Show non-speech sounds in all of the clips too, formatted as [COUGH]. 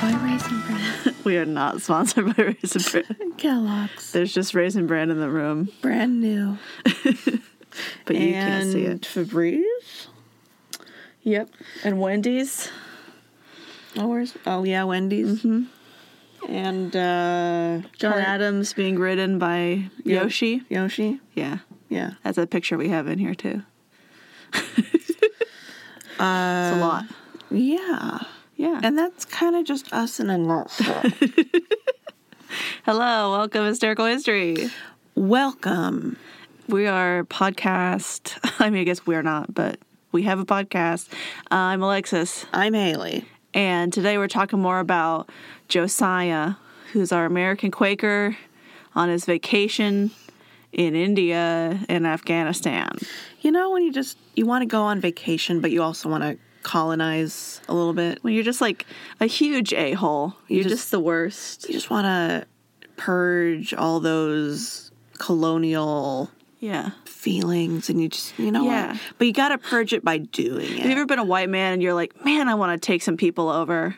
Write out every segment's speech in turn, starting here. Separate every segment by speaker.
Speaker 1: Raisin Bran.
Speaker 2: We are not sponsored [LAUGHS] by Raisin Bran.
Speaker 1: Kellogg's.
Speaker 2: There's just Raisin Bran in the room,
Speaker 1: Brand new.
Speaker 2: but you can't see
Speaker 1: And
Speaker 2: it.
Speaker 1: Febreze.
Speaker 2: Yep. And Wendy's.
Speaker 1: Oh, where's, oh yeah, Wendy's. And uh,
Speaker 2: John
Speaker 1: Tart-
Speaker 2: Adams being ridden by
Speaker 1: Yo-
Speaker 2: Yoshi.
Speaker 1: Yoshi.
Speaker 2: Yeah.
Speaker 1: Yeah.
Speaker 2: That's a picture we have in
Speaker 1: [LAUGHS]
Speaker 2: here too. It's a lot.
Speaker 1: Yeah.
Speaker 2: Yeah.
Speaker 1: Uh, And that's kind of just us in a nutshell. [LAUGHS]
Speaker 2: Hello, welcome to Hysterical History.
Speaker 1: Welcome.
Speaker 2: We are a podcast. [LAUGHS] I mean, I guess we're not, but we have a podcast. Uh, I'm Alexis,
Speaker 1: I'm Haley.
Speaker 2: and today we're talking more about Josiah, who's our American Quaker on his vacation in India and Afghanistan.
Speaker 1: You know when you just you want to go on vacation, but you also want to colonize a little bit.
Speaker 2: When you're just like a huge a hole, you're
Speaker 1: just-
Speaker 2: just the worst.
Speaker 1: You just want to purge all those colonial
Speaker 2: Yeah.
Speaker 1: feelings, and you just you know
Speaker 2: Yeah.
Speaker 1: what? But you got to purge it by doing
Speaker 2: Have you
Speaker 1: it.
Speaker 2: ever been a white man and you're like, man, I want to take some people over,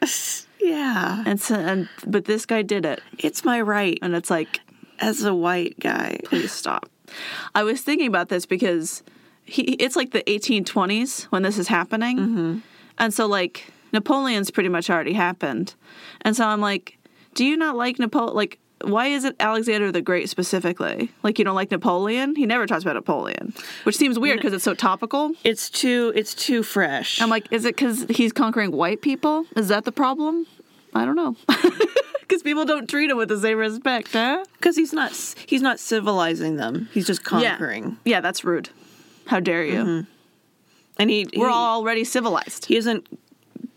Speaker 1: Yeah,
Speaker 2: and so, and but this guy did it,
Speaker 1: it's my right
Speaker 2: and it's like,
Speaker 1: as a white guy.
Speaker 2: please stop. I was thinking about this because he it's like the 1820s when this is happening, and so like Napoleon's pretty much already happened, and so I'm like, do you not like Napoleon? Like, why is it Alexander the Great specifically? Like, you don't like Napoleon? He never talks about Napoleon, which seems weird because it's so topical.
Speaker 1: It's too it's too fresh.
Speaker 2: I'm like, is it because he's conquering white people? Is that the problem? I don't know. [LAUGHS] Because people don't treat him with the same respect, huh?
Speaker 1: because he's not he's not civilizing them. He's just conquering.
Speaker 2: Yeah, that's rude. How dare you?
Speaker 1: And he
Speaker 2: We're
Speaker 1: he-
Speaker 2: all already civilized.
Speaker 1: he isn't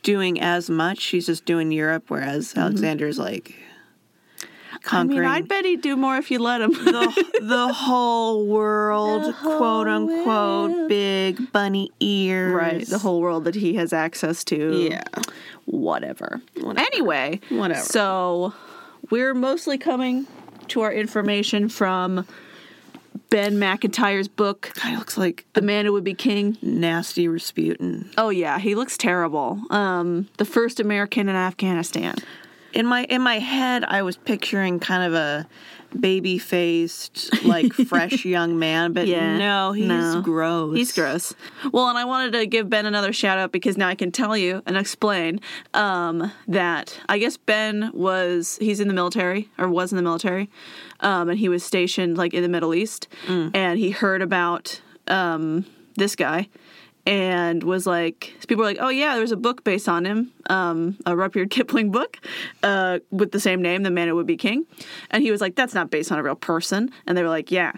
Speaker 1: doing as much. He's just doing Europe, whereas Alexander's like conquering
Speaker 2: Mm-hmm. I mean, I'd bet he'd do more if you let him. [LAUGHS]
Speaker 1: the, [LAUGHS] the whole world,
Speaker 2: The whole
Speaker 1: quote unquote,
Speaker 2: world.
Speaker 1: big bunny ears.
Speaker 2: right, the whole world that he has access to.
Speaker 1: yeah.
Speaker 2: Whatever.
Speaker 1: Whatever.
Speaker 2: Anyway,
Speaker 1: Whatever.
Speaker 2: So we're mostly coming to our information from Ben McIntyre's book,
Speaker 1: Kind of looks like
Speaker 2: The Man Who Would Be King.
Speaker 1: nasty Rasputin.
Speaker 2: Oh yeah, he looks terrible. Um, the first American in Afghanistan.
Speaker 1: In my in my head, I was picturing kind of a baby faced,
Speaker 2: [LAUGHS]
Speaker 1: like fresh young man, but
Speaker 2: Yeah.
Speaker 1: no, he's
Speaker 2: No.
Speaker 1: gross.
Speaker 2: He's gross. Well, and I wanted to give Ben another shout out because now I can tell you and explain um, that I guess Ben was he's in the military or was in the military, um, and he was stationed like in the Middle East, and he heard about um, this guy. And was like, people were like, oh yeah, there's a book based on him, um, a Rudyard [LAUGHS] Kipling book, uh, with the same name, The Man Who Would Be King. And he was like, that's not based on a real person. And they were like, yeah,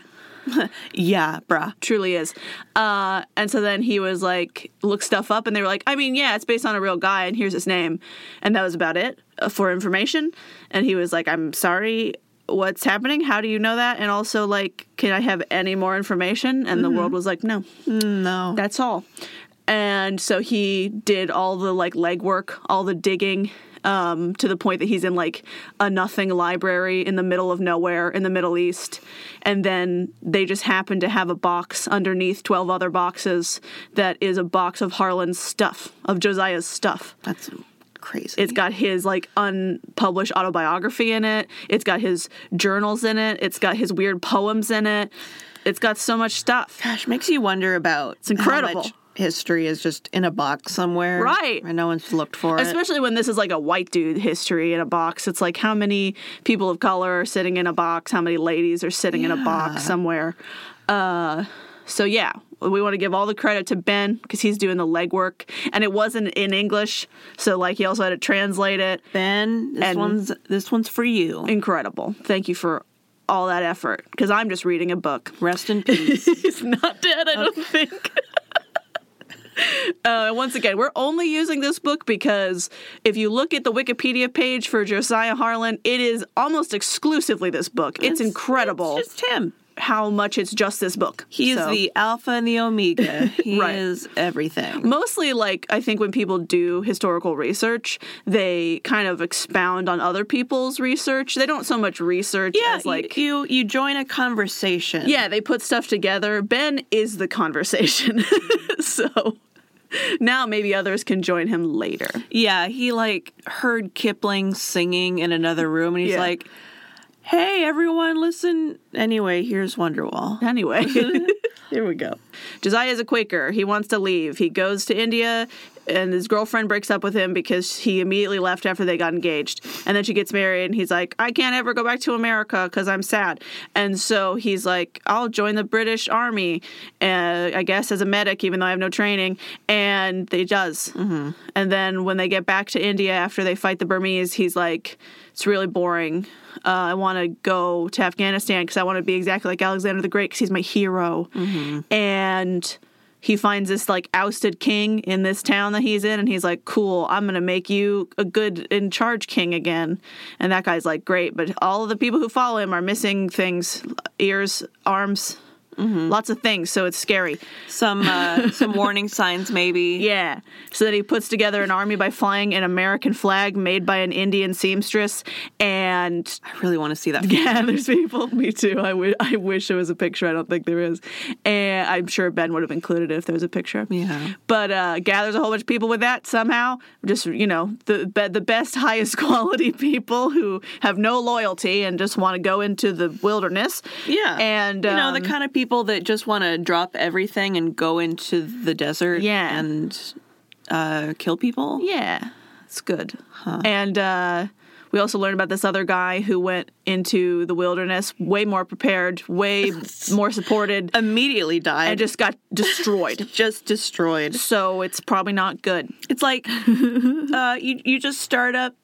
Speaker 1: Yeah, bruh.
Speaker 2: truly is. Uh, and so then he was like, look stuff up, and they were like, I mean, yeah, it's based on a real guy, and here's his name, and that was about it uh, for information. And he was like, I'm sorry, what's happening? How do you know that? And also like, can I have any more information? And the world was like, no,
Speaker 1: No.
Speaker 2: that's all. And so he did all the like legwork, all the digging, um, to the point that he's in like a nothing library in the middle of nowhere in the Middle East. And then they just happen to have a box underneath 12 other boxes that is a box of Harlan's stuff, of Josiah's stuff.
Speaker 1: That's crazy.
Speaker 2: It's got his like unpublished autobiography in it. It's got his journals in it. It's got his weird poems in it. It's got so much stuff.
Speaker 1: Gosh, makes you wonder about it's
Speaker 2: incredible.
Speaker 1: history is just in a box somewhere,
Speaker 2: Right.
Speaker 1: And no one's looked for it.
Speaker 2: Especially when this is like a white dude history in a box. It's like how many people of color are sitting in a box, how many ladies are sitting in a box somewhere. Uh, so, yeah, we want to give all the credit to Ben because he's doing the legwork. And it wasn't in English. So, like, he also had to translate it.
Speaker 1: Ben, this
Speaker 2: And-
Speaker 1: one's this one's for you.
Speaker 2: Incredible. Thank you for all that effort because I'm just reading a book.
Speaker 1: Rest in
Speaker 2: [LAUGHS]
Speaker 1: peace.
Speaker 2: He's not dead, I don't think. Uh, once again, we're only using this book because if you look at the Wikipedia page for Josiah Harlan, it is almost exclusively this book. It's, incredible
Speaker 1: It's just him.
Speaker 2: how much it's just this book.
Speaker 1: He is
Speaker 2: So-
Speaker 1: the alpha and the
Speaker 2: [LAUGHS]
Speaker 1: omega. He
Speaker 2: Right.
Speaker 1: is everything.
Speaker 2: mostly like I think when people do historical research, they kind of expound on other people's research. They don't so much research
Speaker 1: Yeah,
Speaker 2: as like
Speaker 1: you, you you join a conversation.
Speaker 2: yeah, they put stuff together. Ben is the conversation. [LAUGHS] so now maybe others can join him later.
Speaker 1: Yeah, he like heard Kipling singing in another room and he's
Speaker 2: Yeah.
Speaker 1: like, "Hey everyone, listen. Anyway, here's Wonderwall."
Speaker 2: Anyway, [LAUGHS]
Speaker 1: Here we go.
Speaker 2: Josiah is a Quaker. He wants to leave. He goes to India, and his girlfriend breaks up with him because he immediately left after they got engaged. And then she gets married, and he's like, I can't ever go back to America because I'm sad. And so he's like, I'll join the British Army, uh, I guess, as a medic, even though I have no training. And he does. Mm-hmm. And then when they get back to India after they fight the Burmese, he's like, it's really boring. Uh, I want to go to Afghanistan because I want to be exactly like Alexander the Great because he's my hero. And he finds this like ousted king in this town that he's in, and he's like, "Cool, I'm gonna make you a good in charge king again." And that guy's like, "Great," but all of the people who follow him are missing things: ears, arms, lots of things. So it's scary.
Speaker 1: Some
Speaker 2: [LAUGHS]
Speaker 1: uh, some warning signs maybe.
Speaker 2: Yeah. So that he puts together an army by flying an American flag made by an Indian seamstress and
Speaker 1: I really want to see that.
Speaker 2: [LAUGHS] yeah, there's people. Me too. I wi- I wish there was a picture. I don't think there is. And I'm sure Ben would have included it if there was a picture.
Speaker 1: Yeah.
Speaker 2: But uh, gathers a whole bunch of people with that somehow. Just, you know, the, be- the best, [LAUGHS] highest quality people who have no loyalty and just want to go into the wilderness.
Speaker 1: Yeah.
Speaker 2: And,
Speaker 1: you know, the
Speaker 2: um,
Speaker 1: kind of people that just want to drop everything and go into the desert
Speaker 2: Yeah.
Speaker 1: and uh, kill people.
Speaker 2: Yeah, it's good. And uh, we also learned about this other guy who went into the wilderness way more prepared,
Speaker 1: [LAUGHS]
Speaker 2: way more supported,
Speaker 1: Immediately died.
Speaker 2: and just got destroyed.
Speaker 1: just destroyed.
Speaker 2: [LAUGHS] So it's probably not good.
Speaker 1: It's [LAUGHS] like uh, you you just start up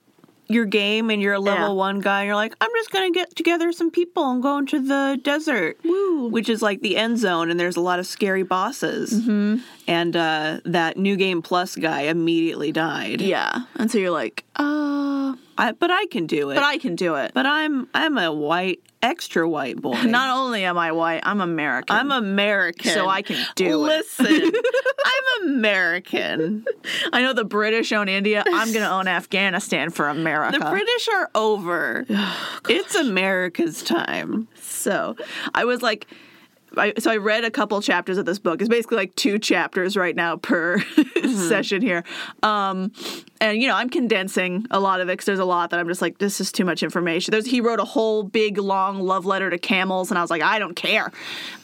Speaker 1: your game and you're a level
Speaker 2: Yeah.
Speaker 1: one guy. And you're like, I'm just gonna get together some people and go into the desert, Woo. which is like the end zone, and there's a lot of scary bosses. Mm-hmm. And uh, that new game plus guy immediately died.
Speaker 2: Yeah. And so you're like, uh,
Speaker 1: I, but I can do it.
Speaker 2: but I can do it. But
Speaker 1: But I'm I'm a white extra white [LAUGHS] boy.
Speaker 2: not only am I white, I'm American.
Speaker 1: I'm American,
Speaker 2: So I can do it.
Speaker 1: Listen, [LAUGHS] I'm American.
Speaker 2: I know the British own India. I'm going to own Afghanistan [LAUGHS] for America.
Speaker 1: The British are over. [SIGHS] it's America's time.
Speaker 2: so I was like, I, so I read a couple chapters of this book. It's basically like two chapters right now per [LAUGHS] session here. Um, and you know, I'm condensing a lot of it 'cause there's a lot that I'm just like, this is too much information. There's he wrote a whole big long love letter to camels, and I was like, I don't care.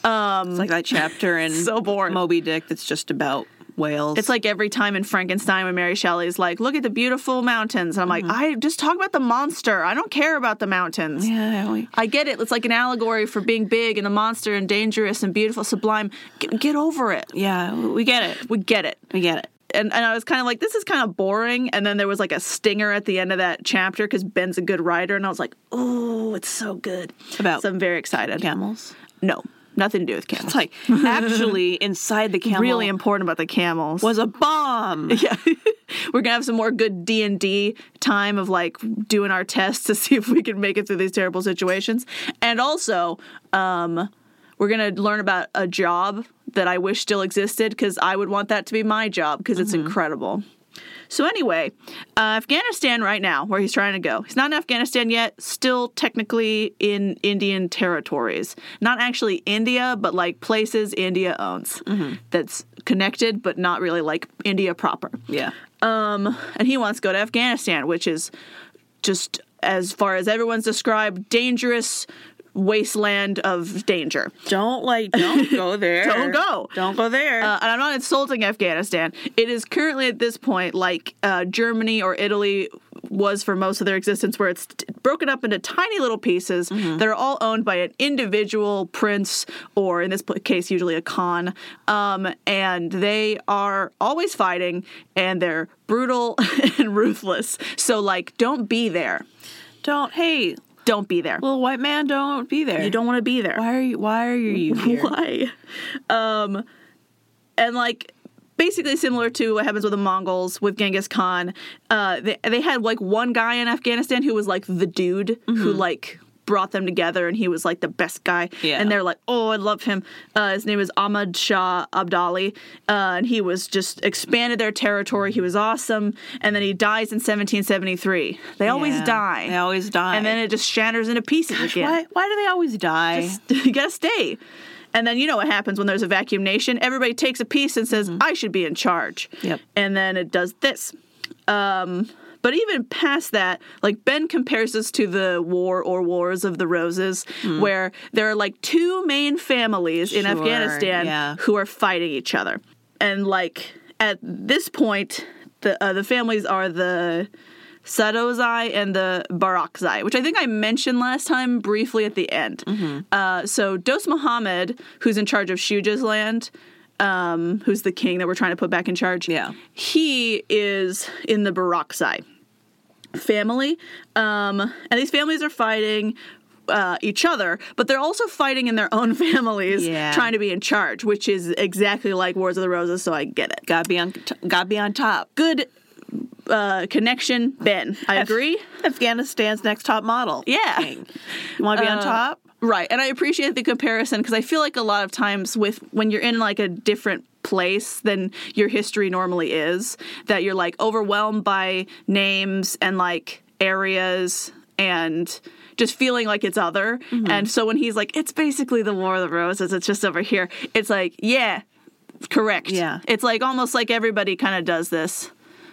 Speaker 2: Um,
Speaker 1: It's like that chapter [LAUGHS] in
Speaker 2: So boring.
Speaker 1: Moby Dick that's just about whales.
Speaker 2: It's like every time in Frankenstein when Mary Shelley's like, look at the beautiful mountains. And I'm like, I just talk about the monster. I don't care about the mountains.
Speaker 1: yeah, we-
Speaker 2: I get it. It's like an allegory for being big and a monster and dangerous and beautiful, sublime. G- get over it.
Speaker 1: yeah, we get it.
Speaker 2: We get it.
Speaker 1: We get it.
Speaker 2: And, and I was kind of like, this is kind of boring. And then there was like a stinger at the end of that chapter because Ben's a good writer. And I was like, oh, it's so good.
Speaker 1: About-
Speaker 2: so I'm very excited.
Speaker 1: Camels.
Speaker 2: No, nothing to do with camels.
Speaker 1: It's like [LAUGHS] actually inside the camel
Speaker 2: really important about the camels.
Speaker 1: was a [LAUGHS] bomb.
Speaker 2: yeah [LAUGHS] we're gonna have some more good d&d time of like doing our tests to [LAUGHS] see if we can make it through these terrible situations and also um, we're gonna learn about a job that i wish still existed because i would want that to be my job because it's incredible so anyway uh, afghanistan right now where he's trying to go he's not in afghanistan yet still technically in indian territories not actually india but like places india owns that's connected but not really like india proper
Speaker 1: Yeah.
Speaker 2: um, and he wants to go to Afghanistan, which is just as far as everyone's described, dangerous wasteland of danger.
Speaker 1: Don't like don't [LAUGHS] go there.
Speaker 2: Don't go.
Speaker 1: Don't go there.
Speaker 2: Uh, and I'm not insulting Afghanistan. It is currently at this point like uh, Germany or Italy was for most of their existence, where it's t- broken up into tiny little pieces that are all owned by an individual prince or, in this pl- case, usually a Khan. Um, and they are always fighting and they're brutal [LAUGHS] and ruthless. So, like, don't be there.
Speaker 1: don't hey,
Speaker 2: Don't be there.
Speaker 1: little white man, don't be there.
Speaker 2: You don't want to be there.
Speaker 1: why are you why are [LAUGHS] you here?
Speaker 2: Why? Um, and like basically similar to what happens with the Mongols with Genghis Khan, uh, they they had like one guy in Afghanistan who was like the dude who
Speaker 1: Mm-hmm.
Speaker 2: like brought them together and he was like the best guy
Speaker 1: Yeah.
Speaker 2: and they're like oh i love him uh, his name is ahmad shah abdali uh, and he was just expanded their territory he was awesome and then he dies in 1773 they always
Speaker 1: Yeah,
Speaker 2: die
Speaker 1: They always die.
Speaker 2: and then it just shatters into pieces again [LAUGHS]
Speaker 1: why why do they always die?
Speaker 2: you gotta stay. And then you know what happens when there's a vacuum nation? Everybody takes a piece and says, I should be in charge.
Speaker 1: Mm-hmm. Yep.
Speaker 2: And then it does this. Um, but even past that, like Ben compares this to the War or Wars of the Roses, where there are like two main families in
Speaker 1: Mm. Sure,
Speaker 2: Afghanistan
Speaker 1: yeah.
Speaker 2: who are fighting each other. And like at this point, the uh, the families are the Sadozai and the Barakzai, which I think I mentioned last time briefly at the end.
Speaker 1: Mm-hmm.
Speaker 2: Uh, so Dos Muhammad, who's in charge of Shuja's land, um, who's the king that we're trying to put back in charge,
Speaker 1: Yeah.
Speaker 2: he is in the Barakzai family. Um, and these families are fighting uh, each other, but they're also fighting in their own [LAUGHS] families,
Speaker 1: Yeah.
Speaker 2: trying to be in charge, which is exactly like Wars of the Roses, so I get it.
Speaker 1: Gotta be on. T- gotta be on top.
Speaker 2: Good uh, connection, Ben. I agree.
Speaker 1: Afghanistan's next top model.
Speaker 2: Yeah.
Speaker 1: Thing. You want to be on
Speaker 2: Uh,
Speaker 1: top?
Speaker 2: Right. And I appreciate the comparison because I feel like a lot of times with when you're in like a different place than your history normally is, that you're like overwhelmed by names and like areas and just feeling like it's other.
Speaker 1: Mm-hmm.
Speaker 2: And so when he's like, it's basically the War of the Roses, it's just over here, it's like, yeah, correct.
Speaker 1: Yeah.
Speaker 2: It's like almost like everybody kind of does this.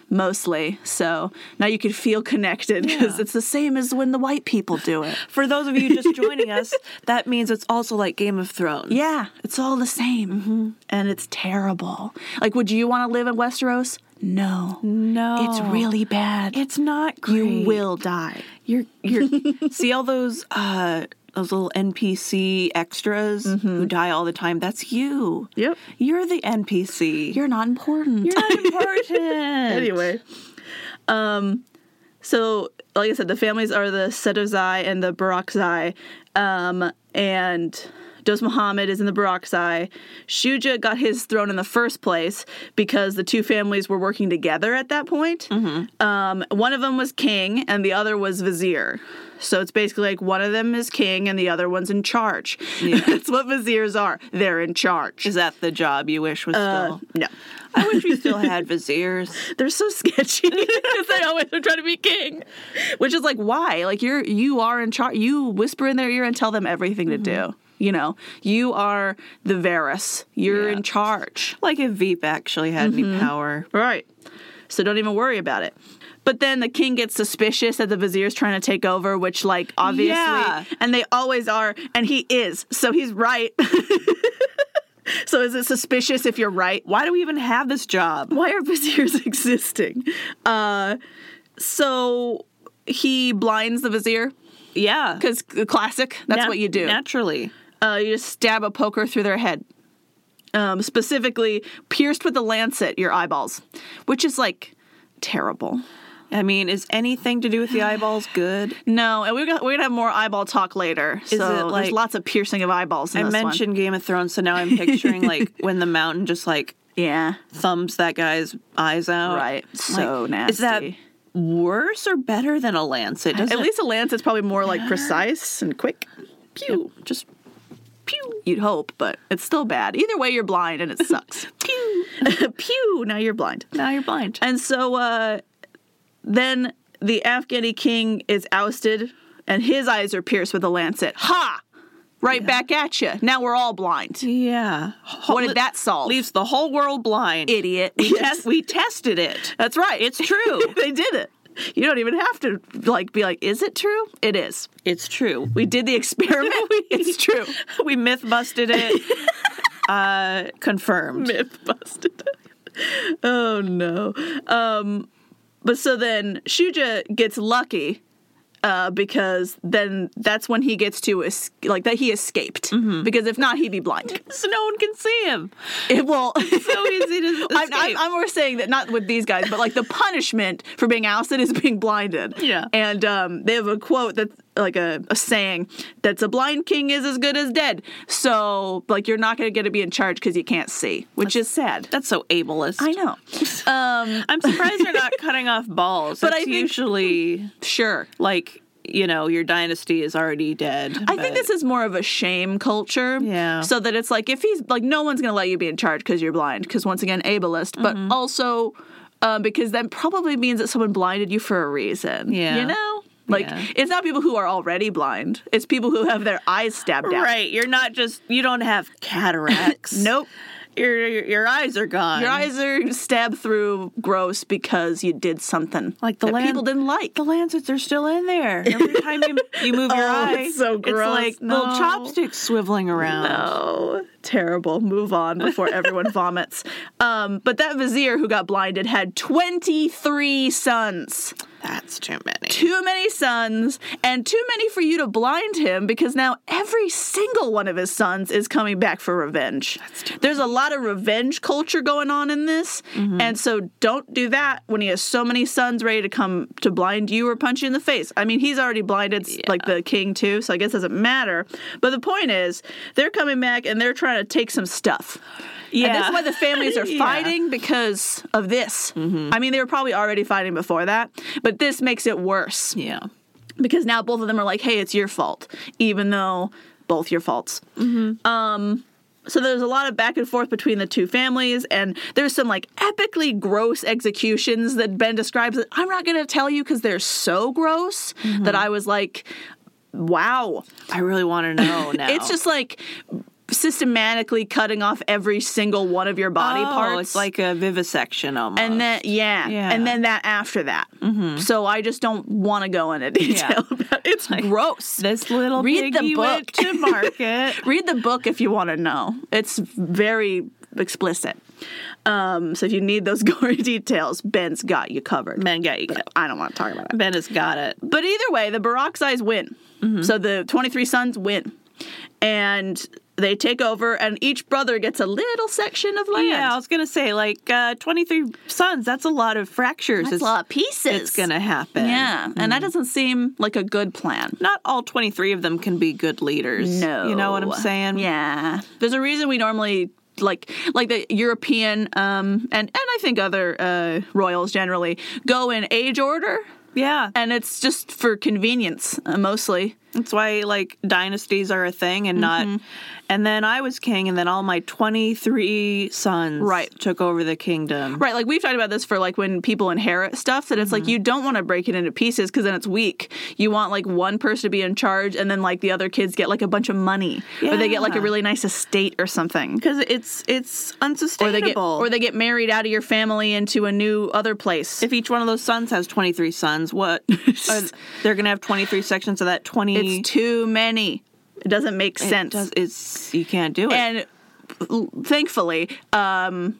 Speaker 2: Mostly, so now you can feel connected because
Speaker 1: Yeah.
Speaker 2: it's the same as when the white people do it.
Speaker 1: For those of you
Speaker 2: [LAUGHS]
Speaker 1: just joining us, that means it's also like Game of Thrones.
Speaker 2: Yeah, it's all the same.
Speaker 1: Mm-hmm.
Speaker 2: And it's terrible. Like, would you want to live in Westeros? No.
Speaker 1: No,
Speaker 2: It's really bad.
Speaker 1: It's not great.
Speaker 2: you will die.
Speaker 1: You're. You're.
Speaker 2: [LAUGHS]
Speaker 1: see all those. uh those little NPC extras who die all the time. That's you.
Speaker 2: Mm-hmm. Yep.
Speaker 1: You're the NPC.
Speaker 2: You're not important.
Speaker 1: You're not
Speaker 2: [LAUGHS]
Speaker 1: important.
Speaker 2: anyway. Um, so, like I said, the families are the Sedozai and the Barakzai. Um, and Dos Muhammad is in the Barakzai. Shuja got his throne in the first place because the two families were working together at that point. Um, one of them was king and the other was vizier. So it's basically like one of them is king and the other one's in charge. [LAUGHS] That's what viziers are. They're in charge.
Speaker 1: Is that the job you wish was
Speaker 2: Uh,
Speaker 1: still?
Speaker 2: no.
Speaker 1: I wish we
Speaker 2: [LAUGHS]
Speaker 1: still had viziers.
Speaker 2: They're so sketchy [LAUGHS] because they always are trying to be king, which is like why? Like you're you are in charge. You whisper in their ear and tell them everything to do. You know, you are the Varus. You're
Speaker 1: Yeah.
Speaker 2: in charge.
Speaker 1: Like if Veep actually had
Speaker 2: Mm-hmm.
Speaker 1: any power.
Speaker 2: Right. So don't even worry about it. But then the king gets suspicious that the vizier's trying to take over, which like obviously,
Speaker 1: Yeah.
Speaker 2: and they always are, and he is. So he's right. [LAUGHS] so is it suspicious if you're right?
Speaker 1: Why do we even have this job?
Speaker 2: why are viziers [LAUGHS] existing? Uh, so he blinds the vizier
Speaker 1: Yeah.
Speaker 2: because classic. That's
Speaker 1: Nat-
Speaker 2: what you do.
Speaker 1: Naturally.
Speaker 2: Uh, you just stab a poker through their head, um, specifically pierced with a lancet your eyeballs, which is like terrible.
Speaker 1: I mean, is anything to do
Speaker 2: [SIGHS]
Speaker 1: with the eyeballs good?
Speaker 2: No, and we're gonna, we're gonna have more eyeball talk later. So
Speaker 1: it like-
Speaker 2: there's lots of piercing of eyeballs. In
Speaker 1: I
Speaker 2: this one.
Speaker 1: mentioned Game of Thrones, so now I'm picturing
Speaker 2: [LAUGHS]
Speaker 1: like when the mountain just like
Speaker 2: yeah,
Speaker 1: thumbs that guy's eyes out.
Speaker 2: Right.
Speaker 1: Like,
Speaker 2: So
Speaker 1: Is that
Speaker 2: nasty.
Speaker 1: worse or better than a lancet? Doesn't
Speaker 2: at
Speaker 1: it-
Speaker 2: least a lancet's probably more like precise and quick. Pew.
Speaker 1: just
Speaker 2: pew. You'd hope, but it's still bad. Either way, you're blind and it
Speaker 1: [LAUGHS]
Speaker 2: sucks.
Speaker 1: pew.
Speaker 2: [LAUGHS] pew. Now you're blind.
Speaker 1: Now you're blind.
Speaker 2: And so uh, then the Afghani king is ousted, and his eyes are pierced with a lancet. Ha! Right back at you. Now we're all blind.
Speaker 1: yeah.
Speaker 2: What did that solve?
Speaker 1: Leaves the whole world blind.
Speaker 2: [LAUGHS] Idiot.
Speaker 1: We, test, we tested it.
Speaker 2: That's
Speaker 1: [LAUGHS]
Speaker 2: right.
Speaker 1: It's true.
Speaker 2: they did it. You don't even have to like be like, is it true? It is.
Speaker 1: It's true.
Speaker 2: We did the experiment. it's true.
Speaker 1: [LAUGHS] We myth busted
Speaker 2: [LAUGHS]
Speaker 1: it. uh, confirmed.
Speaker 2: myth busted. oh no. Um, but so then Shuja gets lucky uh, because then that's when he gets to es- like that he escaped because if not he'd be blind.
Speaker 1: So no one can see him.
Speaker 2: [LAUGHS] It [LAUGHS] will.
Speaker 1: So easy to escape.
Speaker 2: [LAUGHS] I'm, I'm, I'm more saying that not with these guys, but like the punishment for being ousted is being blinded.
Speaker 1: Yeah.
Speaker 2: And um, they have a quote that's like a, a saying that's a blind king is as good as dead. So like you're not going to get to be in charge because you can't see, which is sad.
Speaker 1: That's so ableist.
Speaker 2: I know. [LAUGHS] Um,
Speaker 1: I'm surprised they're
Speaker 2: [LAUGHS]
Speaker 1: not cutting off balls. But
Speaker 2: I
Speaker 1: I
Speaker 2: think-
Speaker 1: usually
Speaker 2: sure.
Speaker 1: like you know your dynasty is already dead.
Speaker 2: I think this is more of a shame culture.
Speaker 1: Yeah.
Speaker 2: So that it's like if he's like no one's gonna let you be in charge because you're blind. Because once again, ableist, but
Speaker 1: Mm-hmm.
Speaker 2: also um, because that probably means that someone blinded you for a reason.
Speaker 1: Yeah.
Speaker 2: You know. Like
Speaker 1: Yeah.
Speaker 2: it's not people who are already blind. It's people who have their eyes stabbed out.
Speaker 1: Right. You're not just you don't have cataracts. [LAUGHS]
Speaker 2: Nope.
Speaker 1: Your, your your eyes are gone.
Speaker 2: Your eyes are stabbed through gross because you did something
Speaker 1: Like the
Speaker 2: that
Speaker 1: land-
Speaker 2: people didn't like.
Speaker 1: the lancets are still in there. Every time you, you move [LAUGHS] your
Speaker 2: Oh,
Speaker 1: eye,
Speaker 2: it's so gross.
Speaker 1: like
Speaker 2: No.
Speaker 1: little chopsticks swiveling around.
Speaker 2: Oh, terrible. Move on before everyone vomits. Um, but that vizier who got blinded had 23 sons.
Speaker 1: That's too many.
Speaker 2: Too many sons, and too many for you to blind him because now every single one of his sons is coming back for revenge. There's a lot of revenge culture going on in this, and so don't do that when he has so many sons ready to come to blind you or punch you in the face. I mean, he's already blinded like the king too, so I guess it doesn't matter. But the point is, they're coming back and they're trying to take some stuff. And
Speaker 1: [LAUGHS]
Speaker 2: that's why the families are
Speaker 1: Yeah.
Speaker 2: fighting because of this. I mean, they were probably already fighting before that, but this makes it worse
Speaker 1: yeah.
Speaker 2: because now both of them are like, "Hey, it's your fault," even though both your faults. Um,
Speaker 1: Mm-hmm.
Speaker 2: so there's a lot of back and forth between the two families, and there's some like epically gross executions that Ben describes. That I'm not going to tell you because they're so gross
Speaker 1: Mm-hmm.
Speaker 2: that I was like, "Wow."
Speaker 1: I really want to [LAUGHS] know now.
Speaker 2: It's just like systematically cutting off every single one of your body
Speaker 1: oh,
Speaker 2: parts.
Speaker 1: It's like a vivisection almost.
Speaker 2: And then yeah.
Speaker 1: Yeah. Mm-hmm.
Speaker 2: and then that after that. So I just don't want to go into [LAUGHS] detail about it. It's gross.
Speaker 1: this little
Speaker 2: Read the
Speaker 1: piggy went
Speaker 2: book. [LAUGHS]
Speaker 1: to market.
Speaker 2: Read the book if you want to know. It's very explicit. Um, so if you need those [LAUGHS] gory details, Ben's got you covered.
Speaker 1: Man, got you.
Speaker 2: I don't want to talk about it.
Speaker 1: Ben has got it.
Speaker 2: But either way, the Baroxides win.
Speaker 1: Mm-hmm.
Speaker 2: So the 23 sons win. And they take over, and each brother gets a little section of land.
Speaker 1: Yeah, I was gonna say like uh, twenty three sons. That's a lot of fractures.
Speaker 2: That's
Speaker 1: it's
Speaker 2: a lot of pieces.
Speaker 1: it's gonna happen.
Speaker 2: Yeah,
Speaker 1: Mm-hmm.
Speaker 2: and that doesn't seem like a good plan.
Speaker 1: Not all twenty three of them can be good leaders.
Speaker 2: No.
Speaker 1: you know what I'm saying.
Speaker 2: Yeah. There's a reason we normally like like the European um and and I think other uh royals generally go in age order
Speaker 1: yeah.
Speaker 2: and it's just for convenience uh, mostly.
Speaker 1: That's why like dynasties are a thing and
Speaker 2: Mm-hmm.
Speaker 1: not. And then I was king, and then all my twenty three sons
Speaker 2: Right.
Speaker 1: took over the kingdom.
Speaker 2: Right, like we've talked about this for like when people inherit stuff that it's
Speaker 1: Mm-hmm.
Speaker 2: like you don't want to break it into pieces because then it's weak. You want like one person to be in charge and then like the other kids get like a bunch of money or they get like a
Speaker 1: Yeah.
Speaker 2: really nice estate or something.
Speaker 1: Because it's it's unsustainable.
Speaker 2: or they get or they get married out of your family into a new other place.
Speaker 1: if each one of those sons has 23 sons,
Speaker 2: [LAUGHS]
Speaker 1: what? are, they're going to have 23 sections of that 20.
Speaker 2: it's too many. It doesn't make sense.
Speaker 1: does- it's, you can't do it.
Speaker 2: and thankfully, um,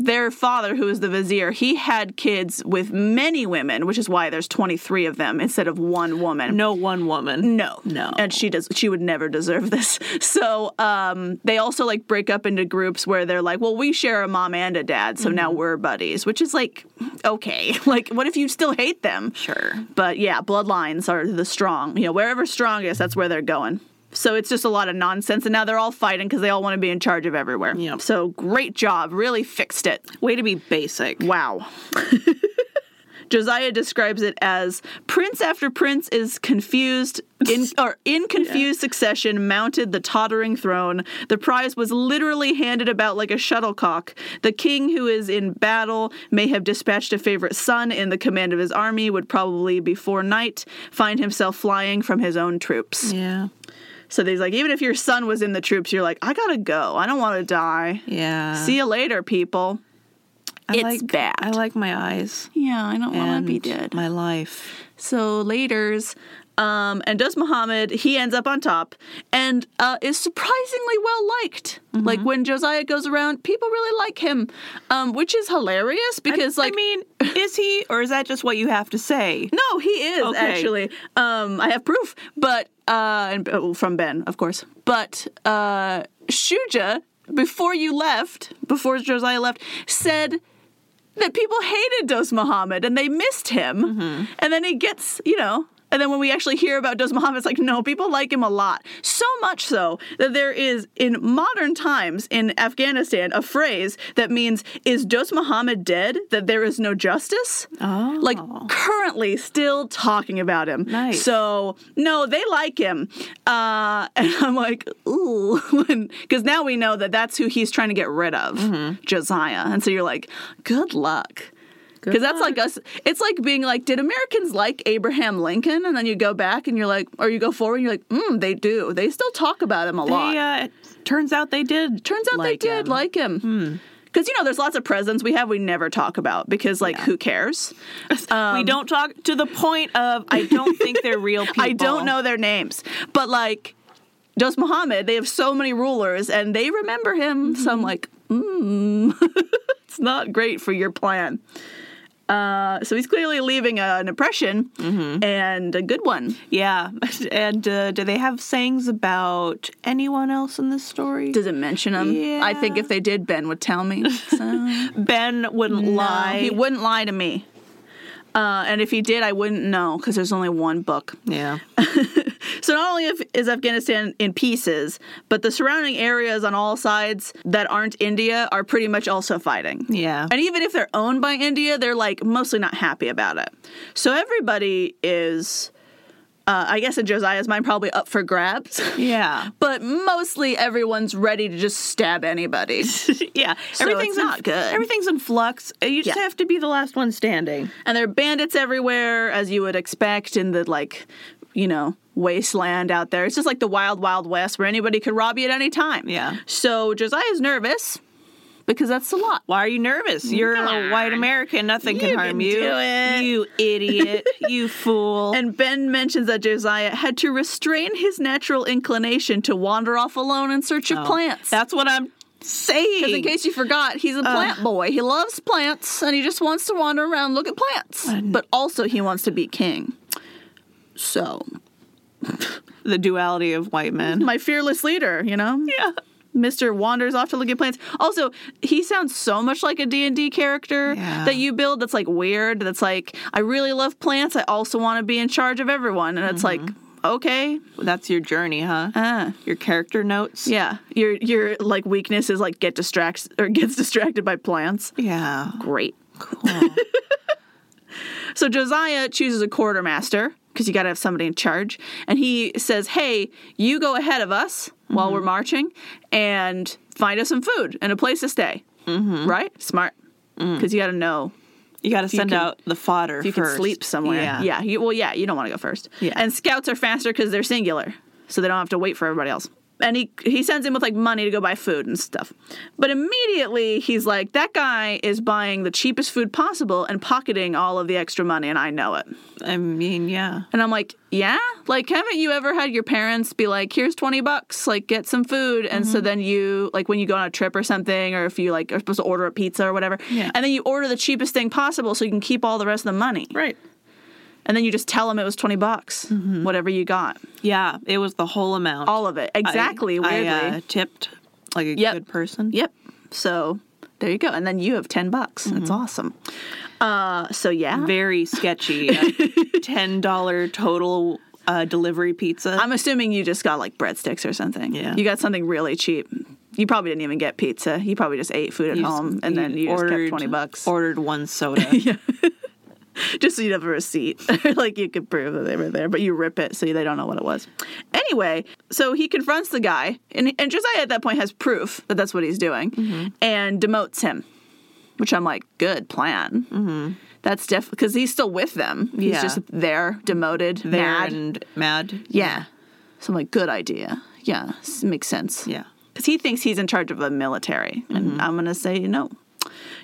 Speaker 2: their father, who is the vizier, he had kids with many women, which is why there's 23 of them instead of one woman.
Speaker 1: no one woman.
Speaker 2: No,
Speaker 1: No.
Speaker 2: and she does. She would never deserve this. [LAUGHS] So um, they also like break up into groups where they're like, "Well, we share a mom and a dad, so
Speaker 1: Mm-hmm.
Speaker 2: now we're buddies," which is like, okay, [LAUGHS] like what if you still hate them?
Speaker 1: Sure.
Speaker 2: But yeah, bloodlines are the strong. You know, wherever's strongest, that's where they're going. So it's just a lot of nonsense, and now they're all fighting because they all want to be in charge of everywhere.
Speaker 1: Yep.
Speaker 2: So great job, really fixed it.
Speaker 1: Way to be basic.
Speaker 2: Wow. [LAUGHS] Josiah describes it as prince after prince is confused
Speaker 1: [LAUGHS]
Speaker 2: in or in confused succession mounted the tottering throne. The prize was literally handed about like a shuttlecock. The king who is in battle may have dispatched a favorite son in the command of his army would probably before night find himself flying from his own troops.
Speaker 1: Yeah.
Speaker 2: So he's like even if your son was in the troops you're like I got to go. I don't want to die.
Speaker 1: Yeah.
Speaker 2: See you later people.
Speaker 1: I
Speaker 2: it's
Speaker 1: like,
Speaker 2: bad.
Speaker 1: I like my eyes.
Speaker 2: Yeah, I don't want
Speaker 1: And
Speaker 2: to be dead.
Speaker 1: my life.
Speaker 2: so laters. Um, and does Muhammad, he ends up on top and uh, is surprisingly well liked. Like
Speaker 1: Mm-hmm.
Speaker 2: when Josiah goes around, people really like him, um, which is hilarious because, like,
Speaker 1: I [LAUGHS] mean, is he, or is that just what you have to say?
Speaker 2: [LAUGHS] no, he is
Speaker 1: Okay.
Speaker 2: actually. Um, I have proof, but uh, and, oh, from Ben, of course. But uh, Shuja, before you left, before Josiah left, said that people hated Dos Muhammad and they missed him,
Speaker 1: Mm-hmm.
Speaker 2: and then he gets, you know. And then when we actually hear about Dos Muhammad, it's like, no, people like him a lot. So much so that there is, in modern times in Afghanistan, a phrase that means, is Dos Muhammad dead? That there is no justice?
Speaker 1: Oh.
Speaker 2: like currently still talking about him.
Speaker 1: Nice.
Speaker 2: So no, they like him, uh, [LAUGHS] and I'm like, ooh, [LAUGHS] because now we
Speaker 1: Mm-hmm.
Speaker 2: know that that's who he's trying to get rid of, Josiah. And so you're like, good luck, Because that's like us. It's like being like, did Americans like Abraham Lincoln? And then you go back and you're like, or you go forward and you're like, mm, they do. They still talk about him a lot.
Speaker 1: They, uh, turns out they did.
Speaker 2: Turns out
Speaker 1: like
Speaker 2: they did
Speaker 1: him. Hmm.
Speaker 2: like him. Because, you know, there's lots of presidents we have we never talk about because, like, who cares?
Speaker 1: [LAUGHS] we don't talk to the point of I don't think they're [LAUGHS] real people.
Speaker 2: I don't know their names, but like Dost Muhammad, they have so many rulers, and they remember him. So
Speaker 1: Mm-hmm.
Speaker 2: I'm like, mm, [LAUGHS] it's not great for your plan. Uh, so he's clearly leaving uh, an impression
Speaker 1: Mm-hmm.
Speaker 2: and a good one.
Speaker 1: Yeah, [LAUGHS] and uh, do they have sayings about anyone else in this story?
Speaker 2: Doesn't mention him. I think
Speaker 1: Yeah.
Speaker 2: if they did, Ben would tell
Speaker 1: [LAUGHS]
Speaker 2: me. So.
Speaker 1: ben wouldn't lie.
Speaker 2: He wouldn't lie to me. Uh, and if he did, I wouldn't know because there's only one book.
Speaker 1: [LAUGHS] yeah.
Speaker 2: So not only if, is Afghanistan in pieces, but the surrounding areas on all sides that aren't India are pretty much also fighting.
Speaker 1: Yeah.
Speaker 2: And even if they're owned by India, they're like mostly not happy about it. So everybody is, uh, I guess in Josiah's mind, probably up for grabs. [LAUGHS]
Speaker 1: Yeah.
Speaker 2: But mostly everyone's ready to just stab anybody.
Speaker 1: yeah.
Speaker 2: it's not
Speaker 1: in,
Speaker 2: good.
Speaker 1: Everything's in flux. Uh, You just
Speaker 2: Yeah.
Speaker 1: have to be the last one standing.
Speaker 2: and there are bandits everywhere, as you would expect in the like, you know, wasteland out there. It's just like the wild, wild west where anybody could rob you at any time.
Speaker 1: Yeah.
Speaker 2: So Josiah's nervous because that's the lot.
Speaker 1: Why are you nervous? You're a white American. Nothing
Speaker 2: You
Speaker 1: can harm
Speaker 2: can
Speaker 1: Mm, you.
Speaker 2: do it. [LAUGHS]
Speaker 1: You idiot. you fool.
Speaker 2: And Ben mentions that Josiah had to restrain his natural inclination to wander off alone in search of
Speaker 1: Oh,
Speaker 2: plants.
Speaker 1: That's what I'm saying. Uh.
Speaker 2: because in case you forgot, he's a plant boy. He loves plants and he just wants to wander around and look at plants. But also he wants to be king. So,
Speaker 1: the duality of white men.
Speaker 2: my fearless leader, you know?
Speaker 1: [LAUGHS] yeah.
Speaker 2: Mr. wanders off to look at plants. Also, he sounds so much like a D&D character
Speaker 1: Yeah.
Speaker 2: that you build that's like weird, that's like I really love plants, I also want to be in charge of everyone and it's
Speaker 1: Mm-hmm.
Speaker 2: like okay.
Speaker 1: That's your journey, huh?
Speaker 2: Uh,
Speaker 1: your character notes.
Speaker 2: yeah, your your like weakness is like get distracts or gets [LAUGHS] distracted by plants.
Speaker 1: Yeah.
Speaker 2: Great.
Speaker 1: Cool.
Speaker 2: [LAUGHS] So Josiah chooses a quartermaster because you got to have somebody in charge. And he says, Hey, you go ahead of us while we're marching and find us some food and a place to stay. Mm-hmm. Right? Smart. Because you got to know
Speaker 1: you got to send
Speaker 2: can-
Speaker 1: out the fodder
Speaker 2: if you
Speaker 1: first.
Speaker 2: can sleep somewhere.
Speaker 1: Yeah.
Speaker 2: you, well, yeah, you don't want to go first.
Speaker 1: Yeah.
Speaker 2: And scouts are faster because they're singular, so they don't have to wait for everybody else. And he he sends him with like money to go buy food and stuff. But immediately he's like, that guy is buying the cheapest food possible and pocketing all of the extra money, and I know it.
Speaker 1: I mean, yeah.
Speaker 2: And I'm like, yeah? Like, haven't you ever had your parents be like, here's 20 bucks, like, get some food? And
Speaker 1: Mm-hmm.
Speaker 2: so then you, like, when you go on a trip or something, or if you, like, are supposed to order a pizza or whatever,
Speaker 1: Yeah.
Speaker 2: and then you order the cheapest thing possible so you can keep all the rest of the money.
Speaker 1: Right.
Speaker 2: And then you just tell them it was 20 bucks, whatever you got.
Speaker 1: Yeah. It was the whole amount.
Speaker 2: All of it. Exactly,
Speaker 1: I,
Speaker 2: weirdly.
Speaker 1: I, uh, tipped like a
Speaker 2: Yep.
Speaker 1: good person.
Speaker 2: Yep. So there you go. And then you have 10 bucks. It's awesome. Uh, so yeah.
Speaker 1: Very sketchy.
Speaker 2: [LAUGHS]
Speaker 1: a Ten dollar total uh, delivery pizza.
Speaker 2: I'm assuming you just got like breadsticks or something.
Speaker 1: Yeah.
Speaker 2: You got something really cheap. You probably didn't even get pizza. You probably just ate food at
Speaker 1: You just-
Speaker 2: home and then you just kept 20 bucks.
Speaker 1: Ordered one soda.
Speaker 2: [LAUGHS] just so you'd have a receipt. [LAUGHS] like you could prove that they were there, but you rip it so they don't know what it was. Anyway, so he confronts the guy, and, and Josiah at that point has proof that that's what he's doing
Speaker 1: Mm-hmm.
Speaker 2: and demotes him, which I'm like, good plan. Mm-hmm. That's def because he's still with them. He's
Speaker 1: Yeah.
Speaker 2: just there, demoted,
Speaker 1: There
Speaker 2: mad.
Speaker 1: and mad.
Speaker 2: yeah. So I'm like, good idea. Yeah, s- makes sense.
Speaker 1: Yeah.
Speaker 2: Because he thinks he's in charge of a military. And I'm going to say, no.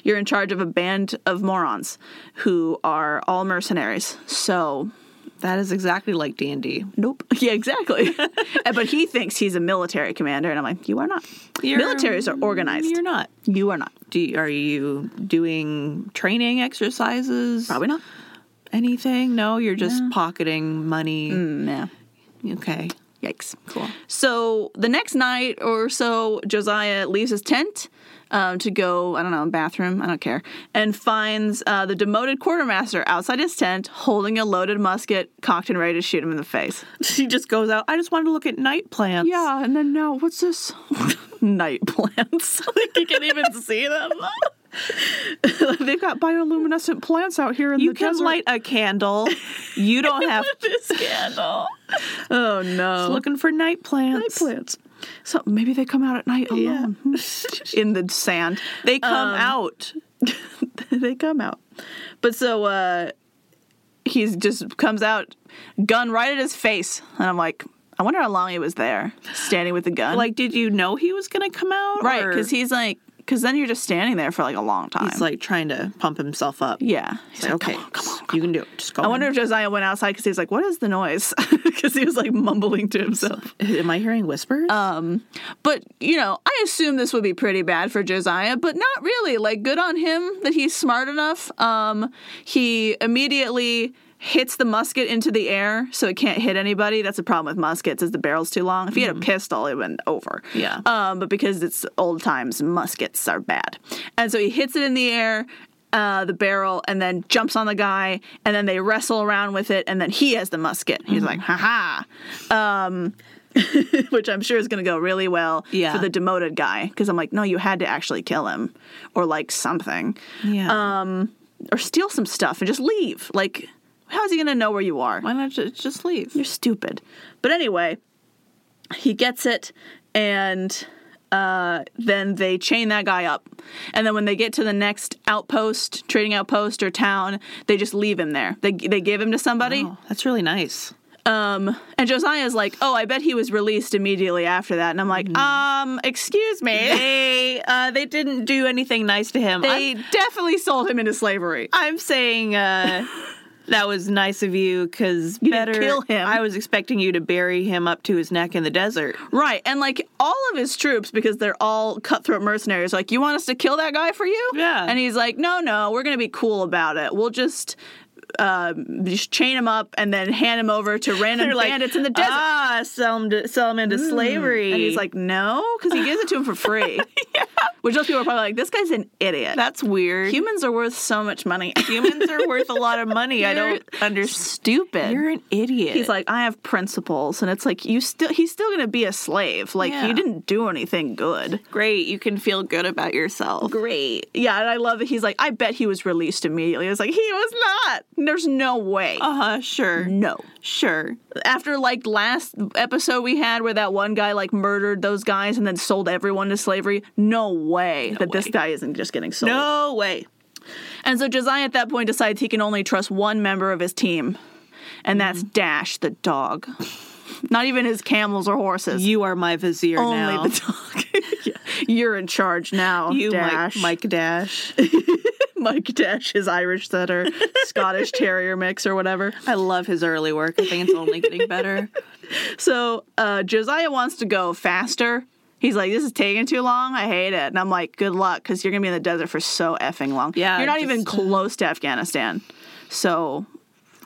Speaker 2: You're in charge of a band of morons who are all mercenaries. So,
Speaker 1: That is exactly like D and D.
Speaker 2: nope. [LAUGHS] Yeah, exactly. And- but he thinks he's a military commander. And I'm like, you are not. Militaries are organized.
Speaker 1: You're not.
Speaker 2: You are not.
Speaker 1: Do you, are you doing training exercises?
Speaker 2: Probably not.
Speaker 1: anything. No, Mm. you're just pocketing money.
Speaker 2: Mm, Yeah.
Speaker 1: Okay.
Speaker 2: Yikes.
Speaker 1: Cool.
Speaker 2: So the next night or so, Josiah leaves his tent um, to go, I don't know, bathroom, I don't care, and finds uh, the demoted quartermaster outside his tent holding a loaded musket cocked and ready to shoot him in the face.
Speaker 1: [LAUGHS] She just goes out. I just wanted to look at night plants.
Speaker 2: Yeah, and then now, what's this? [LAUGHS] Night plants. [LAUGHS] like you can't even see them. [LAUGHS] They've got bioluminescent plants out here in
Speaker 1: You
Speaker 2: the
Speaker 1: can
Speaker 2: desert.
Speaker 1: light a candle.
Speaker 2: [LAUGHS]
Speaker 1: You don't [LAUGHS] have to.
Speaker 2: this candle. Oh no.
Speaker 1: Looking for night plants.
Speaker 2: plants.
Speaker 1: [LAUGHS]
Speaker 2: So maybe they come out at night alone Hmm.
Speaker 1: Yeah.
Speaker 2: in the sand.
Speaker 1: They come out.
Speaker 2: [LAUGHS] they come out. But so uh he's just comes out, gun right at his face, and I'm like, I wonder how long he was there, standing with the gun.
Speaker 1: Like, did you know he was gonna come out?
Speaker 2: right,
Speaker 1: or-
Speaker 2: because he's like, because then you're just standing there for like a long time.
Speaker 1: he's like trying to pump himself up.
Speaker 2: yeah, he's
Speaker 1: It's like, okay, you can do it. Just go.
Speaker 2: I wonder if Josiah went outside because he's like, "What is the noise?" [LAUGHS] Because he was like mumbling to himself.
Speaker 1: Am I hearing whispers?
Speaker 2: But you know, I assume this would be pretty bad for Josiah, but not really. Like, good on him that he's smart enough. Um, he immediately hits the musket into the air so it can't hit anybody. That's the problem with muskets is the barrel's too long. If he had a pistol, it went over.
Speaker 1: Yeah.
Speaker 2: Um, but because it's old times, muskets are bad, and so he hits it in the air. Uh, the barrel and then jumps on the guy and then they wrestle around with it and then he has the musket. He's like, ha ha which I'm sure is going to go really well
Speaker 1: Yeah.
Speaker 2: for the demoted guy because I'm like, no, you had to actually kill him or like something Um,
Speaker 1: yeah.
Speaker 2: or steal some stuff and just leave. Like, how's he going to know where you are?
Speaker 1: Why not ju- just leave?
Speaker 2: You're stupid. But anyway, he gets it and uh, then they chain that guy up. And then when they get to the next outpost, trading outpost or town, they just leave him there. They, they give him to somebody.
Speaker 1: Oh, that's really nice.
Speaker 2: Um, and Josiah's like, oh, I bet he was released immediately after that. And I'm
Speaker 1: Mm-hmm.
Speaker 2: like, um, excuse me.
Speaker 1: They uh, they didn't do anything nice to him.
Speaker 2: They
Speaker 1: I'm,
Speaker 2: definitely sold him into slavery.
Speaker 1: I'm saying
Speaker 2: [LAUGHS]
Speaker 1: uh, that was nice of you because
Speaker 2: You didn't
Speaker 1: better
Speaker 2: kill him.
Speaker 1: I was expecting you to bury him up to his neck in the desert.
Speaker 2: Right. And like all of his troops, because they're all cutthroat mercenaries, are like, you want us to kill that guy for you?
Speaker 1: Yeah.
Speaker 2: And he's like, no, no, we're going to be cool about it. We'll just. Um, just chain him up and then hand him
Speaker 1: [LAUGHS]
Speaker 2: over to random
Speaker 1: They're like,
Speaker 2: bandits in the desert. Mm.
Speaker 1: Ah, sell him, to, sell him into slavery.
Speaker 2: and he's like, no, because he gives it to him
Speaker 1: [LAUGHS]
Speaker 2: for free. yeah. Which those people are probably like, this guy's an idiot.
Speaker 1: that's weird.
Speaker 2: Humans are worth so much money.
Speaker 1: Humans are worth a lot of money. I
Speaker 2: [LAUGHS] You're
Speaker 1: don't understand.
Speaker 2: stupid.
Speaker 1: You're an idiot.
Speaker 2: He's like, I have principles, and it's like you still. He's still gonna be a slave. Like
Speaker 1: Yeah.
Speaker 2: you didn't do anything good.
Speaker 1: great. You can feel good about yourself.
Speaker 2: Great. Yeah, and I love that he's like, I bet he was released immediately. I was like, he was not. There's no way.
Speaker 1: Uh huh. Sure.
Speaker 2: no.
Speaker 1: Sure.
Speaker 2: After like last episode we had where that one guy like murdered those guys and then sold everyone to slavery, no way that this
Speaker 1: way.
Speaker 2: guy isn't just getting sold.
Speaker 1: No way.
Speaker 2: And so Josiah at that point decides he can only trust one member of his team, and that's
Speaker 1: Mm-hmm.
Speaker 2: Dash the dog. Not even his camels or horses.
Speaker 1: You are my vizier
Speaker 2: only
Speaker 1: now.
Speaker 2: the dog. [LAUGHS] Yeah. You're in charge
Speaker 1: [LAUGHS]
Speaker 2: now.
Speaker 1: you,
Speaker 2: Dash.
Speaker 1: Mike, Mike Dash.
Speaker 2: Mike Dash is Irish
Speaker 1: [LAUGHS]
Speaker 2: setter, Scottish terrier mix or whatever.
Speaker 1: I love his early work. I think it's only getting
Speaker 2: [LAUGHS]
Speaker 1: better.
Speaker 2: So uh, Josiah wants to go faster. He's like, this is taking too long. I hate it. And I'm like, good luck, because you're gonna be in the desert for so effing long.
Speaker 1: Yeah,
Speaker 2: You're not even
Speaker 1: just, uh,
Speaker 2: close to Afghanistan. So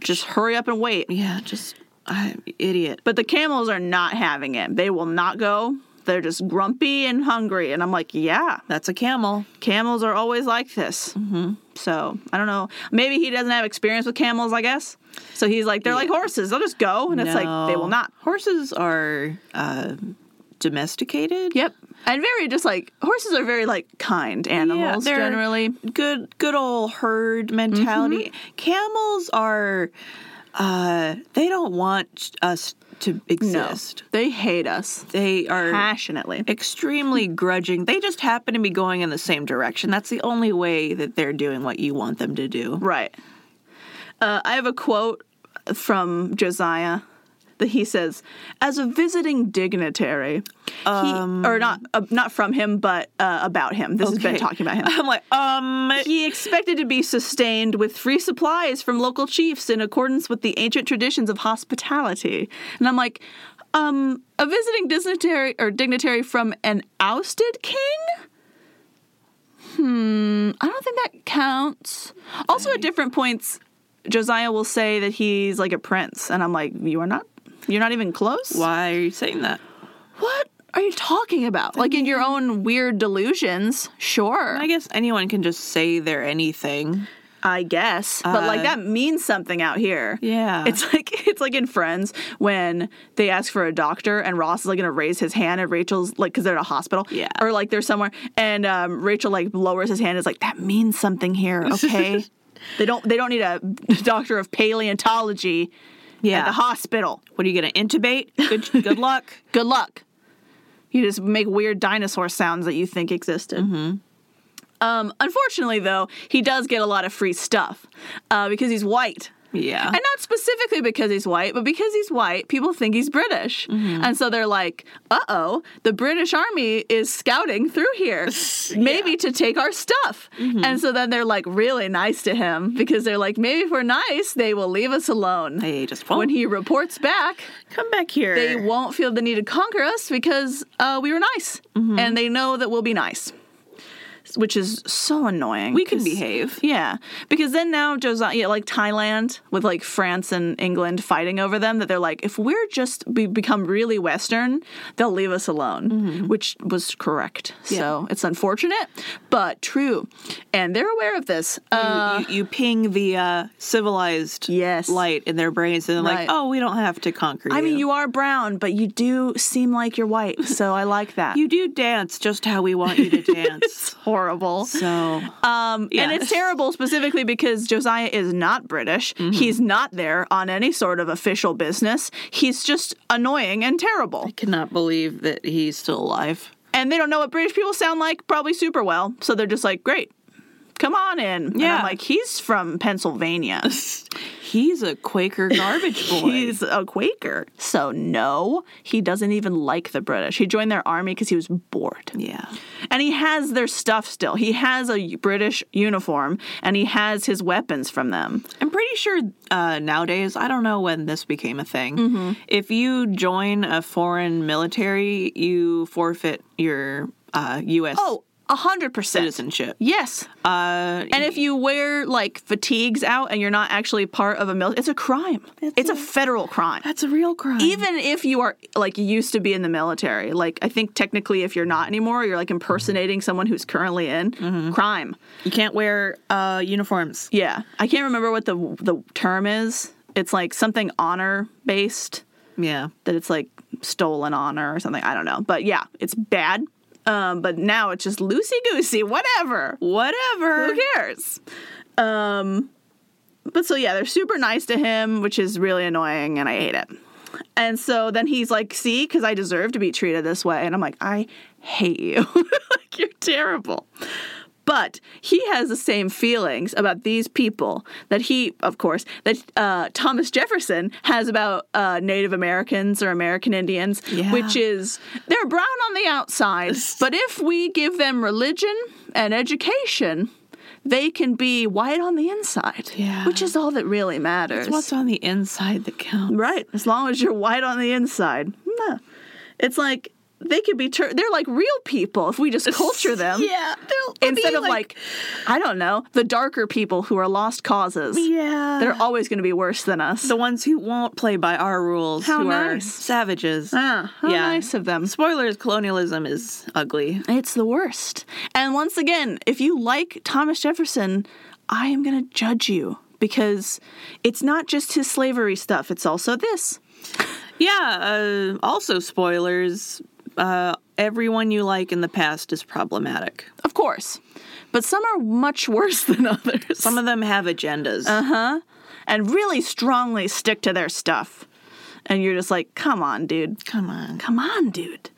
Speaker 2: just hurry up and wait.
Speaker 1: Yeah, just I, idiot.
Speaker 2: But the camels are not having it. They will not go. They're just grumpy and hungry. And I'm like, yeah,
Speaker 1: That's a camel.
Speaker 2: camels are always like this. Mm-hmm. So I don't know. Maybe he doesn't have experience with camels, I guess. So he's like, they're like horses. They'll just go. And it's like, they
Speaker 1: No.
Speaker 2: will not.
Speaker 1: Horses are uh, domesticated.
Speaker 2: Yep. And very just like, horses are very like kind animals
Speaker 1: they're-
Speaker 2: generally.
Speaker 1: Good, good old herd mentality. Camels are. Uh, they don't want us to
Speaker 2: No.
Speaker 1: exist.
Speaker 2: They hate us
Speaker 1: They are
Speaker 2: passionately.
Speaker 1: extremely grudging. They just happen to be going in the same direction. That's the only way that they're doing what you want them to do. [LAUGHS]
Speaker 2: Right. Uh, I have a quote from Josiah that he says, "As a visiting dignitary, he, or not, uh, not from him, but uh, about him. This has been
Speaker 1: Okay.
Speaker 2: talking about him."
Speaker 1: I'm like, um,
Speaker 2: He expected to be sustained with free supplies from local chiefs in accordance with the ancient traditions of hospitality. And I'm like, um, a visiting dignitary or dignitary from an ousted king? Hmm, I don't think that counts. Also, at different points, Josiah will say that he's like a prince, and I'm like, you are not. You're not even close.
Speaker 1: why are you saying that?
Speaker 2: What are you talking about? Like in your own weird delusions, sure.
Speaker 1: I guess anyone can just say they're anything.
Speaker 2: I guess. But like
Speaker 1: Uh,
Speaker 2: that means something out here.
Speaker 1: Yeah.
Speaker 2: It's like [LAUGHS] it's like in Friends when they ask for a doctor and Ross is like gonna raise his hand and Rachel's like because they're at a hospital.
Speaker 1: Yeah.
Speaker 2: Or like they're somewhere and um, Rachel like lowers his hand and is like that means
Speaker 1: [LAUGHS]
Speaker 2: something here. Okay. they don't they don't need a [LAUGHS] doctor of paleontology
Speaker 1: yeah.
Speaker 2: at the hospital.
Speaker 1: what are you gonna intubate? Good, [LAUGHS] good luck.
Speaker 2: Good luck. You just make weird dinosaur sounds that you think existed. Um, unfortunately, though, he does get a lot of free stuff uh, because he's white.
Speaker 1: Yeah.
Speaker 2: And not specifically because he's white, but because he's white, people think he's British. And so they're like, uh oh, the British army is scouting through here, maybe to take our stuff. And so then they're like really nice to him because they're like, maybe if we're nice, they will leave us alone.
Speaker 1: They just won't.
Speaker 2: when he reports back,
Speaker 1: Come back here.
Speaker 2: they won't feel the need to conquer us because uh, we were nice.
Speaker 1: Mm-hmm.
Speaker 2: And they know that we'll be nice, which is so annoying.
Speaker 1: We can
Speaker 2: 'cause-
Speaker 1: behave.
Speaker 2: yeah, because then now Josiah, yeah, like Thailand with like France and England fighting over them, that they're like, if we're just be- become really Western, they'll leave us alone,
Speaker 1: Mm-hmm.
Speaker 2: which was correct. So it's unfortunate, but true, and they're aware of this. Uh,
Speaker 1: you, you ping the uh, civilized
Speaker 2: Yes.
Speaker 1: light in their brains, and they're
Speaker 2: Right.
Speaker 1: like, "Oh, we don't have to conquer."
Speaker 2: I mean, you are brown, but you do seem like you're white, so I like that.
Speaker 1: you do dance just how we want [LAUGHS] you to dance.
Speaker 2: horrible.
Speaker 1: so
Speaker 2: Um, And
Speaker 1: Yeah.
Speaker 2: it's terrible specifically because Josiah is not British. He's not there on any sort of official business. He's just annoying and terrible.
Speaker 1: cannot believe that he's still alive.
Speaker 2: And they don't know what British people sound like, probably super well. So they're just like, great, come on in. And
Speaker 1: Yeah.
Speaker 2: I'm like, he's from Pennsylvania.
Speaker 1: [LAUGHS] He's a Quaker [LAUGHS] garbage boy.
Speaker 2: He's a Quaker. So, no, he doesn't even like the British. He joined their army because he was bored.
Speaker 1: yeah.
Speaker 2: And he has their stuff still. He has a British uniform and he has his weapons from them.
Speaker 1: I'm pretty sure uh, nowadays, I don't know when this became a thing. If you join a foreign military, you forfeit your uh, U.S.
Speaker 2: Oh, a hundred percent.
Speaker 1: citizenship.
Speaker 2: Yes.
Speaker 1: Uh,
Speaker 2: And if you wear like fatigues out and you're not actually part of a military, it's a crime. It's, a, federal crime.
Speaker 1: that's a real crime.
Speaker 2: Even if you are like you used to be in the military, like I think technically if you're not anymore, you're like impersonating someone who's currently in crime.
Speaker 1: you can't wear uh, uniforms.
Speaker 2: Mm-hmm. Yeah, I can't remember what the the term is. It's like something honor based.
Speaker 1: Yeah.
Speaker 2: that it's like stolen honor or something. I don't know. But yeah, it's bad. Um, but now it's just loosey goosey, whatever.
Speaker 1: Whatever.
Speaker 2: Who cares? Um, but so yeah, they're super nice to him, which is really annoying, and I hate it. And so then he's like, "See, because I deserve to be treated this way," and I'm like, "I hate you. [LAUGHS] like you're terrible." But he has the same feelings about these people that he, of course, that uh, Thomas Jefferson has about uh, Native Americans or American Indians,
Speaker 1: Yeah.
Speaker 2: which is they're brown on the outside, but if we give them religion and education, they can be white on the inside,
Speaker 1: Yeah.
Speaker 2: which is all that really matters.
Speaker 1: It's what's on the inside that counts.
Speaker 2: Right. As long as you're white on the inside. Nah. It's like they could be, tur- they're like real people if we
Speaker 1: [LAUGHS]
Speaker 2: just culture them.
Speaker 1: Yeah. they'll- they'll
Speaker 2: Instead
Speaker 1: be
Speaker 2: of like, I don't know, the darker people who are lost causes.
Speaker 1: yeah.
Speaker 2: They're always going to be worse than us.
Speaker 1: the ones who won't play by our rules,
Speaker 2: How
Speaker 1: who are
Speaker 2: nice.
Speaker 1: savages.
Speaker 2: Ah, how
Speaker 1: Yeah.
Speaker 2: nice of them.
Speaker 1: Spoilers, colonialism is ugly.
Speaker 2: It's the worst. And once again, if you like Thomas Jefferson, I am going to judge you because it's not just his slavery stuff, it's also this.
Speaker 1: Yeah, uh, also spoilers. Uh, everyone you like in the past is problematic.
Speaker 2: Of course. But some are much worse [LAUGHS] than others.
Speaker 1: Some of them have agendas.
Speaker 2: and really strongly stick to their stuff. And you're just like, come on, dude.
Speaker 1: Come on.
Speaker 2: Come on, dude.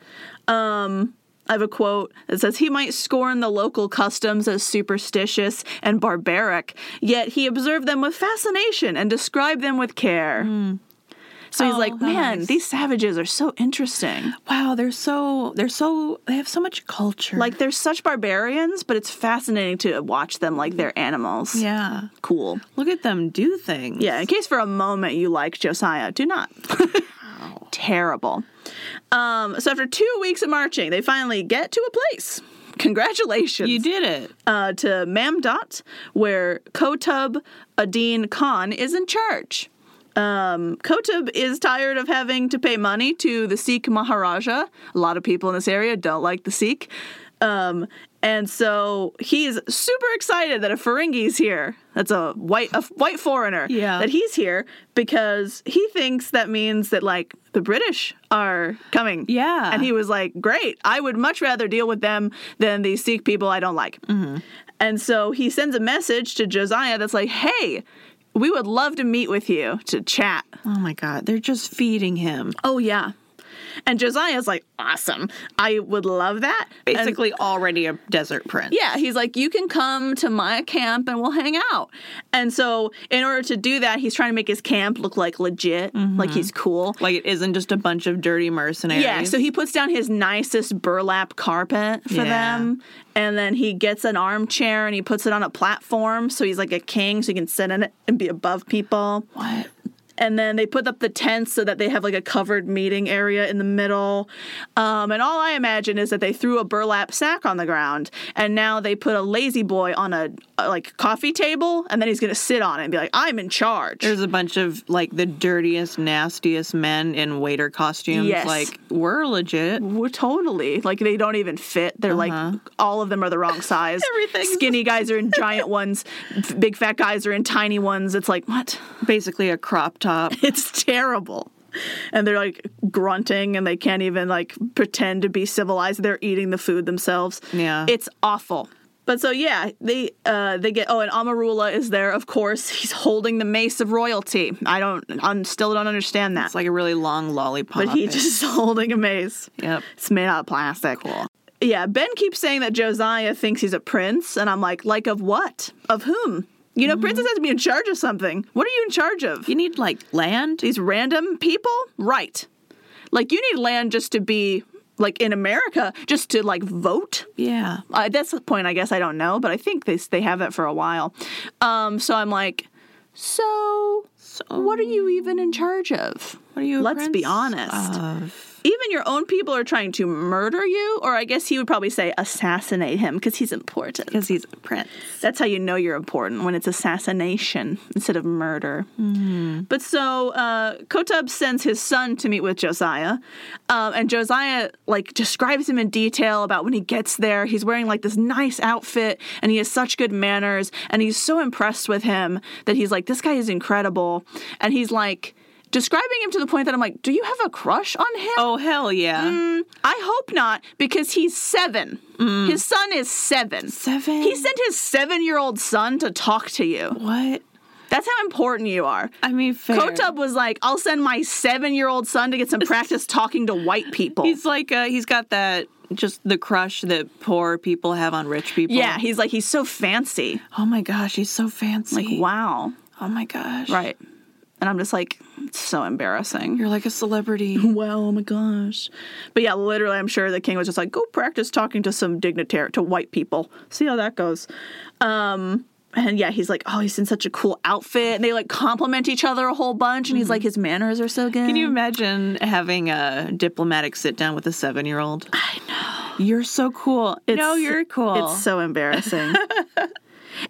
Speaker 2: Um, I have a quote that says he might scorn the local customs as superstitious and barbaric, yet he observed them with fascination and described them with care. So he's
Speaker 1: Hmm. Oh,
Speaker 2: like,
Speaker 1: how
Speaker 2: man,
Speaker 1: nice.
Speaker 2: these savages are so interesting.
Speaker 1: Wow, they're so they're so they have so much culture.
Speaker 2: [LAUGHS] Like they're such barbarians, but it's fascinating to watch them like they're animals.
Speaker 1: yeah,
Speaker 2: Cool.
Speaker 1: look at them do things.
Speaker 2: Yeah, in case for a moment you like Josiah,
Speaker 1: [LAUGHS]
Speaker 2: do not. Terrible. Um, so after two weeks of marching, they finally get to a place. Congratulations
Speaker 1: you did it.
Speaker 2: uh, to Mamdot, where Kotub Adin Khan is in charge. Um, Kotub is tired of having to pay money to the Sikh Maharaja. A lot of people in this area don't like the Sikh. Um, and so he's super excited that a Ferengi's here. That's a white a white foreigner.
Speaker 1: Yeah.
Speaker 2: That he's here because he thinks that means that like the British are coming.
Speaker 1: Yeah.
Speaker 2: And he was like, Great, I would much rather deal with them than these Sikh people I don't like.
Speaker 1: Mm-hmm.
Speaker 2: And so he sends a message to Josiah that's like, Hey, we would love to meet with you to chat.
Speaker 1: Oh my god, they're just feeding him.
Speaker 2: Oh, yeah. And Josiah's like, awesome. I would love that. And-
Speaker 1: Basically, already a desert prince.
Speaker 2: yeah, he's like, you can come to my camp and we'll hang out. And so, in order to do that, he's trying to make his camp look like legit,
Speaker 1: Mm-hmm.
Speaker 2: like he's cool.
Speaker 1: Like it isn't just a bunch of dirty mercenaries.
Speaker 2: Yeah, so he puts down his nicest burlap carpet for
Speaker 1: Yeah.
Speaker 2: them. And then he gets an armchair and he puts it on a platform so he's like a king so he can sit in it and be above people.
Speaker 1: what?
Speaker 2: And then they put up the tents so that they have like a covered meeting area in the middle. Um, and all I imagine is that they threw a burlap sack on the ground and now they put a lazy boy on a, a like coffee table and then he's going to sit on it and be like, I'm in charge.
Speaker 1: There's a bunch of like the dirtiest, nastiest men in waiter costumes.
Speaker 2: Yes.
Speaker 1: Like we're legit.
Speaker 2: We're totally like they don't even fit. They're like all of them are
Speaker 1: [LAUGHS]
Speaker 2: the wrong size.
Speaker 1: Uh-huh. Everything's-
Speaker 2: skinny guys are in giant ones, f- big fat guys are in tiny ones. It's like what? [LAUGHS]
Speaker 1: Basically a crop top.
Speaker 2: It's terrible. And they're like grunting and they can't even like pretend to be civilized. They're eating the food themselves.
Speaker 1: Yeah.
Speaker 2: It's awful. But so yeah, they uh they get oh and Amarula is there of course. He's holding the mace of royalty. I don't I still don't understand that.
Speaker 1: It's like a really long lollipop.
Speaker 2: but he just is [LAUGHS] holding a mace.
Speaker 1: Yep.
Speaker 2: It's made out of plastic.
Speaker 1: Cool.
Speaker 2: Yeah, Ben keeps saying that Josiah thinks he's a prince, and I'm like, like of what? Of whom? You know, princes have to be in charge of something. What are you in charge of?
Speaker 1: Mm-hmm. You need like land.
Speaker 2: These random people? Right. Like, you need land just to be, like, in America, just to, like, vote.
Speaker 1: Yeah.
Speaker 2: Uh, at this point, I guess I don't know, but I think they, they have that for a while. Um, so I'm like, so
Speaker 1: So
Speaker 2: what are you even in charge of?
Speaker 1: What are you? a
Speaker 2: Let's be
Speaker 1: prince
Speaker 2: honest.
Speaker 1: of?
Speaker 2: even your own people are trying to murder you, or I guess he would probably say assassinate him because he's important.
Speaker 1: Because he's a prince.
Speaker 2: That's how you know you're important when it's assassination instead of murder. But so uh, Kotab sends his son to meet with Josiah, um, and Josiah like describes him in detail about when he gets there. He's wearing like this nice outfit, and he has such good manners, and he's so impressed with him that he's like, this guy is incredible, and he's like. Describing him to the point that I'm like, do you have a crush on him?
Speaker 1: Oh hell yeah.
Speaker 2: Mm. I hope not, because he's seven. His son is Mm. seven.
Speaker 1: Seven?
Speaker 2: He sent his seven year old son to talk to you.
Speaker 1: What?
Speaker 2: That's how important you are.
Speaker 1: I mean, fair.
Speaker 2: Kotub was like, I'll send my seven year old son to [LAUGHS] get some practice talking to white people.
Speaker 1: He's like uh, he's got that just the crush that poor people have on rich people.
Speaker 2: yeah, he's like, he's so fancy.
Speaker 1: Oh my gosh, he's so fancy.
Speaker 2: Wow.
Speaker 1: Oh my gosh.
Speaker 2: Right. And I'm just like, it's so embarrassing.
Speaker 1: You're like a
Speaker 2: [LAUGHS]
Speaker 1: celebrity.
Speaker 2: Well, oh my gosh. But yeah, literally, I'm sure the king was just like, go practice talking to some dignitary, to white people. See how that goes. Um, and yeah, he's like, oh, he's in such a cool outfit. And they like compliment each other a whole bunch. And he's like, his manners are so good.
Speaker 1: Mm-hmm. Can you imagine having a diplomatic sit down with a seven year old? I know. You're so cool. no, you're cool.
Speaker 2: It's
Speaker 1: [LAUGHS]
Speaker 2: so embarrassing.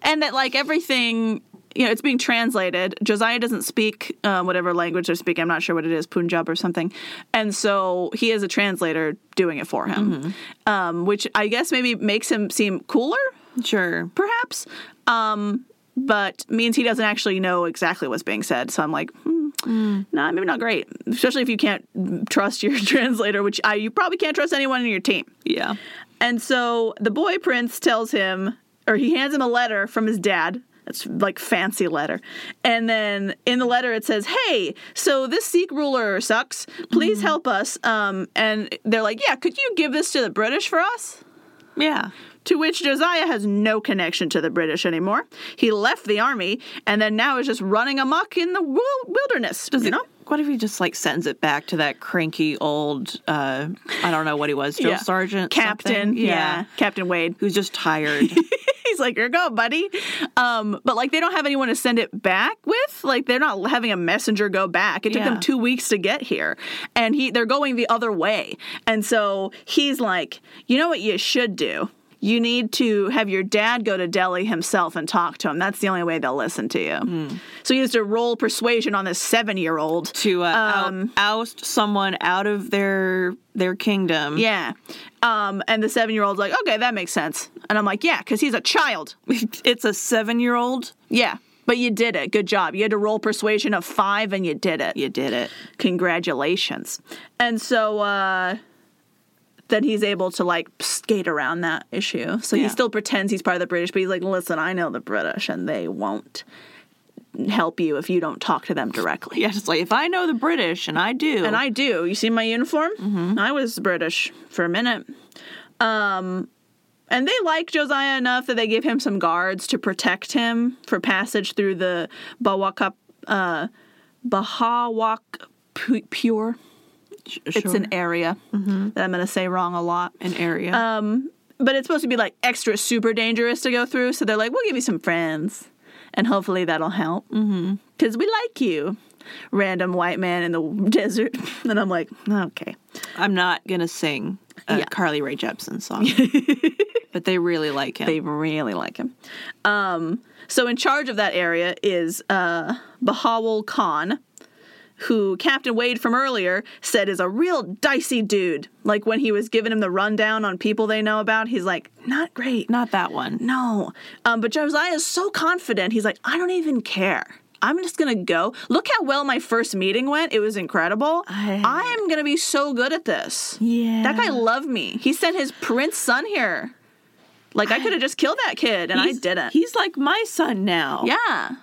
Speaker 2: and that like everything, you know, it's being translated. Josiah doesn't speak uh, whatever language they're speaking. I'm not sure what it is, Punjab or something. And so he is a translator doing it for him,
Speaker 1: Mm-hmm.
Speaker 2: um, which I guess maybe makes him seem cooler,
Speaker 1: sure.
Speaker 2: perhaps. Um, but means he doesn't actually know exactly what's being said. So I'm like, hmm, nah, maybe not great. Especially if you can't trust your [LAUGHS] translator, which I, you probably can't trust anyone in your team.
Speaker 1: Yeah.
Speaker 2: And so the boy prince tells him, or he hands him a letter from his dad. It's like fancy letter. And then in the letter it says, "Hey, so this Sikh ruler sucks. Please help us." Um, and they're like, "Yeah, could you give this to the British for us?"
Speaker 1: Yeah.
Speaker 2: To which Josiah has no connection to the British anymore. He left the army and then now is just running amok in the wil- wilderness.
Speaker 1: Does
Speaker 2: you
Speaker 1: it?
Speaker 2: know?
Speaker 1: What if he just like sends it back to that cranky old? uh I don't know what he was, drill
Speaker 2: Yeah.
Speaker 1: sergeant,
Speaker 2: Captain,
Speaker 1: something?
Speaker 2: yeah, Captain Wade.
Speaker 1: Who's just
Speaker 2: [LAUGHS]
Speaker 1: tired?
Speaker 2: He's like, "Here you go, buddy." Um, but like, they don't have anyone to send it back with. Like, they're not having a messenger go back. It took
Speaker 1: Yeah.
Speaker 2: them two weeks to get here, and he they're going the other way. And so he's like, "You know what you should do." You need to have your dad go to Delhi himself and talk to him. That's the only way they'll listen to you. So he used to roll persuasion on this seven year old.
Speaker 1: to uh, out-
Speaker 2: Um,
Speaker 1: oust someone out of their their kingdom.
Speaker 2: Yeah. Um, and the seven year old's like, okay, that makes sense. And I'm like, yeah, because he's a child.
Speaker 1: [LAUGHS] it's a seven year old.
Speaker 2: Yeah, but you did it. Good job. You had to roll persuasion of five and you did it.
Speaker 1: You did it.
Speaker 2: Congratulations. And so uh, then he's able to like skate around that issue. So
Speaker 1: Yeah.
Speaker 2: he still pretends he's part of the British, but he's like, listen, I know the British and they won't help you if you don't talk to them directly.
Speaker 1: Yeah, it's like if I know the British, and I do,
Speaker 2: And I do. You see my uniform? I was British for a minute. Um, and they like Josiah enough that they give him some guards to protect him for passage through the Bahawak, uh, Bahawak Pu- Pure. It's an area that I'm going to say wrong a lot.
Speaker 1: an area.
Speaker 2: Um, but it's supposed to be like extra super dangerous to go through. So they're like, we'll give you some friends, and hopefully that'll help. Because mm we like you, random white man in the [LAUGHS] desert. and I'm like, okay,
Speaker 1: I'm not gonna sing a
Speaker 2: Yeah.
Speaker 1: Carly Rae Jepsen
Speaker 2: [LAUGHS]
Speaker 1: song, but they really like him.
Speaker 2: they really like him. Um, so in charge of that area is uh, Bahawul Khan. Who Captain Wade from earlier said is a real dicey dude. Like when he was giving him the rundown on people they know about, he's like, not great,
Speaker 1: not that one.
Speaker 2: No. Um, but Josiah is so confident. He's like, I don't even care. I'm just going to go. Look how well my first meeting went. It was incredible.
Speaker 1: I-
Speaker 2: I am going to be so good at this.
Speaker 1: Yeah.
Speaker 2: That guy loved me. He sent his prince son here. Like, I, could have just killed that kid, and I
Speaker 1: He's-
Speaker 2: didn't.
Speaker 1: He's like my son now.
Speaker 2: yeah.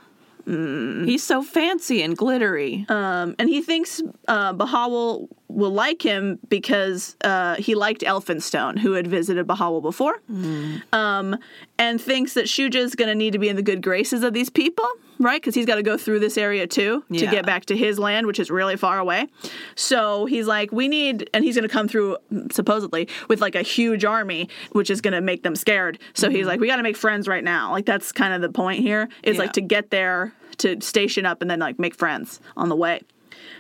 Speaker 1: He's so fancy and glittery.
Speaker 2: Um, and he thinks uh, Bahawal will like him because uh, he liked Elphinstone, who had visited Bahawal before,
Speaker 1: Hmm.
Speaker 2: um, and thinks that Shuja's going to need to be in the good graces of these people, right? Because he's got to go through this area too to
Speaker 1: Yeah.
Speaker 2: get back to his land, which is really far away. So he's like, we need, and he's going to come through supposedly with like a huge army, which is going to make them scared. So he's
Speaker 1: Mm-hmm.
Speaker 2: like, we got to make friends right now. Like, that's kind of the point here is
Speaker 1: Yeah.
Speaker 2: like to get there to station up and then like make friends on the way.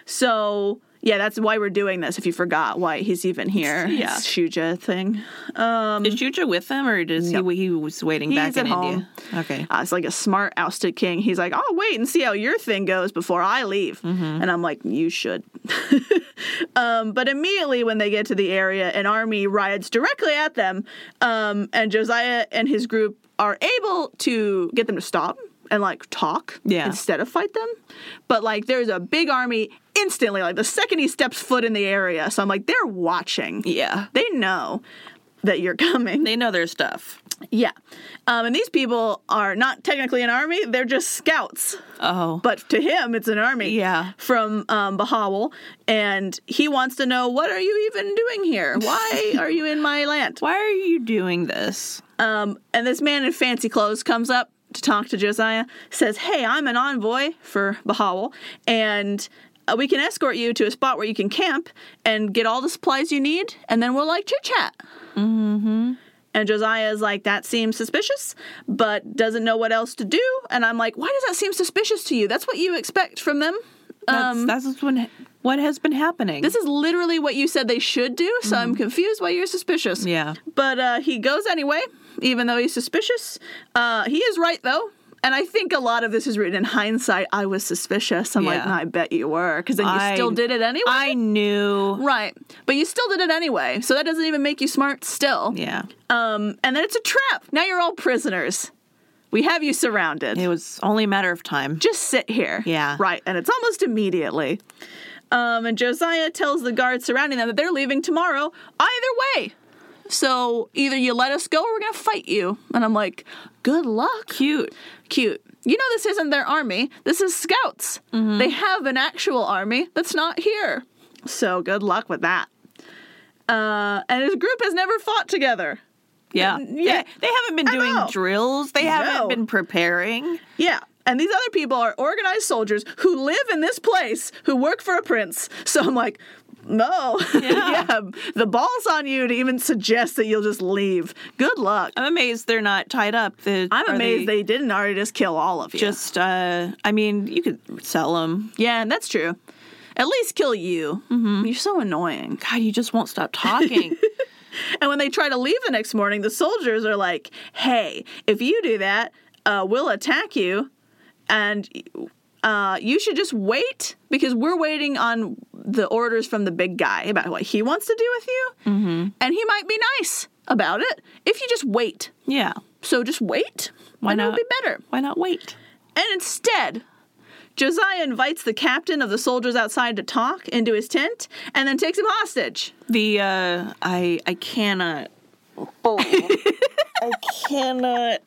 Speaker 2: So yeah, that's why we're doing this. If you forgot why he's even here,
Speaker 1: Yeah.
Speaker 2: It's Shuja thing. Um,
Speaker 1: Is Juja with him, or does
Speaker 2: No.
Speaker 1: he? He was waiting
Speaker 2: He's
Speaker 1: back in
Speaker 2: at home.
Speaker 1: India. Okay.
Speaker 2: uh, it's like a smart ousted king. He's like, I'll wait and see how your thing goes before I leave.
Speaker 1: Mm-hmm.
Speaker 2: And I'm like, you should. [LAUGHS] um, but immediately when they get to the area, an army rides directly at them. Um, and Josiah and his group are able to get them to stop and like talk
Speaker 1: Yeah.
Speaker 2: instead of fight them. But like, there's a big army instantly, like the second he steps foot in the area. So I'm like, they're watching.
Speaker 1: Yeah.
Speaker 2: They know that you're coming.
Speaker 1: They know their stuff.
Speaker 2: Yeah. Um, and these people are not technically an army, they're just scouts.
Speaker 1: Oh.
Speaker 2: But to him, it's an army.
Speaker 1: Yeah.
Speaker 2: From um, Bahawal. And he wants to know what are you even doing here? Why are you in my land?
Speaker 1: why are you doing this?
Speaker 2: Um, and this man in fancy clothes comes up to talk to Josiah, says, Hey, I'm an envoy for Bahawal, and uh, we can escort you to a spot where you can camp and get all the supplies you need, and then we'll like chit chat. Mm-hmm. And Josiah is like, That seems suspicious, but doesn't know what else to do. And I'm like, Why does that seem suspicious to you? That's what you expect from them.
Speaker 1: That's,
Speaker 2: Um,
Speaker 1: that's what's been- what has been happening.
Speaker 2: this is literally what you said they should do, so I'm confused why you're suspicious.
Speaker 1: yeah.
Speaker 2: But uh, he goes anyway, even though he's suspicious. Uh, he is right, though. And I think a lot of this is written in hindsight. I was suspicious. I'm like,
Speaker 1: Yeah.
Speaker 2: I bet you were, because then you
Speaker 1: I-
Speaker 2: still did it anyway.
Speaker 1: I
Speaker 2: [LAUGHS]
Speaker 1: knew.
Speaker 2: right. But you still did it anyway. So that doesn't even make you smart still.
Speaker 1: Yeah.
Speaker 2: Um, and then it's a trap. Now you're all prisoners. We have you surrounded
Speaker 1: It was only a matter of time.
Speaker 2: just sit here.
Speaker 1: Yeah.
Speaker 2: Right. And it's almost immediately. Um, and Josiah tells the guards surrounding them that they're leaving tomorrow either way. So either you let us go or we're going to fight you. And I'm like, good luck.
Speaker 1: Cute.
Speaker 2: Cute. You know, this isn't their army, this is scouts.
Speaker 1: Mm-hmm.
Speaker 2: They have an actual army that's not here. So good luck with that. Uh, and his group has never fought together.
Speaker 1: Yeah.
Speaker 2: Yeah.
Speaker 1: They, they haven't been
Speaker 2: I
Speaker 1: doing
Speaker 2: know.
Speaker 1: drills. They
Speaker 2: No.
Speaker 1: haven't been preparing.
Speaker 2: Yeah. And these other people are organized soldiers who live in this place who work for a prince. So I'm like, no. [LAUGHS] Yeah.
Speaker 1: Yeah.
Speaker 2: The ball's on you to even suggest that you'll just leave. Good luck.
Speaker 1: I'm amazed they're not tied up. The-
Speaker 2: I'm
Speaker 1: Uh, are
Speaker 2: amazed they, didn't already just kill all of you.
Speaker 1: just. Uh, I mean, you could sell them.
Speaker 2: yeah, that's true. At least kill you.
Speaker 1: Mm-hmm.
Speaker 2: You're so annoying.
Speaker 1: God, you just won't stop
Speaker 2: [LAUGHS]
Speaker 1: talking.
Speaker 2: And when they try to leave the next morning, the soldiers are like, hey, if you do that, uh, we'll attack you. And uh, you should just wait because we're waiting on the orders from the big guy about what he wants to do with you. Mm-hmm. And he might be nice about it if you just wait.
Speaker 1: yeah.
Speaker 2: So just wait.
Speaker 1: Why
Speaker 2: and It'll
Speaker 1: not?
Speaker 2: be better.
Speaker 1: Why not wait?
Speaker 2: And instead, Josiah invites the captain of the soldiers outside to talk into his tent and then takes him hostage.
Speaker 1: The uh, I I cannot.
Speaker 2: [LAUGHS]
Speaker 1: I cannot.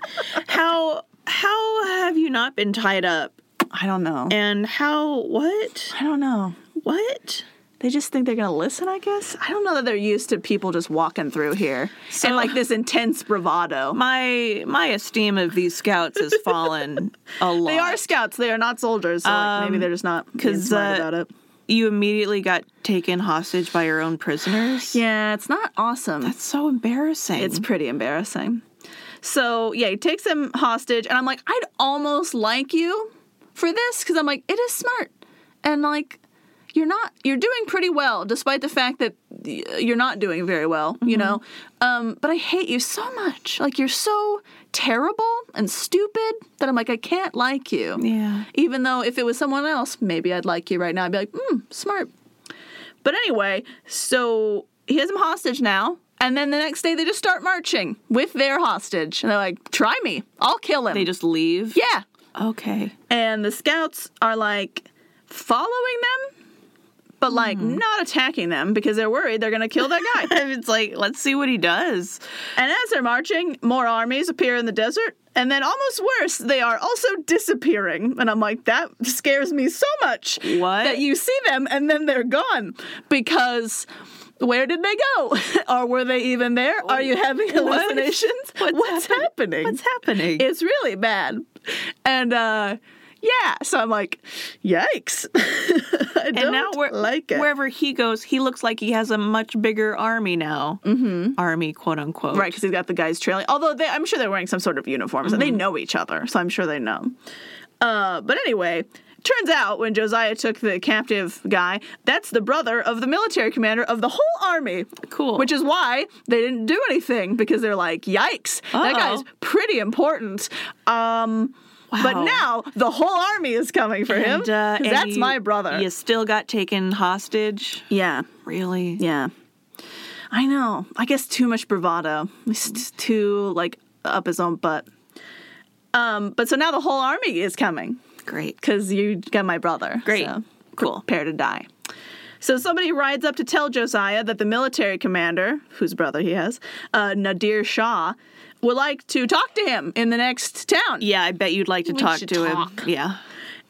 Speaker 1: How how have you not been tied up?
Speaker 2: I don't know.
Speaker 1: And how? What?
Speaker 2: I don't know.
Speaker 1: What?
Speaker 2: They just think they're gonna listen, I guess. I don't know that they're used to people just walking through here and like this intense bravado.
Speaker 1: My my esteem of these scouts has fallen a lot.
Speaker 2: [LAUGHS] They are scouts. They are not soldiers. So like, maybe
Speaker 1: Um,
Speaker 2: they're just not being
Speaker 1: 'cause,
Speaker 2: smart
Speaker 1: uh,
Speaker 2: about it.
Speaker 1: You immediately got taken hostage by your own prisoners.
Speaker 2: Yeah, it's not awesome.
Speaker 1: That's so embarrassing.
Speaker 2: It's pretty embarrassing. So yeah, he takes him hostage, and I'm like, I'd almost like you for this because I'm like, it is smart, and like, you're not, you're doing pretty well despite the fact that y- you're not doing very well, you know. Um, but I hate you so much. Like you're so terrible and stupid that I'm like, I can't like you.
Speaker 1: Yeah.
Speaker 2: Even though if it was someone else, maybe I'd like you right now. I'd be like, hmm, smart. But anyway, so he has him hostage now. And then the next day they just start marching with their hostage. And they're like, try me. I'll kill him.
Speaker 1: they just leave.
Speaker 2: yeah.
Speaker 1: Okay.
Speaker 2: And the scouts are like following them, but like not attacking them because they're worried they're going to kill that
Speaker 1: [LAUGHS]
Speaker 2: guy.
Speaker 1: Hmm. it's like let's see what he does.
Speaker 2: and as they're marching, more armies appear in the desert. And then, almost worse, they are also disappearing. And I'm like, that scares me so much.
Speaker 1: What?
Speaker 2: That you see them and then they're gone. Because where did they go? [LAUGHS] or were they even there? Are you having hallucinations?
Speaker 1: What's happen-
Speaker 2: happening?
Speaker 1: What's happening?
Speaker 2: It's really bad. And, uh, yeah, so I'm like, yikes. [LAUGHS] I don't
Speaker 1: and now where,
Speaker 2: like it.
Speaker 1: wherever he goes, he looks like he has a much bigger army now. Mm-hmm. Army, quote unquote.
Speaker 2: Right, because he's got the guys trailing. Although they, I'm sure they're wearing some sort of uniforms.
Speaker 1: Mm-hmm.
Speaker 2: and They know each other, so I'm sure they know. Uh, but anyway, turns out when Josiah took the captive guy, that's the brother of the military commander of the whole army.
Speaker 1: Cool.
Speaker 2: Which is why they didn't do anything because they're like, yikes,
Speaker 1: Uh-oh.
Speaker 2: that guy's pretty important. Um, But
Speaker 1: Wow.
Speaker 2: now the whole army is coming for him.
Speaker 1: And, uh,
Speaker 2: 'cause
Speaker 1: and
Speaker 2: that's
Speaker 1: you-
Speaker 2: my brother.
Speaker 1: You still got taken hostage.
Speaker 2: Yeah.
Speaker 1: Really?
Speaker 2: Yeah. I know. I guess too much bravado. [LAUGHS] He's just too like up his own butt. Um, but so now the whole army is coming
Speaker 1: Great.
Speaker 2: because you got my brother.
Speaker 1: Great.
Speaker 2: So
Speaker 1: Cool.
Speaker 2: prepare to die. So somebody rides up to tell Josiah that the military commander, whose brother he has, uh, Nadir Shah, would like to talk to him in the next town.
Speaker 1: Yeah, I bet you'd like to talk
Speaker 2: should
Speaker 1: to
Speaker 2: talk.
Speaker 1: him. Yeah.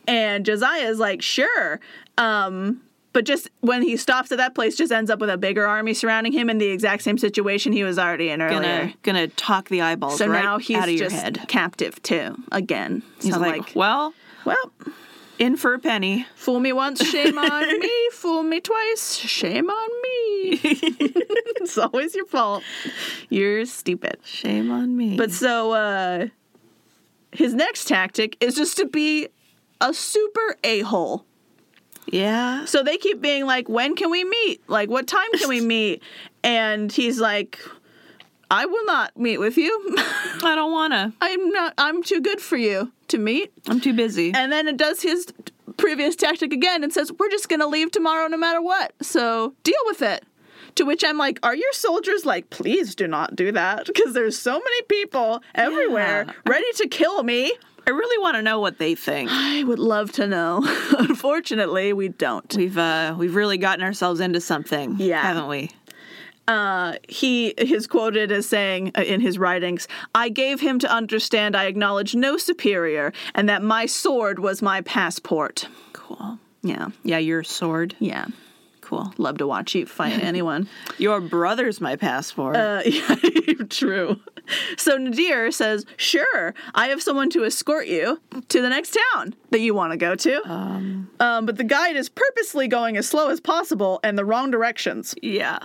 Speaker 2: And Josiah is like, sure. Um, but just when he stops at that place, just ends up with a bigger army surrounding him in the exact same situation he was already in earlier.
Speaker 1: Gonna gonna talk the eyeballs
Speaker 2: Oh, so
Speaker 1: right
Speaker 2: now he's
Speaker 1: out of your
Speaker 2: just
Speaker 1: head.
Speaker 2: captive too, again. So
Speaker 1: He's
Speaker 2: I'm
Speaker 1: like, well,
Speaker 2: well,
Speaker 1: in for a penny.
Speaker 2: fool me once, shame
Speaker 1: [LAUGHS]
Speaker 2: on me. Fool me twice, shame on me. it's always your fault. You're stupid.
Speaker 1: Shame on me.
Speaker 2: But so uh, his next tactic is just to be a super a hole.
Speaker 1: yeah,
Speaker 2: So they keep being like, when can we meet? Like, what time can we meet? And he's like, I will not meet with you. [LAUGHS]
Speaker 1: I don't wanna.
Speaker 2: I'm not, I'm too good for you to meet.
Speaker 1: I'm too busy.
Speaker 2: And then it does his previous tactic again and says, We're just going to leave tomorrow no matter what. So deal with it. To which I'm like, Are your soldiers like, please do not do that? Because there's so many people everywhere
Speaker 1: Yeah.
Speaker 2: ready to kill me.
Speaker 1: I really want to know what they think.
Speaker 2: I would love to know. [LAUGHS] Unfortunately, we don't.
Speaker 1: [SIGHS] We've uh we've really gotten ourselves into something,
Speaker 2: Yeah.
Speaker 1: haven't we?
Speaker 2: uh, he is quoted as saying uh, in his writings, I gave him to understand I acknowledge no superior and that my sword was my passport.
Speaker 1: Cool.
Speaker 2: Yeah,
Speaker 1: Yeah, your sword.
Speaker 2: yeah.
Speaker 1: Cool.
Speaker 2: Love to watch you fight anyone.
Speaker 1: Your brother's my passport.
Speaker 2: Uh, [LAUGHS] yeah, true. So Nadir says, Sure, I have someone to escort you to the next town that you want to go to. Um, but the guide is purposely going as slow as possible and the wrong directions.
Speaker 1: yeah.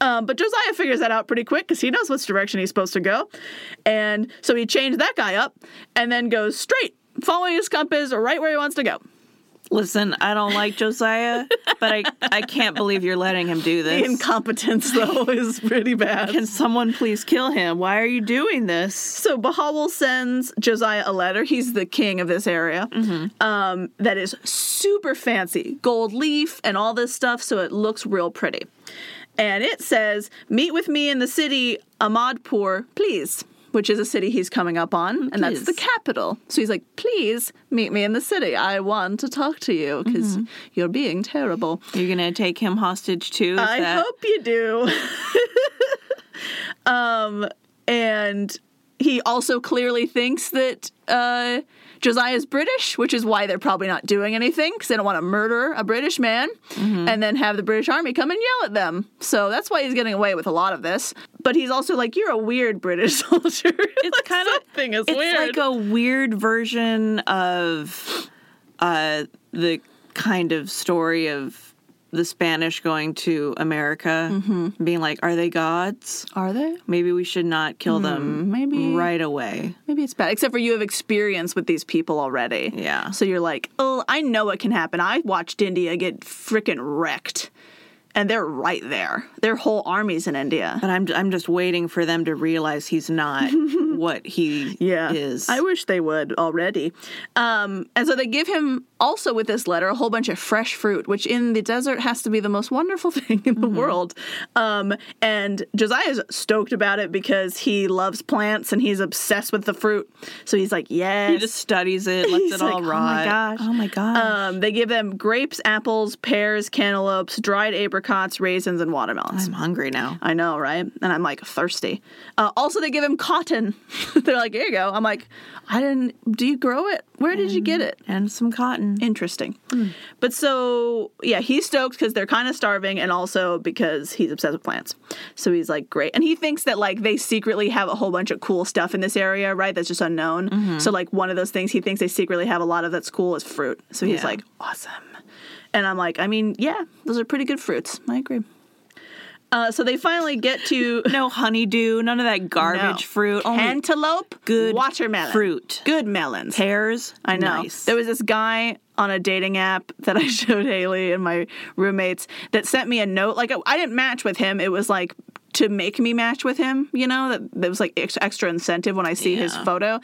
Speaker 2: Um, but Josiah figures that out pretty quick because he knows which direction he's supposed to go. And so he changed that guy up and then goes straight, following his compass right where he wants to go.
Speaker 1: Listen, I don't like Josiah, but I I can't believe you're letting him do
Speaker 2: The
Speaker 1: this.
Speaker 2: incompetence, though, [LAUGHS] is pretty bad.
Speaker 1: Can someone please kill him? Why are you doing this?
Speaker 2: So Bahawal sends Josiah a letter. He's the king of this area. Um, that is super fancy, gold leaf and all this stuff, so it looks real pretty. And it says, "Meet with me in the city Ahmadpur, please." Which is a city he's coming up on, and that's the
Speaker 1: Please.
Speaker 2: capital. So he's like, "Please meet me in the city. I want to talk to you because you're being terrible."
Speaker 1: You're gonna take him hostage too? Is
Speaker 2: I [LAUGHS]
Speaker 1: that-
Speaker 2: hope you do. um, and he also clearly thinks that uh, Josiah's British, which is why they're probably not doing anything because they don't want to murder a British man
Speaker 1: Mm-hmm.
Speaker 2: and then have the British army come and yell at them. So that's why he's getting away with a lot of this. But he's also like, "You're a weird British [LAUGHS] soldier." [LAUGHS] It's
Speaker 1: kinda-
Speaker 2: something is
Speaker 1: it's
Speaker 2: weird.
Speaker 1: like a weird version of uh, the kind of story of the Spanish going to America, being like, "Are they gods?
Speaker 2: Are they?
Speaker 1: Maybe we should not kill them
Speaker 2: maybe.
Speaker 1: right away."
Speaker 2: Maybe it's bad. Except for you have experience with these people already.
Speaker 1: Yeah.
Speaker 2: So you're like, oh, I know what can happen. I watched India get freaking wrecked. And they're right there. Their whole army's in India.
Speaker 1: But I'm I'm just waiting for them to realize he's
Speaker 2: [LAUGHS]
Speaker 1: not what he is.
Speaker 2: I wish they would already. Um, and so they give him also with this letter a whole bunch of fresh fruit, which in the desert has to be the most wonderful [LAUGHS] thing in
Speaker 1: Mm-hmm.
Speaker 2: the world. Um, and Josiah's stoked about it because he loves plants and he's obsessed with the fruit. So he's like, yes.
Speaker 1: he just studies it, lets
Speaker 2: He's
Speaker 1: it all
Speaker 2: like,
Speaker 1: rot.
Speaker 2: Oh my gosh. Um, they give them grapes, apples, pears, cantaloupes, dried apricots, raisins, and watermelons.
Speaker 1: I'm hungry now.
Speaker 2: I know, right? And I'm like thirsty. Uh, also, they give him cotton. [LAUGHS] They're like, here you go. I'm like, I didn't. Do you grow it? Where did you get it?
Speaker 1: And some cotton.
Speaker 2: Interesting.
Speaker 1: Mm.
Speaker 2: But so, yeah, he's stoked because they're kind of starving and also because he's obsessed with plants. So he's like, great. And he thinks that, like, they secretly have a whole bunch of cool stuff in this area, right? That's just unknown.
Speaker 1: Mm-hmm.
Speaker 2: So, like, one of those things he thinks they secretly have a lot of that's cool is fruit. So he's
Speaker 1: Yeah.
Speaker 2: like, awesome. And I'm like, I mean, yeah, those are pretty good fruits. I agree. Uh, so they finally get to
Speaker 1: No honeydew, none of that garbage
Speaker 2: No.
Speaker 1: fruit. Only
Speaker 2: cantaloupe,
Speaker 1: good
Speaker 2: watermelon,
Speaker 1: fruit.
Speaker 2: good melons.
Speaker 1: pears.
Speaker 2: I know.
Speaker 1: Nice.
Speaker 2: There was this guy on a dating app that [LAUGHS] I showed Haley and my roommates that sent me a note. Like, I didn't match with him. It was like to make me match with him, you know, that, that was like ex- extra incentive when I see his
Speaker 1: Yeah.
Speaker 2: photo.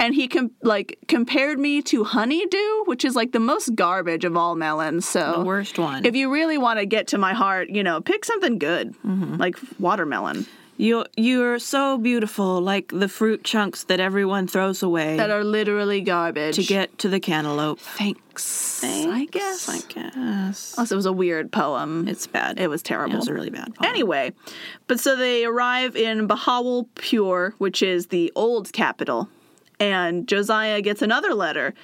Speaker 2: And he com- like compared me to honeydew, which is like the most garbage of all melons. So
Speaker 1: The worst one.
Speaker 2: If you really want to get to my heart, you know, pick something good,
Speaker 1: Mm-hmm.
Speaker 2: like watermelon.
Speaker 1: You you're so beautiful, like the fruit chunks that everyone throws away
Speaker 2: that are literally garbage.
Speaker 1: to get to the cantaloupe.
Speaker 2: thanks, I guess.
Speaker 1: I guess
Speaker 2: Also, it was a weird poem.
Speaker 1: it's bad.
Speaker 2: it was terrible.
Speaker 1: It was a really bad. Poem.
Speaker 2: Anyway, but so they arrive in Bahawalpur, which is the old capital, and Josiah gets another letter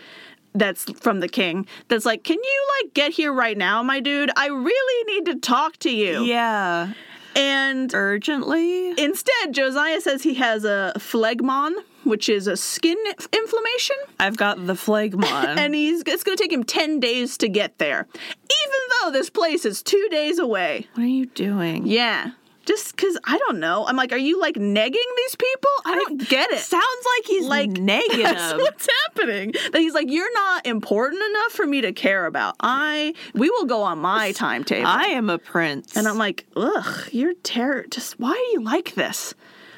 Speaker 2: that's from the king that's like, "Can you like get here right now, my dude? I really need to talk to you."
Speaker 1: yeah,
Speaker 2: And
Speaker 1: urgently.
Speaker 2: instead, Josiah says he has a phlegmon, which is a skin inflammation.
Speaker 1: I've got the phlegmon.
Speaker 2: [LAUGHS] and he's it's going to take him 10 days to get there even though this place is two days away
Speaker 1: what are you doing?
Speaker 2: yeah just because i don't know i'm like are you like negging these people i don't get it
Speaker 1: Sounds like he's
Speaker 2: like
Speaker 1: like [LAUGHS] negative.
Speaker 2: that's [LAUGHS] what's happening that he's like you're not important enough for me to care about i we will go on my timetable
Speaker 1: I am a prince.
Speaker 2: and I'm like, ugh, you're terror. Just why are you like this?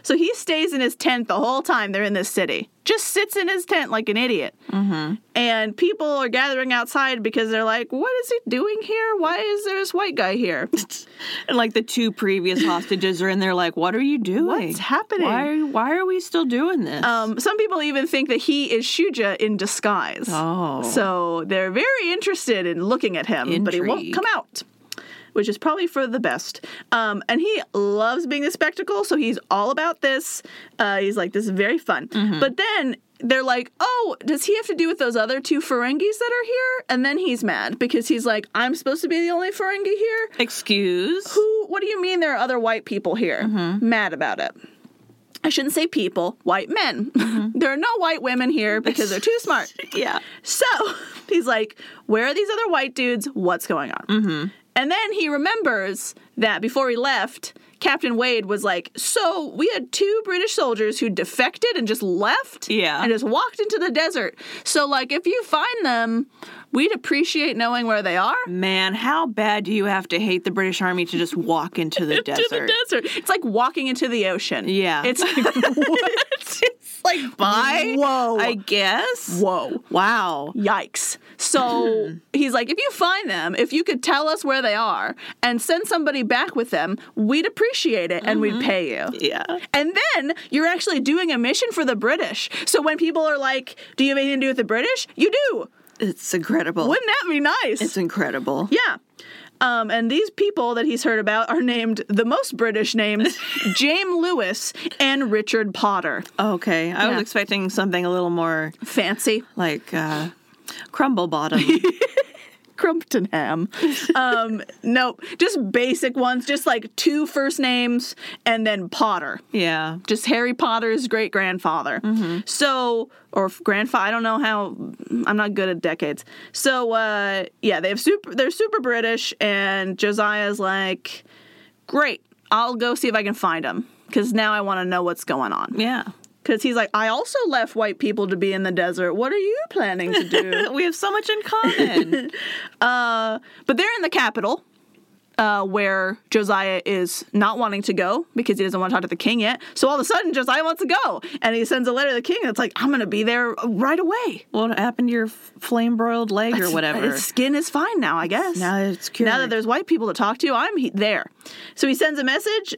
Speaker 2: So he stays in his tent the whole time they're in this city. Just sits in his tent like an idiot. Mm-hmm. And people are gathering outside because they're like, what is he doing here? Why is there this white guy here?
Speaker 1: and like the two previous hostages are in there. Like, what are you doing?
Speaker 2: What's happening?
Speaker 1: Why are Why are we still doing this?
Speaker 2: Um, some people even think that he is Shuja in disguise.
Speaker 1: Oh.
Speaker 2: So they're very interested in looking at him, but he won't
Speaker 1: Intrigue.
Speaker 2: come out, which is probably for the best. Um, and he loves being a spectacle, so he's all about this. Uh, he's like, this is very fun.
Speaker 1: Mm-hmm.
Speaker 2: But then they're like, oh, does he have to do with those other two Ferengis that are here? And then he's mad because he's like, I'm supposed to be the only Ferengi here?
Speaker 1: Excuse.
Speaker 2: Who, what do you mean there are other white people here? Mad about it. I shouldn't say people, white men. [LAUGHS] there are no white women here because they're too smart.
Speaker 1: yeah.
Speaker 2: So [LAUGHS] he's like, Where are these other white dudes? What's going on? Mm-hmm. And then he remembers that before he left, Captain Wade was like, So we had two British soldiers who defected and just left
Speaker 1: Yeah.
Speaker 2: and just walked into the desert. So, like, if you find them, we'd appreciate knowing where they are.
Speaker 1: Man, how bad do you have to hate the British Army to just walk [LAUGHS] into the desert?
Speaker 2: To the desert. It's like walking into the ocean.
Speaker 1: Yeah.
Speaker 2: It's like, [LAUGHS] what? it's like, bye.
Speaker 1: Whoa. I
Speaker 2: I,
Speaker 1: guess.
Speaker 2: whoa.
Speaker 1: Wow.
Speaker 2: Yikes.
Speaker 1: Hmm.
Speaker 2: So he's like, if you find them, if you could tell us where they are and send somebody back with them, we'd appreciate it and
Speaker 1: Mm-hmm.
Speaker 2: we'd pay you.
Speaker 1: Yeah.
Speaker 2: And then you're actually doing a mission for the British. So when people are like, do you have anything to do with the British? You do.
Speaker 1: It's incredible.
Speaker 2: Wouldn't that be nice?
Speaker 1: It's incredible.
Speaker 2: yeah. Um, and these people that he's heard about are named the most British names James Lewis and Richard Potter.
Speaker 1: Okay, I
Speaker 2: Yeah.
Speaker 1: was expecting something a little more
Speaker 2: Fancy.
Speaker 1: like uh, crumble [LAUGHS] bottom.
Speaker 2: Crumptonham. Um, nope. Just basic ones, just like two first names and then Potter.
Speaker 1: yeah,
Speaker 2: Just Harry Potter's great grandfather. So, or grandfather, I don't know how, I'm not good at decades. So, uh, yeah, they have super, they're super British, and Josiah's like, great, I'll go see if I can find him. Because now I want to know what's going on.
Speaker 1: yeah.
Speaker 2: Because he's like, I also left white people to be in the desert. What are you planning to
Speaker 1: [LAUGHS]
Speaker 2: do?
Speaker 1: We have so much in
Speaker 2: [LAUGHS]
Speaker 1: common.
Speaker 2: Uh, but they're in the capital, uh, where Josiah is not wanting to go because he doesn't want to talk to the king yet. So all of a sudden, Josiah wants to go, and he sends a letter to the king that's like, "I'm going to be there right away."
Speaker 1: what happened to your flame broiled leg or whatever?
Speaker 2: His skin is fine now, I guess.
Speaker 1: Now that it's
Speaker 2: Now that
Speaker 1: cured.
Speaker 2: there's white people to talk to, I'm he- there. So he sends a message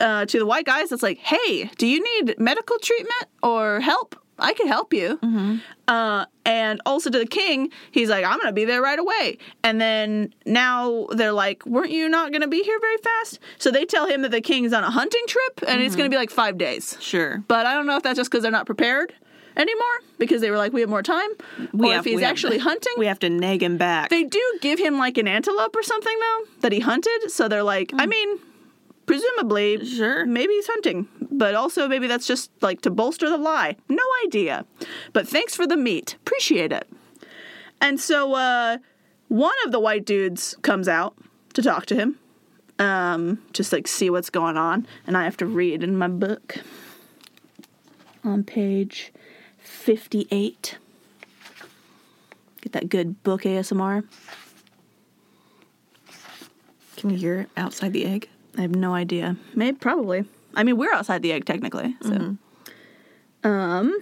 Speaker 2: uh, to the white guys that's like, hey, do you need medical treatment or help? I can help you.
Speaker 1: Mm-hmm.
Speaker 2: Uh, and also to the king, he's like, I'm going to be there right away. And then now they're like, weren't you not going to be here very fast? So they tell him that the king's on a hunting trip and it's
Speaker 1: Mm-hmm.
Speaker 2: going to be like five days.
Speaker 1: Sure.
Speaker 2: But I don't know if that's just because they're not prepared anymore because they were like, we have more time.
Speaker 1: We
Speaker 2: or
Speaker 1: have-
Speaker 2: if he's
Speaker 1: we have- [LAUGHS]
Speaker 2: actually hunting.
Speaker 1: We have to nag him back.
Speaker 2: They do give him like an antelope or something though that he hunted. So they're like, I mean, presumably,
Speaker 1: Sure.
Speaker 2: maybe he's hunting, but also maybe that's just like to bolster the lie. No idea. But thanks for the meat. Appreciate it. And so uh, one of the white dudes comes out to talk to him, um, just like see what's going on. And I have to read in my book on page 58. Get that good book ASMR.
Speaker 1: Can we hear it outside the egg?
Speaker 2: I have no idea. Maybe probably. I mean, we're outside the egg technically. So, um, I'm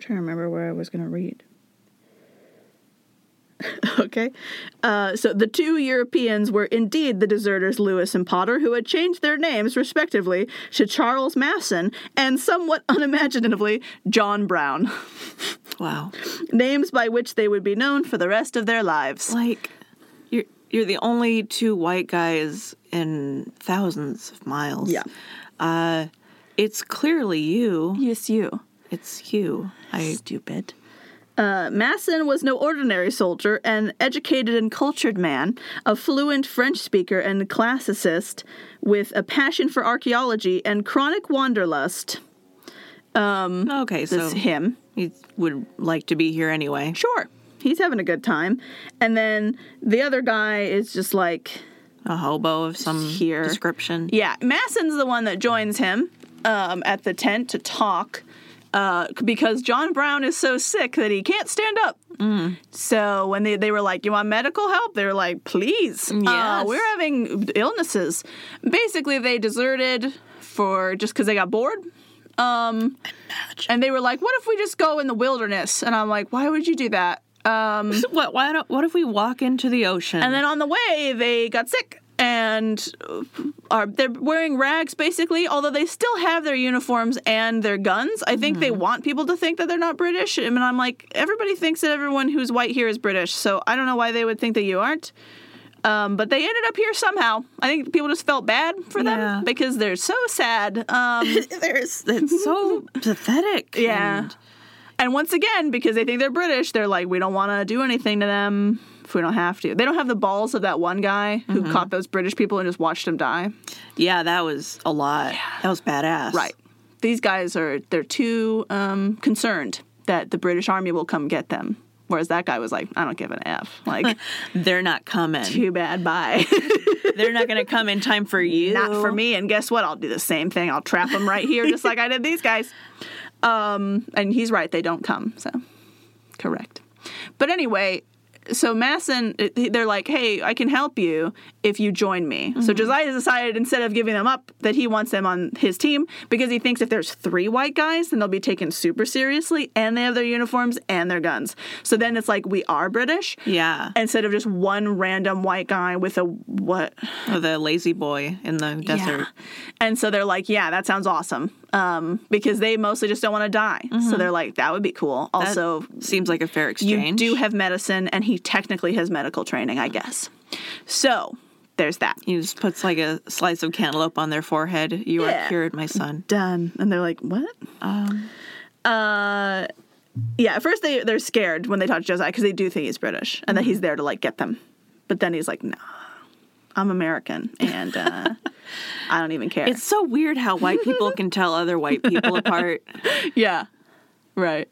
Speaker 2: trying to remember where I was going to read. [LAUGHS] okay, uh, so the two Europeans were indeed the deserters Lewis and Potter, who had changed their names respectively to Charles Masson and somewhat [LAUGHS] unimaginatively John Brown, [LAUGHS]
Speaker 1: Wow.
Speaker 2: names by which they would be known for the rest of their lives.
Speaker 1: Like you're you're the only two white guys in thousands of miles.
Speaker 2: Yeah.
Speaker 1: Uh it's clearly you.
Speaker 2: Yes, you.
Speaker 1: It's you. I
Speaker 2: Stupid. Uh, Masson was no ordinary soldier, an educated and cultured man, a fluent French speaker and classicist with a passion for archaeology and chronic wanderlust.
Speaker 1: okay, so
Speaker 2: That's him.
Speaker 1: you would like to be here anyway.
Speaker 2: Sure. He's having a good time. And then the other guy is just like,
Speaker 1: A hobo of some
Speaker 2: Here.
Speaker 1: description.
Speaker 2: Yeah, Masson's the one that joins him um, at the tent to talk uh, because John Brown is so sick that he can't stand up. So when they, they were like, You want medical help? They were like, Please. uh,
Speaker 1: Yes.
Speaker 2: we're having illnesses. Basically, they deserted for just because they got bored. Um, and they were like, What if we just go in the wilderness? And I'm like, Why would you do that? Um,
Speaker 1: So [LAUGHS] what why don't what if we walk into the ocean?
Speaker 2: and then on the way, they got sick and uh, are they're wearing rags basically. Although they still have their uniforms and their guns. I think they want people to think that they're not British. And I'm like, everybody thinks that everyone who's white here is British. So I don't know why they would think that you aren't. Um, but they ended up here somehow. I think people just felt bad for them
Speaker 1: Yeah.
Speaker 2: because they're so sad. Um,
Speaker 1: [LAUGHS] there's it's [LAUGHS] so pathetic.
Speaker 2: Yeah.
Speaker 1: and-
Speaker 2: And once again, because they think they're British, they're like, we don't want to do anything to them if we don't have to. They don't have the balls of that one guy who caught those British people and just watched them die.
Speaker 1: yeah, that was a lot. That was badass.
Speaker 2: Right. These guys are they're too um, concerned that the British army will come get them. Whereas that guy was like, I don't give an F. Like,
Speaker 1: They're not coming.
Speaker 2: too bad, bye.
Speaker 1: [LAUGHS]
Speaker 2: [LAUGHS]
Speaker 1: They're not going to come in time for you.
Speaker 2: Not for me. And guess what? I'll do the same thing. I'll trap them right here, just like I did these guys. Um, and he's right; they don't come. So, correct. But anyway, so Masson, uh, they're like, "Hey, I can help you if you join me." So Josiah decided instead of giving them up that he wants them on his team because he thinks if there's three white guys, then they'll be taken super seriously, and they have their uniforms and their guns. So then it's like we are British.
Speaker 1: Yeah.
Speaker 2: Instead of just one random white guy with a what
Speaker 1: Oh, the lazy boy in the desert.
Speaker 2: and so they're like, yeah, that sounds awesome. Um, because they mostly just don't want to die. So they're like, Mm-hmm. that would be cool.
Speaker 1: That
Speaker 2: Also,
Speaker 1: seems like a fair
Speaker 2: you
Speaker 1: exchange.
Speaker 2: do have medicine, and he technically has medical training, I guess. So there's that.
Speaker 1: He just puts like a slice of cantaloupe on their forehead. You
Speaker 2: Yeah.
Speaker 1: are cured, my son.
Speaker 2: Done. And they're like, what?
Speaker 1: Um,
Speaker 2: Uh, yeah, at first they, they're scared when they talk to Josiah because they do think he's British and that he's there to like get them. But then he's like, no, I'm American and [LAUGHS] uh, I don't even care.
Speaker 1: it's so weird how white people can tell other white people apart.
Speaker 2: yeah, right.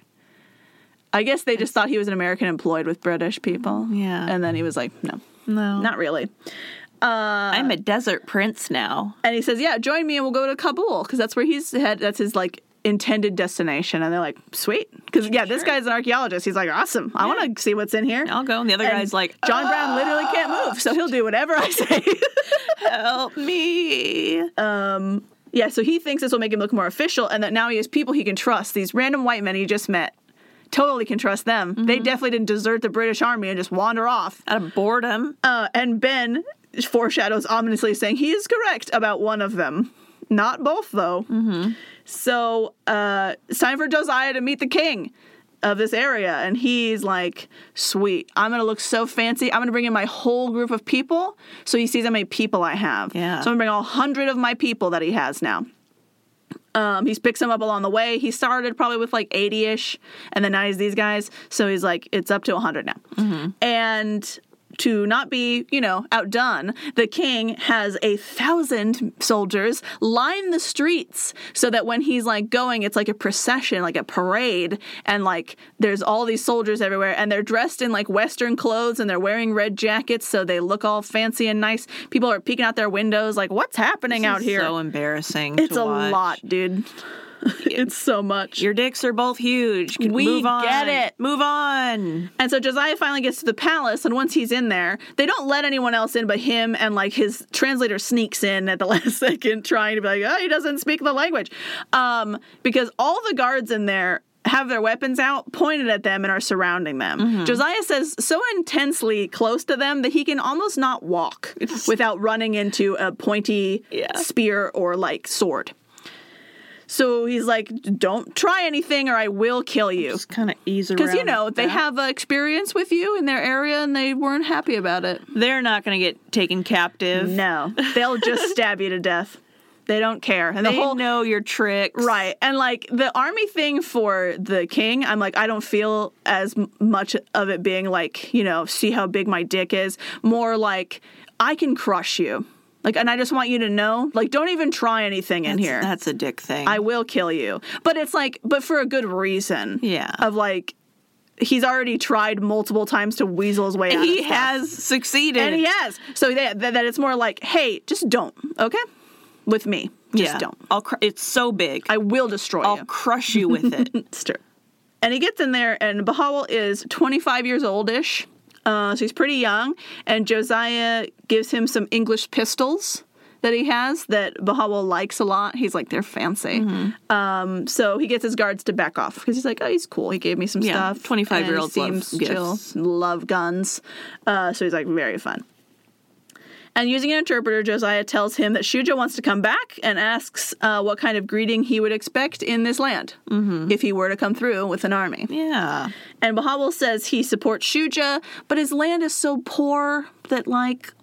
Speaker 2: I guess they just thought he was an American employed with British people.
Speaker 1: Yeah.
Speaker 2: And then he was like, no,
Speaker 1: [LAUGHS] No, Uh,
Speaker 2: not really.
Speaker 1: I'm a desert prince now.
Speaker 2: And he says, yeah, join me and we'll go to Kabul because that's where he's head. That's his like intended destination. And they're like, sweet. Because yeah, this guy's an archaeologist. He's like, awesome. I want to see what's in here.
Speaker 1: I'll go. And the other
Speaker 2: And
Speaker 1: guy's like,
Speaker 2: John Brown literally can't move, so he'll do whatever I say. [LAUGHS]
Speaker 1: help me.
Speaker 2: Um, yeah, so he thinks this will make him look more official and that now he has people he can trust. These random white men he just met totally can trust them. They
Speaker 1: Mm-hmm.
Speaker 2: definitely didn't desert the British army and just wander off.
Speaker 1: Out of boredom.
Speaker 2: Uh, and Ben foreshadows ominously saying he is correct about one of them. Not both, though. So uh, it's time for Josiah to meet the king of this area. And he's like, sweet, I'm going to look so fancy. I'm going to bring in my whole group of people. So he sees how many people I have.
Speaker 1: Yeah.
Speaker 2: So I'm going to bring all 100 of my people that he has now. Um, he's picked some up along the way. He started probably with like 80 ish, and then now he's these guys. So he's like, it's up to 100 now. And to not be, you know, outdone, the king has a thousand soldiers line the streets so that when he's like going, it's like a procession, like a parade, and like there's all these soldiers everywhere, and they're dressed in like Western clothes and they're wearing red jackets, so they look all fancy and nice. People are peeking out their windows, like, what's happening out
Speaker 1: It's
Speaker 2: here?
Speaker 1: so embarrassing.
Speaker 2: It's
Speaker 1: to watch.
Speaker 2: a lot,
Speaker 1: [LAUGHS]
Speaker 2: dude. it's so much.
Speaker 1: Your dicks are both huge. Can
Speaker 2: We
Speaker 1: move on.
Speaker 2: get it.
Speaker 1: Move on.
Speaker 2: And so Josiah finally gets to the palace, and once he's in there, they don't let anyone else in but him, and like his translator sneaks in at the [LAUGHS] last second, trying to be like, oh, he doesn't speak the language. Um, because all the guards in there have their weapons out, pointed at them, and are surrounding them. Josiah says so intensely close to them that he can almost not walk without running into a pointy
Speaker 1: Yeah.
Speaker 2: spear or like sword. So he's like, don't try anything or I will kill you.
Speaker 1: Just kind of ease around.
Speaker 2: Because you know they
Speaker 1: that.
Speaker 2: have uh, experience with you in their area, and they weren't happy about it.
Speaker 1: They're not going to get taken captive.
Speaker 2: No, they'll [LAUGHS] just stab you to death. They don't care. And
Speaker 1: They
Speaker 2: the whole
Speaker 1: know your tricks.
Speaker 2: right, and like the army thing for the king, I'm like I don't feel as m- much of it being like you know see how big my dick is. More like I can crush you. Like, and I just want you to know, like, don't even try anything in
Speaker 1: That's-
Speaker 2: here.
Speaker 1: That's a dick thing.
Speaker 2: I will kill you. But it's like, but for a good reason.
Speaker 1: Yeah.
Speaker 2: Of like, he's already tried multiple times to weasel his way out. of
Speaker 1: he
Speaker 2: stuff.
Speaker 1: has succeeded.
Speaker 2: And he has. So that, that, that it's more like, hey, just don't, okay? With me. Just
Speaker 1: yeah.
Speaker 2: don't.
Speaker 1: I'll cr- it's so big.
Speaker 2: I will destroy
Speaker 1: I'll
Speaker 2: you.
Speaker 1: crush you with
Speaker 2: [LAUGHS]
Speaker 1: it.
Speaker 2: It's true. And he gets in there, and Bahawal is 25 years old ish. Uh, so he's pretty young. And Josiah gives him some English pistols that he has that Bahawal likes a lot. He's like, they're fancy.
Speaker 1: Mm-hmm.
Speaker 2: Um, so he gets his guards to back off because he's like, oh, he's cool. He gave me some
Speaker 1: Yeah,
Speaker 2: stuff.
Speaker 1: 25-year-olds
Speaker 2: And he
Speaker 1: love
Speaker 2: seems chill,
Speaker 1: gifts.
Speaker 2: love guns. Uh, so he's like, very fun. And using an interpreter, Josiah tells him that Shuja wants to come back and asks uh, what kind of greeting he would expect in this land if he were to come through with an army.
Speaker 1: yeah.
Speaker 2: And Bahawal says he supports Shuja, but his land is so poor that, like,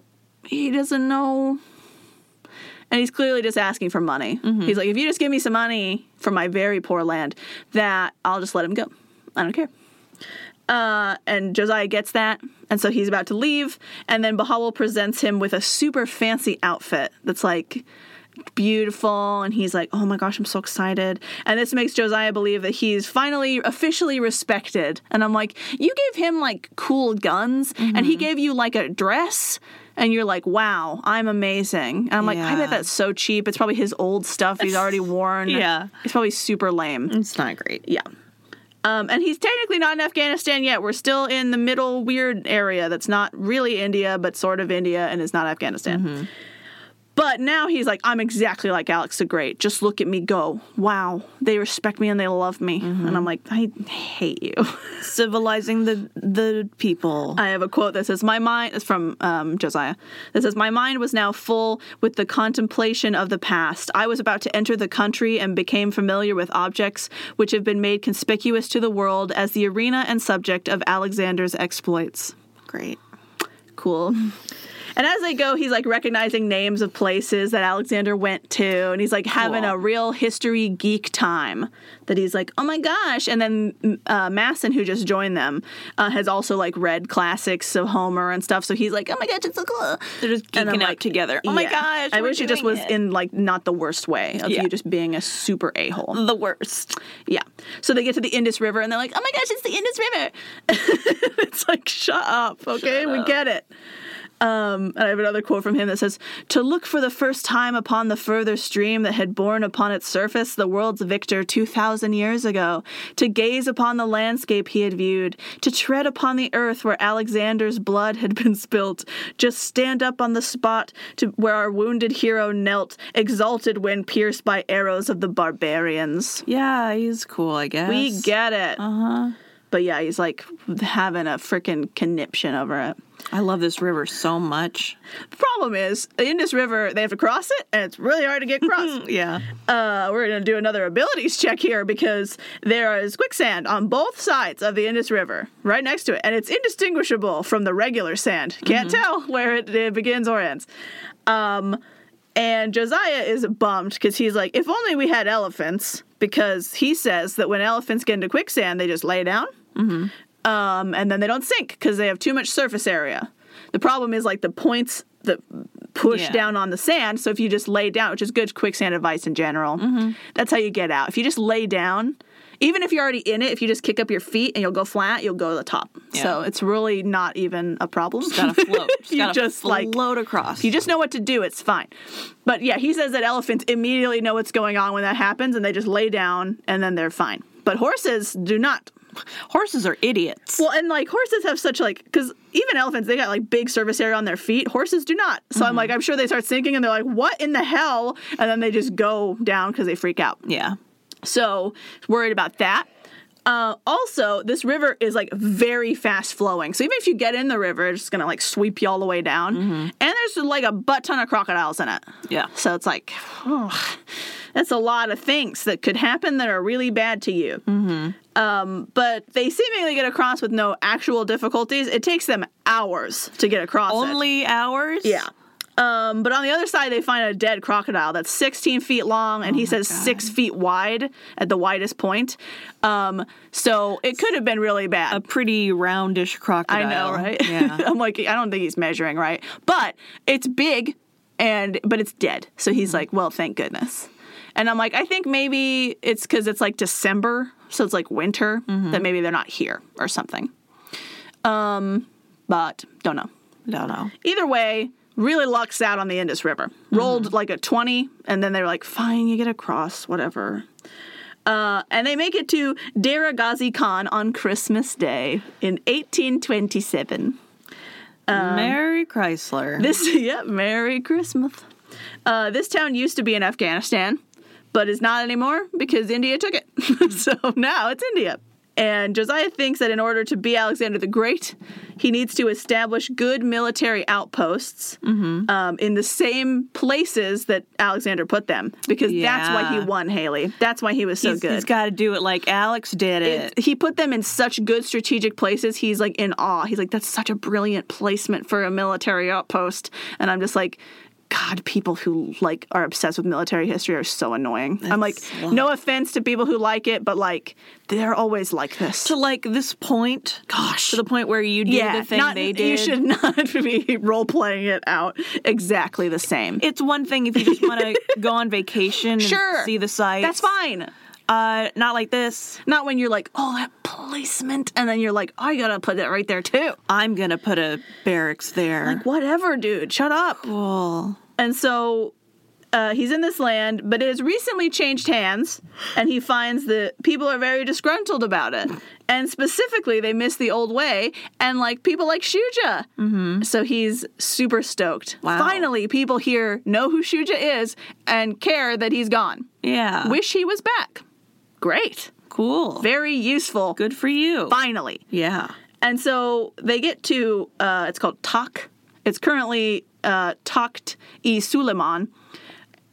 Speaker 2: he doesn't know. And he's clearly just asking for money. He's like, if you just give me some money for my very poor land, that I'll just let him go. I don't care. Uh, and Josiah gets that, and so he's about to leave. And then Bahawal presents him with a super fancy outfit that's like beautiful, and he's like, "Oh my gosh, I'm so excited!" And this makes Josiah believe that he's finally officially respected. And I'm like, "You gave him like cool guns, and
Speaker 1: Mm-hmm.
Speaker 2: he gave you like a dress." And you're like, wow, I'm amazing. And I'm like, I
Speaker 1: Yeah.
Speaker 2: bet that's so cheap. It's probably his old stuff he's already worn.
Speaker 1: Yeah.
Speaker 2: It's probably super lame.
Speaker 1: It's not great.
Speaker 2: Yeah. Um, and he's technically not in Afghanistan yet. We're still in the middle weird area that's not really India, but sort of India and is not Afghanistan. But now he's like, I'm exactly like Alex the Great. Just look at me go. Wow. They respect me and they love me. And I'm like, I hate you.
Speaker 1: Civilizing the the people.
Speaker 2: I have a quote that says, My mind is from um, Josiah. That says, My mind was now full with the contemplation of the past. I was about to enter the country and became familiar with objects which have been made conspicuous to the world as the arena and subject of Alexander's exploits.
Speaker 1: great.
Speaker 2: cool. And as they go, he's like recognizing names of places that Alexander went to, and he's like having
Speaker 1: Cool.
Speaker 2: a real history geek time. That he's like, oh my gosh! And then uh, Masson, who just joined them, uh, has also like read classics of Homer and stuff. So he's like, oh my gosh, it's so cool.
Speaker 1: They're just
Speaker 2: And I'm
Speaker 1: geeking out
Speaker 2: like,
Speaker 1: together. Oh my
Speaker 2: yeah.
Speaker 1: gosh!
Speaker 2: I
Speaker 1: we're
Speaker 2: wish it just
Speaker 1: doing
Speaker 2: was in like not the worst way of
Speaker 1: Yeah.
Speaker 2: you just being a super a hole.
Speaker 1: the worst.
Speaker 2: Yeah. So they get to the Indus River and they're like, oh my gosh, it's the Indus River. [LAUGHS] it's like, shut up, okay? we get it. Um, and I have another quote from him that says, To look for the first time upon the further stream that had borne upon its surface the world's victor 2,000 years ago, to gaze upon the landscape he had viewed, to tread upon the earth where Alexander's blood had been spilt, just stand up on the spot to where our wounded hero knelt, exalted when pierced by arrows of the barbarians.
Speaker 1: Yeah, he's cool. I guess
Speaker 2: We get it. But yeah, he's like having a freaking conniption over it.
Speaker 1: I love this river so much.
Speaker 2: The problem is, in this river, they have to cross it, and it's really hard to get across.
Speaker 1: Yeah.
Speaker 2: uh, we're going to do another abilities check here because there is quicksand on both sides of the Indus River, right next to it, and it's indistinguishable from the regular sand. Can't tell where it, it begins or ends. Um, and Josiah is bummed because he's like, if only we had elephants, because he says that when elephants get into quicksand, they just lay down um, and then they don't sink because they have too much surface area. The problem is like the points that push
Speaker 1: Yeah.
Speaker 2: down on the sand. So if you just lay down, which is good quicksand advice in general,
Speaker 1: Mm-hmm.
Speaker 2: that's how you get out. If you just lay down, even if you're already in it, if you just kick up your feet and you'll go flat, you'll go to the top. So
Speaker 1: Yeah.
Speaker 2: it's really not even a problem.
Speaker 1: Gotta float. Just
Speaker 2: [LAUGHS] You
Speaker 1: gotta
Speaker 2: just, like-
Speaker 1: float across.
Speaker 2: You just know what to do. It's fine. But yeah, he says that elephants immediately know what's going on when that happens and they just lay down and then they're fine. But horses do not.
Speaker 1: horses are idiots.
Speaker 2: Well, and like horses have such like because even elephants they got like big surface area on their feet. Horses do not. So I'm like I'm sure they start sinking and they're like what in the hell, and then they just go down because they freak out.
Speaker 1: yeah.
Speaker 2: So worried about that. Uh, also, this river is like very fast flowing. So even if you get in the river, it's just gonna like sweep you all the way down. And there's like a butt ton of crocodiles in it.
Speaker 1: Yeah.
Speaker 2: So it's like, that's a lot of things that could happen that are really bad to you. Mm-hmm. Um, but they seemingly get across with no actual difficulties. It takes them hours to get across. it.
Speaker 1: Only hours.
Speaker 2: Yeah. Um, but on the other side, they find a dead crocodile that's 16 feet
Speaker 1: Oh
Speaker 2: long, and he says six feet wide at the widest point. Um, so it could have been really bad.
Speaker 1: A pretty roundish crocodile.
Speaker 2: I know, right?
Speaker 1: [LAUGHS] Yeah.
Speaker 2: [LAUGHS] I'm like, I don't think he's measuring right, but it's big, and but it's dead. So
Speaker 1: Mm-hmm.
Speaker 2: he's like, well, thank goodness. And I'm like, I think maybe it's because it's like December, so it's like winter
Speaker 1: Mm-hmm.
Speaker 2: that maybe they're not here or something. Um, but don't know.
Speaker 1: don't know.
Speaker 2: Either way, really lucks out on the Indus River. Rolled like a 20, and then they were like, fine, you get across, whatever. Uh, and they make it to Dera Ghazi Khan on Christmas Day in 1827.
Speaker 1: Um, Mary Chrysler.
Speaker 2: [LAUGHS] This, yeah, Merry Christmas. Uh, this town used to be in Afghanistan, but is not anymore because India took it. [LAUGHS] so now it's India. And Josiah thinks that in order to be Alexander the Great, he needs to establish good military outposts
Speaker 1: Mm-hmm.
Speaker 2: um, in the same places that Alexander put them, because that's why he
Speaker 1: Yeah.
Speaker 2: won Haley. That's why he was so
Speaker 1: He's-
Speaker 2: good
Speaker 1: He's got to do it like Alex did it.
Speaker 2: it- he put them in such good strategic places. He's like in awe. He's like, that's such a brilliant placement for a military outpost. And I'm just like, God, people who like are obsessed with military history are so annoying. I'm like,
Speaker 1: That's wild.
Speaker 2: no offense to people who like it, but like they're always like this.
Speaker 1: to like this point. Gosh. To the point where you do the thing
Speaker 2: not-
Speaker 1: they did.
Speaker 2: you should [LAUGHS] not be role playing it out exactly the same.
Speaker 1: It's one thing if you just want [LAUGHS] to go on vacation and
Speaker 2: Sure.
Speaker 1: see the sights.
Speaker 2: That's fine.
Speaker 1: Uh, not like this.
Speaker 2: Not when you're like, oh, that placement, and then you're like, I gotta put that right there too.
Speaker 1: I'm gonna put a barracks there.
Speaker 2: Like, whatever, dude, shut up.
Speaker 1: cool.
Speaker 2: And so uh, he's in this land, but it has recently changed hands, and he finds that people are very disgruntled about it. And specifically, they miss the old way, and like people like Shuja. Mm-hmm. So he's super stoked.
Speaker 1: Wow.
Speaker 2: Finally, people here know who Shuja is and care that he's gone.
Speaker 1: Yeah.
Speaker 2: Wish he was back. Great.
Speaker 1: cool.
Speaker 2: Very useful.
Speaker 1: Good for you.
Speaker 2: Finally.
Speaker 1: Yeah.
Speaker 2: And so they get to, uh, it's called Tak. It's currently uh, Takht i Suleiman,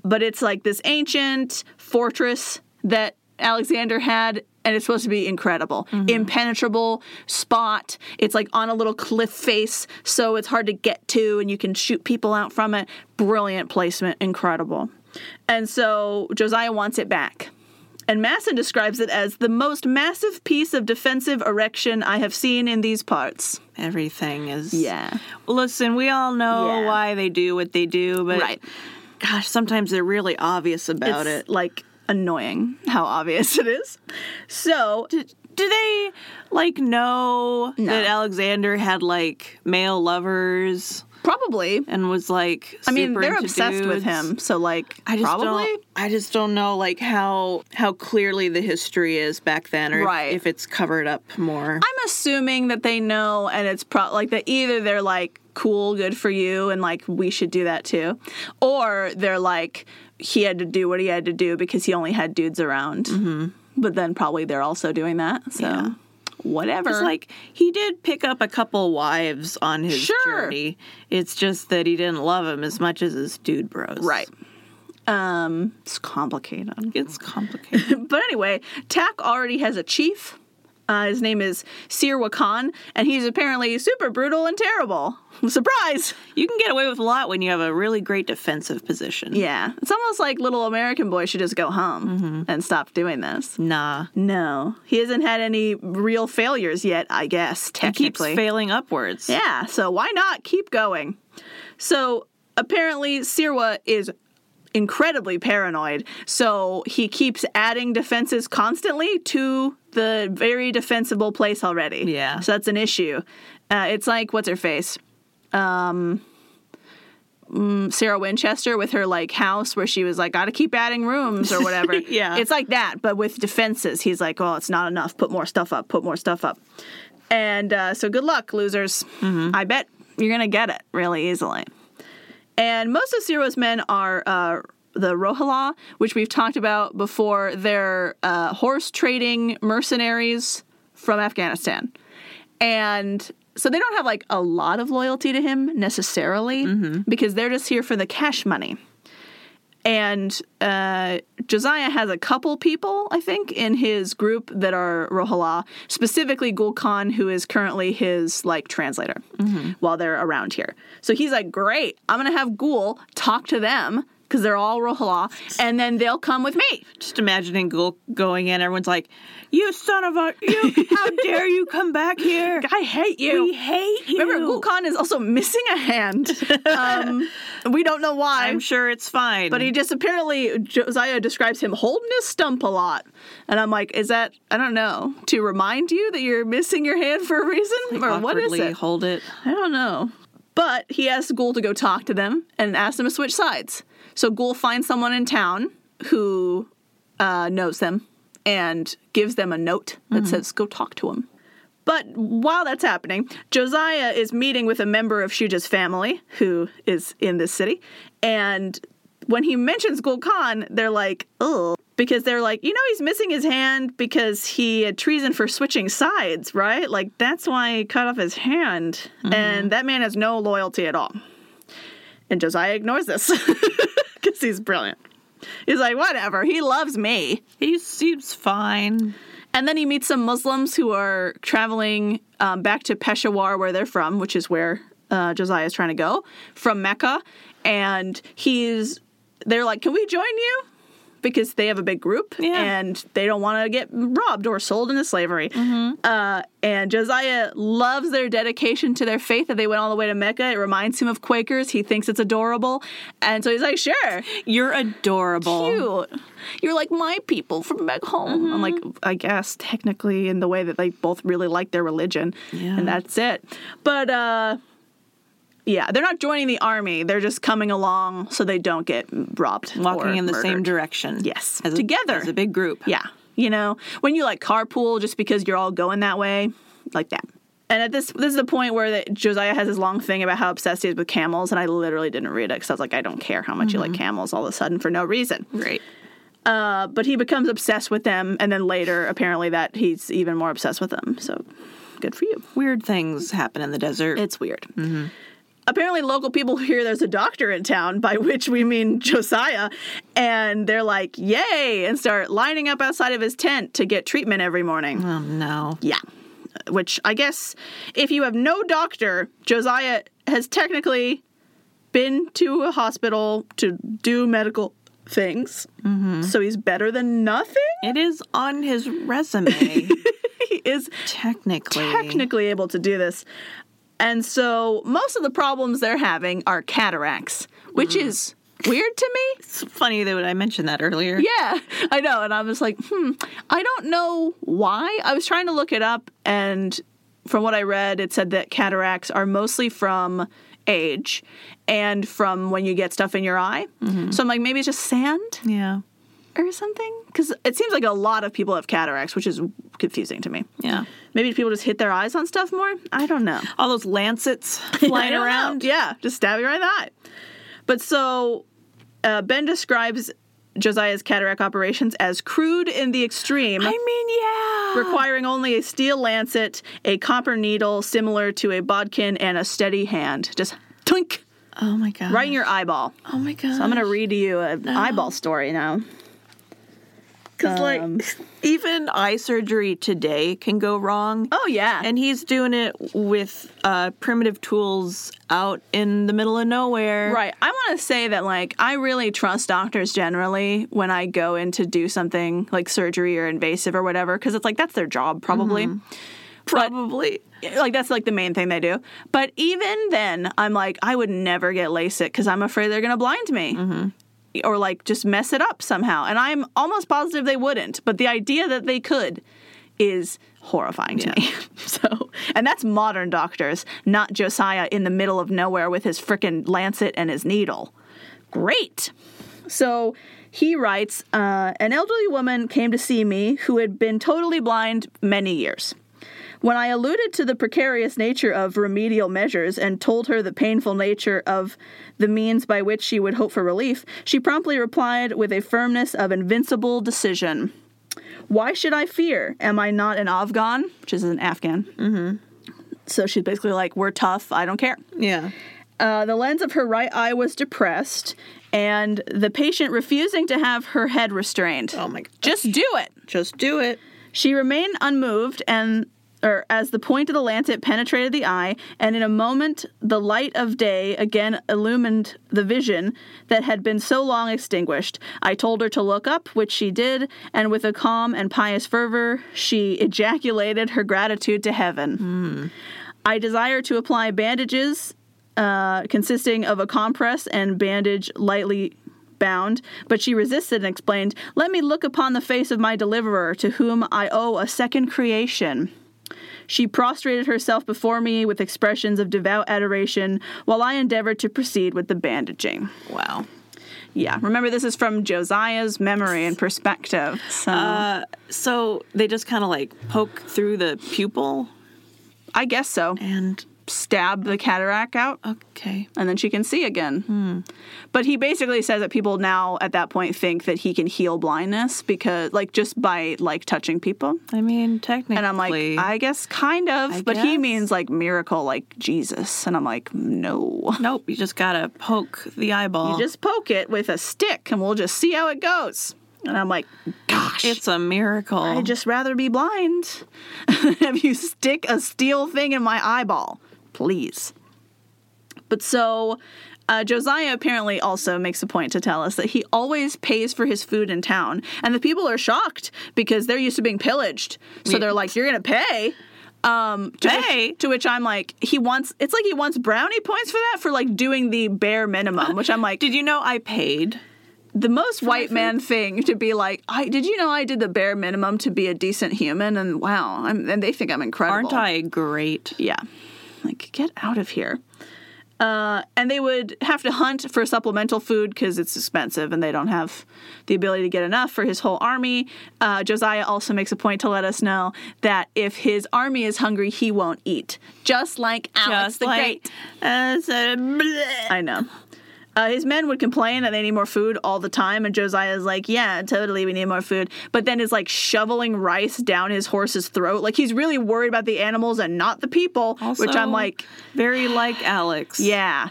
Speaker 2: but it's like this ancient fortress that Alexander had and it's supposed to be incredible. Impenetrable spot. It's like on a little cliff face, so it's hard to get to, and you can shoot people out from it. Brilliant placement, incredible. And so Josiah wants it back. And Masson describes it as the most massive piece of defensive erection I have seen in these parts.
Speaker 1: Everything is.
Speaker 2: Yeah.
Speaker 1: Listen, we all know
Speaker 2: Yeah.
Speaker 1: why they do what they do, but
Speaker 2: Right.
Speaker 1: gosh, sometimes they're really obvious about
Speaker 2: it's
Speaker 1: it.
Speaker 2: like annoying how obvious it is. So
Speaker 1: Do, do they like know
Speaker 2: No.
Speaker 1: that Alexander had like male lovers
Speaker 2: probably,
Speaker 1: and was like?
Speaker 2: I mean,
Speaker 1: super
Speaker 2: they're
Speaker 1: into
Speaker 2: obsessed
Speaker 1: dudes?
Speaker 2: with him. So like,
Speaker 1: I just
Speaker 2: probably.
Speaker 1: don't. I just don't know like how how clearly the history is back then, or if-
Speaker 2: Right.
Speaker 1: if, it's covered up more.
Speaker 2: I'm assuming that they know, and it's pro like that either they're like cool, good for you, and like we should do that too, or they're like he had to do what he had to do because he only had dudes around. Mm-hmm. But then probably they're also doing that. So
Speaker 1: Yeah.
Speaker 2: whatever.
Speaker 1: It's like he did pick up a couple wives on his
Speaker 2: Sure.
Speaker 1: journey. It's just that he didn't love him as much as his dude bros.
Speaker 2: right. Um, it's complicated. [LAUGHS]
Speaker 1: It's complicated. [LAUGHS]
Speaker 2: but anyway, Tak already has a chief. Uh, his name is Sir Wakan, and he's apparently super brutal and terrible. Surprise! [LAUGHS]
Speaker 1: you can get away with a lot when you have a really great defensive position.
Speaker 2: Yeah, it's almost like little American boy should just go home
Speaker 1: Mm-hmm.
Speaker 2: and stop doing this.
Speaker 1: Nah.
Speaker 2: No, he hasn't had any real failures yet, I guess,
Speaker 1: It keeps
Speaker 2: technically.
Speaker 1: failing upwards.
Speaker 2: yeah, so why not keep going? So apparently, Sirwa is incredibly paranoid, so he keeps adding defenses constantly to the very defensible place already.
Speaker 1: Yeah.
Speaker 2: So that's an issue. Uh, it's like, what's her face? Sarah Winchester with her like house where she was like, gotta keep adding rooms or whatever.
Speaker 1: Yeah.
Speaker 2: It's like that, but with defenses. He's like, oh, it's not enough. Put more stuff up, put more stuff up. And uh, so good luck, losers. I bet you're gonna get it really easily. And most of Ciro's men are uh, the Rohala, which we've talked about before. They're uh, horse trading mercenaries from Afghanistan. And so they don't have like a lot of loyalty to him necessarily
Speaker 1: Mm-hmm.
Speaker 2: because they're just here for the cash money. And uh, Josiah has a couple people, I think, in his group that are Rohala, specifically Gul Khan, who is currently his like translator
Speaker 1: Mm-hmm.
Speaker 2: while they're around here. So he's like, "Great, I'm gonna have Gul talk to them because they're all Rohala, and then they'll come with me."
Speaker 1: Just imagining Gul going in, everyone's like, "You son of a! [LAUGHS] You, how dare you come back here?
Speaker 2: I hate you.
Speaker 1: We hate you."
Speaker 2: Remember, Gul Khan is also missing a hand.
Speaker 1: [LAUGHS]
Speaker 2: Um, we don't know why.
Speaker 1: I'm sure it's fine,
Speaker 2: But he just apparently Josiah describes him holding his stump a lot, and I'm like, is that I don't know to remind you that you're missing your hand for a reason or what is
Speaker 1: awkwardly
Speaker 2: it?
Speaker 1: hold it.
Speaker 2: I don't know. But he asks Ghoul to go talk to them and asks them to switch sides. So Ghoul finds someone in town who uh, knows them and gives them a note that says, go talk to him. But while that's happening, Josiah is meeting with a member of Shuja's family who is in this city. And when he mentions Gul Khan, they're like, ugh. Because they're like, you know, he's missing his hand because he had treason for switching sides, right? Like, that's why he cut off his hand. And that man has no loyalty at all. And Josiah ignores this [LAUGHS] because he's brilliant. He's like, whatever, he loves me.
Speaker 1: He seems fine.
Speaker 2: And then he meets some Muslims who are traveling um, back to Peshawar, where they're from, which is where uh, Josiah is trying to go from Mecca. And he's, they're like, "Can we join you?" Because they have a big group
Speaker 1: Yeah.
Speaker 2: and they don't want to get robbed or sold into slavery. Uh, and Josiah loves their dedication to their faith that they went all the way to Mecca. It reminds him of Quakers. He thinks it's adorable, and so he's like, "Sure."
Speaker 1: You're adorable.
Speaker 2: cute. You're like my people from back home. I'm like,
Speaker 1: Mm-hmm.
Speaker 2: I guess technically in the way that they both really like their religion,
Speaker 1: Yeah.
Speaker 2: and that's it. But uh, yeah, they're not joining the army. They're just coming along so they don't get robbed. or
Speaker 1: Walking in the same
Speaker 2: murdered.
Speaker 1: direction.
Speaker 2: Yes.
Speaker 1: As a-
Speaker 2: Together.
Speaker 1: As a big group.
Speaker 2: Yeah. You know, when you like carpool just because you're all going that way, like that. And at this, this is the point where that Josiah has his long thing about how obsessed he is with camels, and I literally didn't read it because I was like, I don't care how much you like
Speaker 1: Mm-hmm.
Speaker 2: camels all of a sudden for no reason.
Speaker 1: Right.
Speaker 2: Uh, but he becomes obsessed with them, and then later, apparently, that he's even more obsessed with them. So, good for you.
Speaker 1: Weird things happen in the desert.
Speaker 2: It's weird. apparently local people [LAUGHS] hear there's a doctor in town, by which we mean [LAUGHS] Josiah, and they're like, "Yay!" and start lining up outside of his tent to get treatment every morning.
Speaker 1: Oh no.
Speaker 2: Yeah. Which I guess if you have no doctor, Josiah has technically been to a hospital to do medical things. So he's better than nothing.
Speaker 1: It is on his [LAUGHS] resume,
Speaker 2: He is
Speaker 1: technically.
Speaker 2: technically able to do this. And so most of the problems they're having are cataracts, which is weird to me.
Speaker 1: It's funny that I mentioned that earlier.
Speaker 2: Yeah, I know. And I was like, hmm, I don't know why. I was trying to look it up, and from what I read, it said that cataracts are mostly from age and from when you get stuff in your eye. So I'm like, maybe it's just sand
Speaker 1: Yeah.
Speaker 2: or something? Because it seems like a lot of people have cataracts, which is confusing to me.
Speaker 1: Yeah.
Speaker 2: Maybe people just hit their eyes on stuff more? I don't know.
Speaker 1: All those
Speaker 2: [LAUGHS]
Speaker 1: lancets [LAUGHS]
Speaker 2: flying
Speaker 1: flying around.
Speaker 2: Yeah, just stab you right in the eye. But so uh, Ben describes Josiah's cataract operations as crude in the extreme.
Speaker 1: I mean, yeah.
Speaker 2: Requiring only a steel lancet, a copper needle similar to a bodkin, and a steady hand. Just twink,
Speaker 1: Oh my god.
Speaker 2: right in your eyeball.
Speaker 1: Oh my god.
Speaker 2: So I'm going to read to you an eyeball story now.
Speaker 1: Because
Speaker 2: Um,
Speaker 1: like even eye surgery today can go wrong.
Speaker 2: Oh, yeah.
Speaker 1: And he's doing it with uh, primitive tools out in the middle of nowhere.
Speaker 2: Right. I want to say that, like, I really trust doctors generally when I go in to do something like surgery or invasive or whatever, because it's like that's their job, probably.
Speaker 1: Probably.
Speaker 2: Like, that's like the main thing they do. But even then, I'm like, I would never get LASIK because I'm afraid they're going to blind me. Or like just mess it up somehow. And I'm almost positive they wouldn't, but the idea that they could is horrifying to me. [LAUGHS] so, and that's modern doctors, not Josiah in the middle of nowhere with his frickin' lancet and his needle. Great. So he writes uh, An elderly woman came to see me who had been totally blind many years. When I alluded to the precarious nature of remedial measures and told her the painful nature of the means by which she would hope for relief, she promptly replied with a firmness of invincible decision Why should I fear? Am I not an Afghan? Which is an Afghan. Mm-hmm. So she's basically like, We're tough, I don't care.
Speaker 1: Yeah.
Speaker 2: Uh, the lens of her right eye was depressed, and the patient refusing to have her head restrained.
Speaker 1: Oh my god.
Speaker 2: Just do it.
Speaker 1: Just do it.
Speaker 2: She remained unmoved, and or as the point of the lancet penetrated the eye, and in a moment the light of day again illumined the vision that had been so long extinguished. I told her to look up, which she did, and with a calm and pious fervor, she ejaculated her gratitude to heaven. I desire to apply bandages uh, consisting of a compress and bandage lightly bound, but she resisted and explained, Let me look upon the face of my deliverer, to whom I owe a second creation. She prostrated herself before me with expressions of devout adoration while I endeavored to proceed with the bandaging.
Speaker 1: Wow.
Speaker 2: Yeah, remember this is from Josiah's memory and perspective. So
Speaker 1: Uh, so they just kind of like poke through the pupil
Speaker 2: I guess so.
Speaker 1: and
Speaker 2: Stab the cataract out.
Speaker 1: okay.
Speaker 2: and then she can see again. But he basically says that people now at that point think that he can heal blindness because like just by like touching people.
Speaker 1: I mean, technically.
Speaker 2: And I'm like, I guess kind of,
Speaker 1: I
Speaker 2: but he
Speaker 1: guess.
Speaker 2: means like miracle like Jesus. And I'm like, no.
Speaker 1: nope. You just gotta poke the eyeball.
Speaker 2: You just poke it with a stick and we'll just see how it goes. And I'm like, gosh.
Speaker 1: it's a miracle.
Speaker 2: I'd just rather be blind. [LAUGHS] Have you stick a steel thing in my eyeball, please. But so, uh, Josiah apparently also makes a point to tell us that he always pays for his food in town, and the people are shocked because they're used to being pillaged. So
Speaker 1: Yeah.
Speaker 2: they're like, "You're gonna pay." Um, to
Speaker 1: Pay?
Speaker 2: Which, to which I'm like, he wants. It's like he wants brownie points for that for like doing the bare minimum, which I'm like,
Speaker 1: Did you know I paid?
Speaker 2: the most white man thing to be like, I did you know I did the bare minimum to be a decent human, and wow, I'm, and they think I'm incredible,
Speaker 1: Aren't I great?
Speaker 2: Yeah, like get out of here. Uh, and they would have to hunt for supplemental food because it's expensive and they don't have the ability to get enough for his whole army. Uh, Josiah also makes a point to let us know that if his army is hungry, he won't eat, just like Alex
Speaker 1: Just
Speaker 2: the
Speaker 1: like
Speaker 2: Great.
Speaker 1: uh, so-
Speaker 2: I know. Uh, his men would complain that they need more food all the time, and Josiah's like, "Yeah, totally, we need more food." But then is like shoveling rice down his horse's throat. Like he's really worried about the animals and not the people, which I'm
Speaker 1: Also,
Speaker 2: like,
Speaker 1: very like Alex.
Speaker 2: yeah.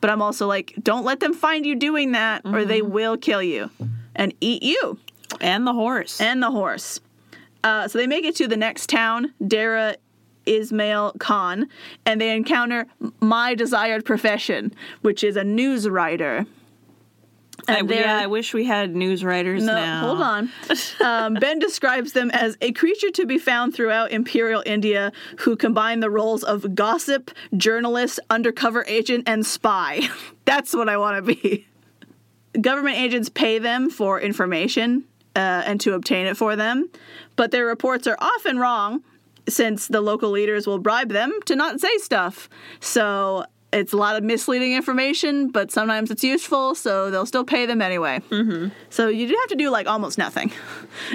Speaker 2: But I'm also like, don't let them find you doing that, or they will kill you and eat you
Speaker 1: and the horse.
Speaker 2: and the horse. Uh, so they make it to the next town, Dara Ismail Khan, and they encounter my desired profession, which is a news writer.
Speaker 1: I,
Speaker 2: they're-
Speaker 1: yeah, I wish we had news writers
Speaker 2: No,
Speaker 1: now.
Speaker 2: hold on. Um, ben describes them as a creature to be found throughout imperial India who combine the roles of gossip, journalist, undercover agent, and spy. [LAUGHS] That's what I want to be. Government agents pay them for information uh, and to obtain it for them, but their reports are often wrong since the local leaders will bribe them to not say stuff. So it's a lot of misleading information, but sometimes it's useful, so they'll still pay them anyway. So you do have to do like almost nothing.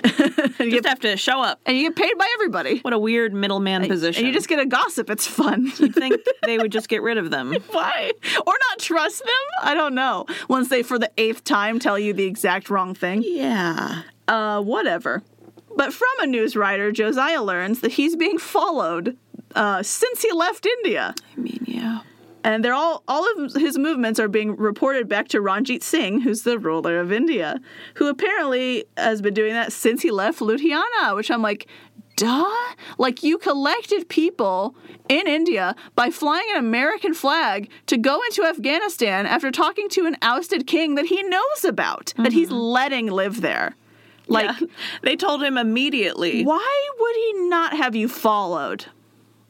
Speaker 2: and, you
Speaker 1: Just
Speaker 2: get,
Speaker 1: have to show up.
Speaker 2: and you get paid by everybody.
Speaker 1: What a weird middleman position.
Speaker 2: And Uh, you just get a gossip. It's fun.
Speaker 1: You'd [LAUGHS] think they would just get rid of them.
Speaker 2: Why? Or not trust them? I don't know. Once they, for the eighth time, tell you the exact wrong thing.
Speaker 1: Yeah.
Speaker 2: Uh, whatever. But from a news writer, Josiah learns that he's being followed uh, since he left India.
Speaker 1: I mean, yeah.
Speaker 2: And they're all all of his movements are being reported back to Ranjit Singh, who's the ruler of India, who apparently has been doing that since he left Ludhiana, which I'm like, duh. Like you collected people in India by flying an American flag to go into Afghanistan after talking to an ousted king that he knows about, that he's letting live there. Like
Speaker 1: Like they told him immediately.
Speaker 2: why would he not have you followed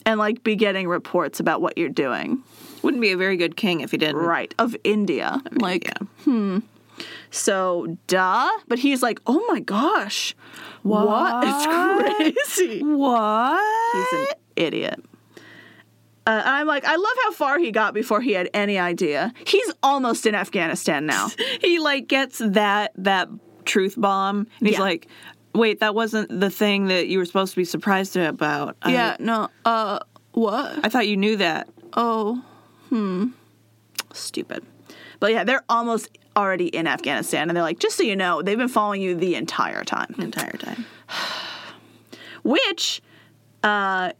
Speaker 2: and like be getting reports about what you're doing?
Speaker 1: Wouldn't be a very good king if he didn't.
Speaker 2: Right. Of India. Like,
Speaker 1: Yeah.
Speaker 2: so duh. But he's like, oh my gosh. What? It's crazy.
Speaker 1: What?
Speaker 2: He's an idiot. Uh, and I'm like, I love how far he got before he had any idea. He's almost in Afghanistan now.
Speaker 1: he like gets that that truth bomb and he's
Speaker 2: Yeah.
Speaker 1: like wait that wasn't the thing that you were supposed to be surprised about [LAUGHS] I-
Speaker 2: yeah, no. Uh, what?
Speaker 1: i, thought you knew that
Speaker 2: Oh, hmm. Stupid. But yeah, they're almost already in Afghanistan. And they're like, just so you know, they've been following you the entire time.
Speaker 1: entire time
Speaker 2: [SIGHS] Which, uh,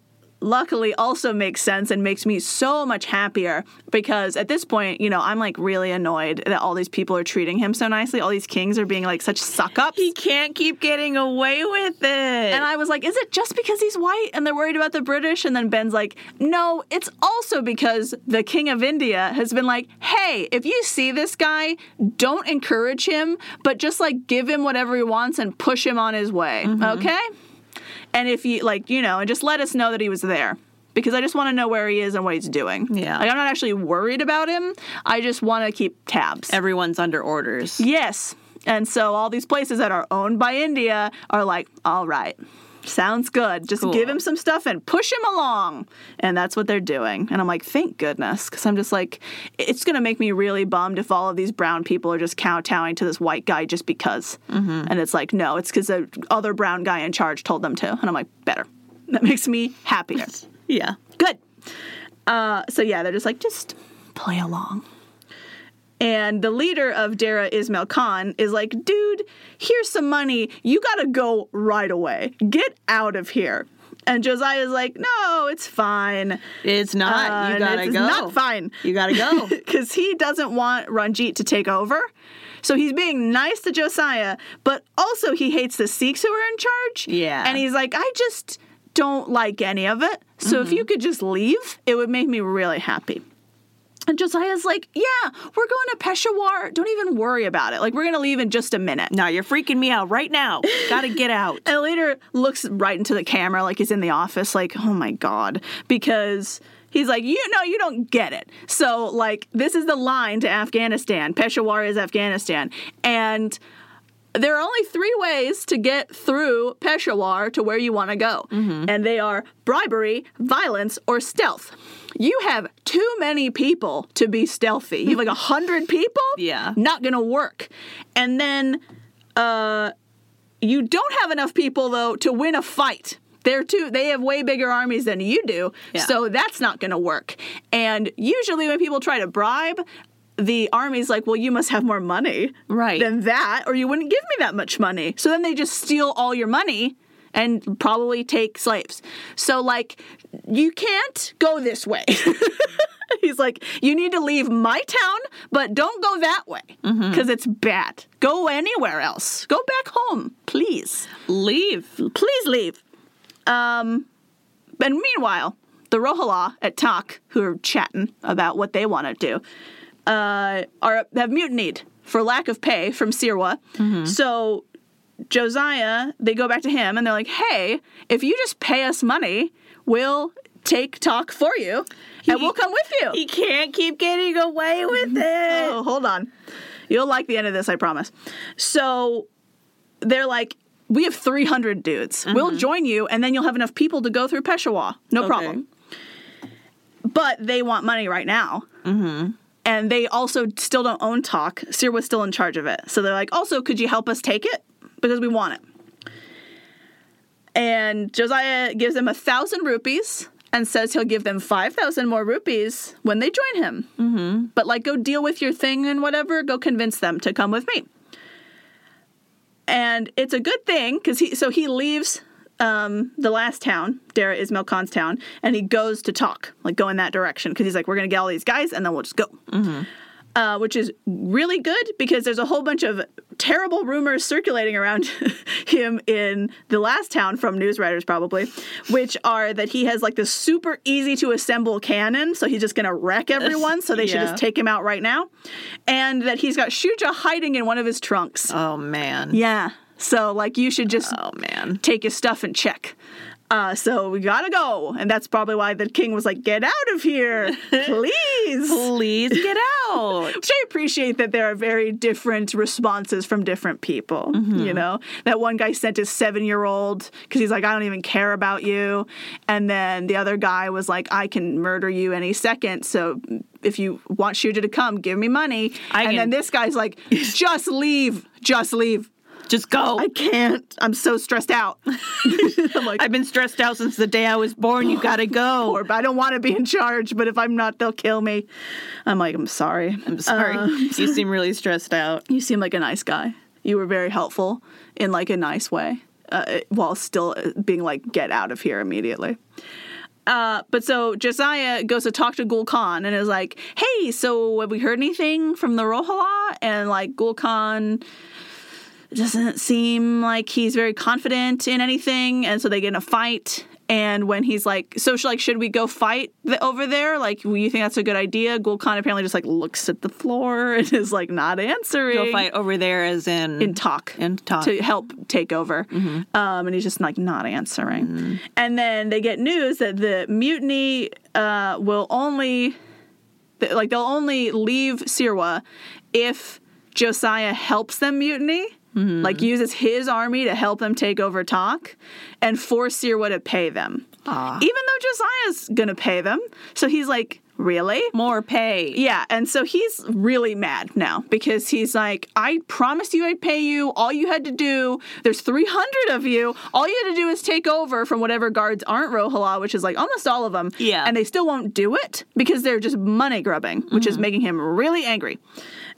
Speaker 2: luckily also makes sense and makes me so much happier because at this point, you know, I'm like really annoyed that all these people are treating him so nicely. All these kings are being like such suck ups.
Speaker 1: he can't keep getting away with it
Speaker 2: And I was like, is it just because he's white and they're worried about the British? And then Ben's like, no, it's also because the King of India has been like, hey, if you see this guy, don't encourage him, but just like give him whatever he wants and push him on his way,
Speaker 1: Mm-hmm.
Speaker 2: okay? And if you like, you know, and just let us know that he was there. Because I just want to know where he is and what he's doing.
Speaker 1: Yeah.
Speaker 2: Like, I'm not actually worried about him. I just want to keep tabs.
Speaker 1: everyone's under orders
Speaker 2: Yes. And so all these places that are owned by India are like, all right, sounds good. Just
Speaker 1: Cool.
Speaker 2: give him some stuff and push him along. And that's what they're doing. And I'm like, thank goodness. Because I'm just like, it's going to make me really bummed if all of these brown people are just kowtowing to this white guy just because. And it's like, no, it's because the other brown guy in charge told them to. And I'm like, better. That makes me happier.
Speaker 1: yeah
Speaker 2: good. Uh, so yeah, they're just like, just play along. And the leader of Dara Ismail Khan is like, dude, here's some money. You gotta go right away. Get out of here. And Josiah's like, no, it's fine.
Speaker 1: it's not
Speaker 2: Uh,
Speaker 1: you gotta
Speaker 2: it's
Speaker 1: go
Speaker 2: not fine.
Speaker 1: you gotta go
Speaker 2: [LAUGHS] Because he doesn't want Ranjit to take over. So he's being nice to Josiah, but also he hates the Sikhs who are in charge.
Speaker 1: Yeah.
Speaker 2: And he's like, I just don't like any of it. So if you could just leave, it would make me really happy. And Josiah's like, Yeah, we're going to Peshawar. Don't even worry about it. Like, we're going to leave in just a
Speaker 1: [LAUGHS]
Speaker 2: minute.
Speaker 1: now you're freaking me out right now gotta get out
Speaker 2: And later looks right into the camera like he's in the office, like, oh my God. Because he's like, you know, you don't get it. So, like, this is the line to Afghanistan. Peshawar is Afghanistan. And there are only three ways to get through Peshawar to where you want to go,
Speaker 1: Mm-hmm.
Speaker 2: and they are bribery, violence, or stealth. You have too many people to be stealthy. You have like a hundred people.
Speaker 1: Yeah.
Speaker 2: not gonna work. And then, uh, you don't have enough people though to win a fight. They're too. They have way bigger armies than you do,
Speaker 1: Yeah.
Speaker 2: so that's not gonna work. And usually, when people try to bribe. the army's like, well, you must have more money
Speaker 1: Right.
Speaker 2: than that, or you wouldn't give me that much money. So then they just steal all your money and probably take slaves. So, like, you can't go this way. [LAUGHS] He's like, you need to leave my town, but don't go that way because it's bad. Go anywhere else. Go back home, please.
Speaker 1: Leave.
Speaker 2: Please leave. Um, and meanwhile, the Rohala at Tak, who are chatting about what they want to do, uh, are have mutinied for lack of pay from Sirwa.
Speaker 1: Mm-hmm.
Speaker 2: So Josiah, they go back to him and they're like, "Hey, if you just pay us money, we'll take Tak for you, and we'll come with you."
Speaker 1: He can't keep getting away with it.
Speaker 2: Oh, hold on. You'll like the end of this, I promise. So they're like, we have 300 dudes. We'll join you, and then you'll have enough people to go through Peshawar. No
Speaker 1: Okay.
Speaker 2: problem. But they want money right now. Mm-hmm. And they also still don't own Talk. Sir was still in charge of it. So they're like, also, could you help us take it? Because we want it. And Josiah gives them a thousand rupees and says he'll give them 5,000 more rupees when they join him but like go deal with your thing and whatever go convince them to come with me and it's a good thing because he so he leaves um, the last town dara ismail khan's town and he goes to talk like go in that direction because he's like we're gonna get all these guys and then we'll just go uh, which is really good because there's a whole bunch of terrible rumors circulating around [LAUGHS] him in the last town from news writers probably which are that he has like this super easy to assemble cannon so he's just going to wreck everyone so they should
Speaker 1: Yeah.
Speaker 2: just take him out right now and that he's got shuja hiding in one of his trunks
Speaker 1: Oh man.
Speaker 2: yeah so like you should just
Speaker 1: Oh man.
Speaker 2: take his stuff and check. Uh, so we gotta go. And that's probably why the king was like, get out of here, please.
Speaker 1: Please get out.
Speaker 2: Which I appreciate that there are very different responses from different people.
Speaker 1: Mm-hmm.
Speaker 2: You know, that one guy sent his seven year old because he's like, I don't even care about you. And then the other guy was like, I can murder you any second. So if you want Shuja to come, give me money.
Speaker 1: I
Speaker 2: and
Speaker 1: can-
Speaker 2: then this
Speaker 1: [LAUGHS]
Speaker 2: guy's like, just leave, just leave.
Speaker 1: [LAUGHS] Just go.
Speaker 2: I can't. I'm so
Speaker 1: [LAUGHS]
Speaker 2: stressed out. I'm like,
Speaker 1: I've been stressed out since the day I was born. You gotta go.
Speaker 2: or, but I don't want to be in charge. But if I'm not, they'll kill me. I'm like, I'm sorry.
Speaker 1: [SIGHS] I'm sorry. you seem really stressed out.
Speaker 2: You seem like a nice guy. You were very helpful in like a nice way, uh, while still being like, get out of here immediately. Uh, but so Josiah goes to talk to Gul Khan and is like, hey, so have we heard anything from the Rohala? And like Gul Khan doesn't seem like he's very confident in anything and so they get in a fight and when he's like so sh- like should we go fight the, over there like you think that's a good idea Gul Khan apparently just like looks at the floor [LAUGHS] and is like not answering
Speaker 1: Go fight over there, as in
Speaker 2: in talk
Speaker 1: in talk. Mm-hmm.
Speaker 2: to help take over um, and he's just like not answering and then they get news that the mutiny uh, will only th- like they'll only leave sirwa if josiah helps them mutiny
Speaker 1: Mm-hmm.
Speaker 2: like uses his army to help them take over talk and force sirwa to pay them
Speaker 1: Ah.
Speaker 2: even though josiah's gonna pay them so he's like really
Speaker 1: more pay.
Speaker 2: yeah, and so he's really mad now because he's like, I promised you I'd pay you. All you had to do, there's 300 of you. All you had to do is take over from whatever guards aren't Rohala, which is like almost all of them.
Speaker 1: Yeah.
Speaker 2: And they still won't do it because they're just money grubbing, which is making him really angry.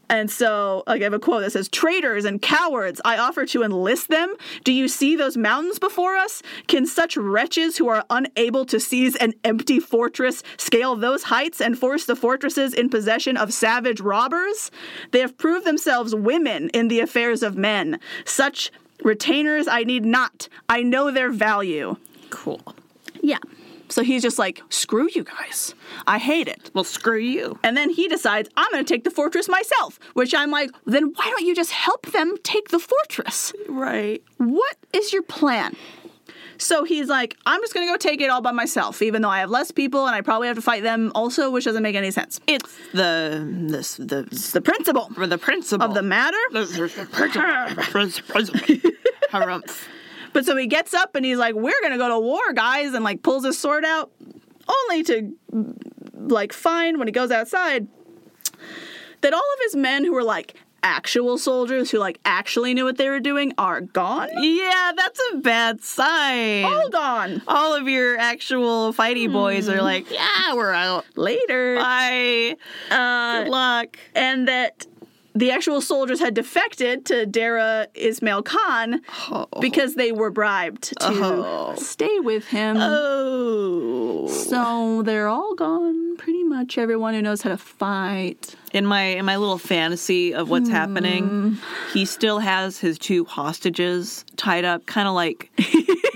Speaker 2: And so, like, I have a quote that says, Traitors and cowards, I offer to enlist them. Do you see those mountains before us? Can such wretches who are unable to seize an empty fortress scale those heights and force the fortresses in possession of savage robbers? They have proved themselves women in the affairs of men. Such retainers I need not. I know their value.
Speaker 1: Cool.
Speaker 2: Yeah. So he's just like, screw you guys. I hate it.
Speaker 1: Well, screw you.
Speaker 2: And then he decides, I'm going to take the fortress myself, which I'm like, then why don't you just help them take the fortress?
Speaker 1: Right.
Speaker 2: What is your plan? So he's like, I'm just going to go take it all by myself, even though I have less people and I probably have to fight them also, which doesn't make any sense.
Speaker 1: It's the this the
Speaker 2: It's the principle
Speaker 1: for the principle
Speaker 2: of the matter.
Speaker 1: [LAUGHS] Harumph.
Speaker 2: But so he gets up and he's like, "We're gonna go to war, guys!" and like pulls his sword out, only to like find when he goes outside that all of his men who were like actual soldiers who like actually knew what they were doing are gone.
Speaker 1: Yeah, that's a bad sign.
Speaker 2: Hold on.
Speaker 1: All of your actual fighty boys
Speaker 2: Hmm.
Speaker 1: are like, yeah, we're out.
Speaker 2: Later.
Speaker 1: Bye.
Speaker 2: Uh,
Speaker 1: Good luck.
Speaker 2: and that the actual soldiers had defected to Dara Ismail Khan because they were bribed to
Speaker 1: Oh.
Speaker 2: stay with him.
Speaker 1: Oh.
Speaker 2: So they're all gone, pretty much everyone who knows how to fight.
Speaker 1: In my in my little fantasy of
Speaker 2: Hmm.
Speaker 1: what's happening, he still has his two hostages tied up, kind of
Speaker 2: [LAUGHS]
Speaker 1: like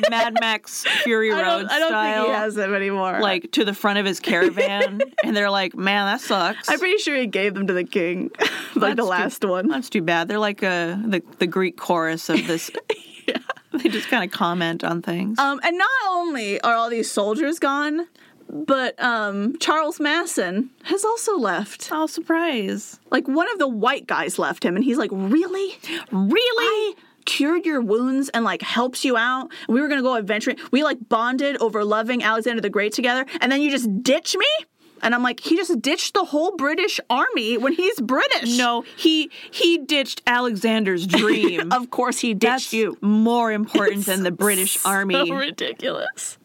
Speaker 1: Mad Max Fury Road
Speaker 2: I don't, I
Speaker 1: style.
Speaker 2: don't think he has them anymore.
Speaker 1: Like to the front of his
Speaker 2: [LAUGHS]
Speaker 1: caravan, and they're like, "Man, that sucks."
Speaker 2: I'm pretty sure he gave them to the king, [LAUGHS] like the
Speaker 1: That's too-
Speaker 2: last one.
Speaker 1: That's too bad. They're like uh, the the Greek chorus of
Speaker 2: [LAUGHS]
Speaker 1: this. They just kind of comment on things.
Speaker 2: Um, and not only are all these soldiers gone, but um, Charles Masson has also left.
Speaker 1: oh, surprise!
Speaker 2: Like one of the white guys left him, and he's like, "Really?
Speaker 1: Really?
Speaker 2: I cured your wounds and like helps you out. We were gonna go adventuring. We like bonded over loving Alexander the Great together, and then you just ditch me." And I'm like, he just ditched the whole British army when he's British.
Speaker 1: no, he he ditched Alexander's
Speaker 2: [LAUGHS]
Speaker 1: dream.
Speaker 2: of course he ditched
Speaker 1: That's
Speaker 2: you.
Speaker 1: more important than the British [LAUGHS] Army.
Speaker 2: [LAUGHS] So ridiculous.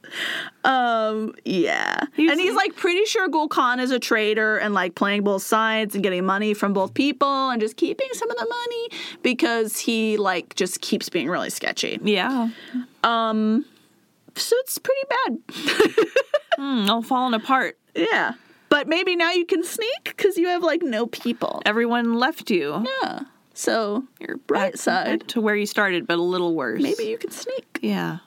Speaker 2: Um, yeah.
Speaker 1: He's-
Speaker 2: and he's like pretty sure Gul Khan is a traitor and like playing both sides and getting money from both people and just keeping some of the money because he like just keeps being really sketchy.
Speaker 1: yeah.
Speaker 2: So it's pretty bad.
Speaker 1: Mm, all falling apart.
Speaker 2: Yeah. But maybe now you can sneak because you have like no people.
Speaker 1: Everyone left you.
Speaker 2: Yeah. So your
Speaker 1: Back-
Speaker 2: bright side.
Speaker 1: back to where you started, but a little worse.
Speaker 2: Maybe you can sneak.
Speaker 1: Yeah.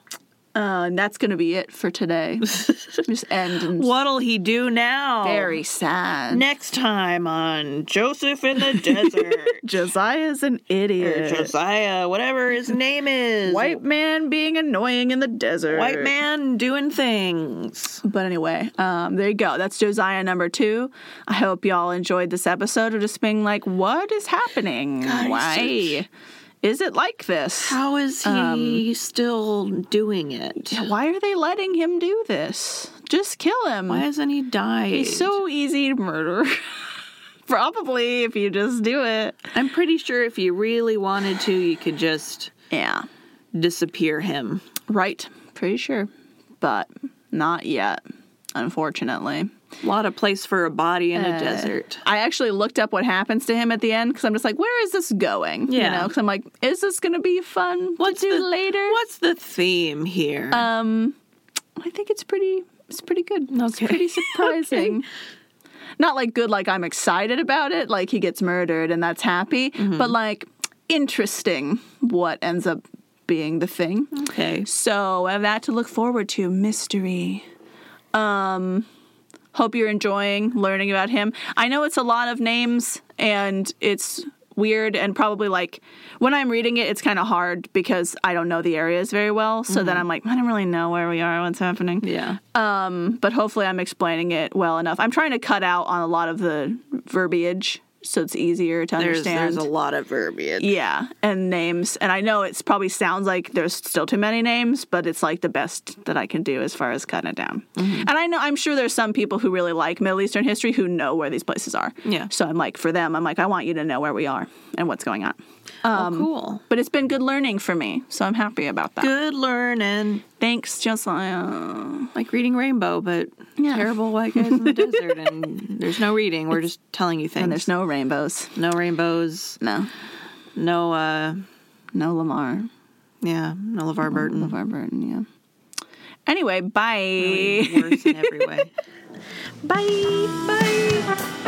Speaker 2: Uh, and that's gonna be it
Speaker 1: [LAUGHS]
Speaker 2: for today. just end and
Speaker 1: What'll he do now?
Speaker 2: very sad.
Speaker 1: Next time on Joseph in the [LAUGHS] Desert.
Speaker 2: Josiah's an
Speaker 1: or
Speaker 2: idiot.
Speaker 1: Josiah, whatever [LAUGHS] his name is.
Speaker 2: White man being annoying in the desert.
Speaker 1: white man doing things.
Speaker 2: But anyway, um, there you go. That's Josiah number two. I hope y'all enjoyed this episode of just being like, what is happening?
Speaker 1: he's
Speaker 2: Why is it like this?
Speaker 1: How is he still doing it?
Speaker 2: Why are they letting him do this? Just kill him.
Speaker 1: Why hasn't he died?
Speaker 2: He's so easy to murder. [LAUGHS] Probably if you just do it.
Speaker 1: I'm pretty sure if you really wanted to, you could just
Speaker 2: Yeah.
Speaker 1: disappear him.
Speaker 2: Right. Pretty sure. But not yet, unfortunately.
Speaker 1: A lot of place for a body in a
Speaker 2: Uh,
Speaker 1: desert.
Speaker 2: I actually looked up what happens to him at the end because I'm just like, where is this going? You
Speaker 1: Yeah.
Speaker 2: know, because I'm like, is this going to be fun
Speaker 1: What's
Speaker 2: to do
Speaker 1: the-
Speaker 2: later?
Speaker 1: What's the theme here?
Speaker 2: Um, I think it's pretty. It's pretty good. It's
Speaker 1: Okay. [LAUGHS]
Speaker 2: pretty surprising. Not like good, like I'm excited about it, like he gets murdered and that's happy,
Speaker 1: Mm-hmm.
Speaker 2: but like interesting what ends up being the thing.
Speaker 1: okay.
Speaker 2: So I have that to look forward to. Mystery. Um hope you're enjoying learning about him. I know it's a lot of names and it's weird and probably like when I'm reading it it's kind of hard because I don't know the areas very well. So then I'm like, I don't really know where we are, what's happening.
Speaker 1: Mm-hmm. Yeah.
Speaker 2: But hopefully I'm explaining it well enough. I'm trying to cut out on a lot of the verbiage so it's easier to
Speaker 1: There's
Speaker 2: understand.
Speaker 1: there's a lot of verbiage.
Speaker 2: Yeah, and names. And I know it's probably sounds like there's still too many names, but it's like the best that I can do as far as cutting it down.
Speaker 1: Mm-hmm.
Speaker 2: And I know I'm sure there's some people who really like Middle Eastern history who know where these places are.
Speaker 1: Yeah.
Speaker 2: So I'm like for them, I'm like I want you to know where we are and what's going on.
Speaker 1: oh, cool.
Speaker 2: But it's been good learning for me, so I'm happy about that.
Speaker 1: Good learning.
Speaker 2: Thanks, Josiah.
Speaker 1: Like reading Rainbow, but
Speaker 2: Yeah.
Speaker 1: terrible white guys
Speaker 2: [LAUGHS]
Speaker 1: in the desert, and there's no reading. We're just telling you things.
Speaker 2: And there's no rainbows.
Speaker 1: no rainbows.
Speaker 2: No,
Speaker 1: No. uh
Speaker 2: no Lamar,
Speaker 1: Yeah. No LeVar Burton.
Speaker 2: Lamar Burton. Yeah. Anyway, bye.
Speaker 1: Worse in every way.
Speaker 2: Bye. Bye.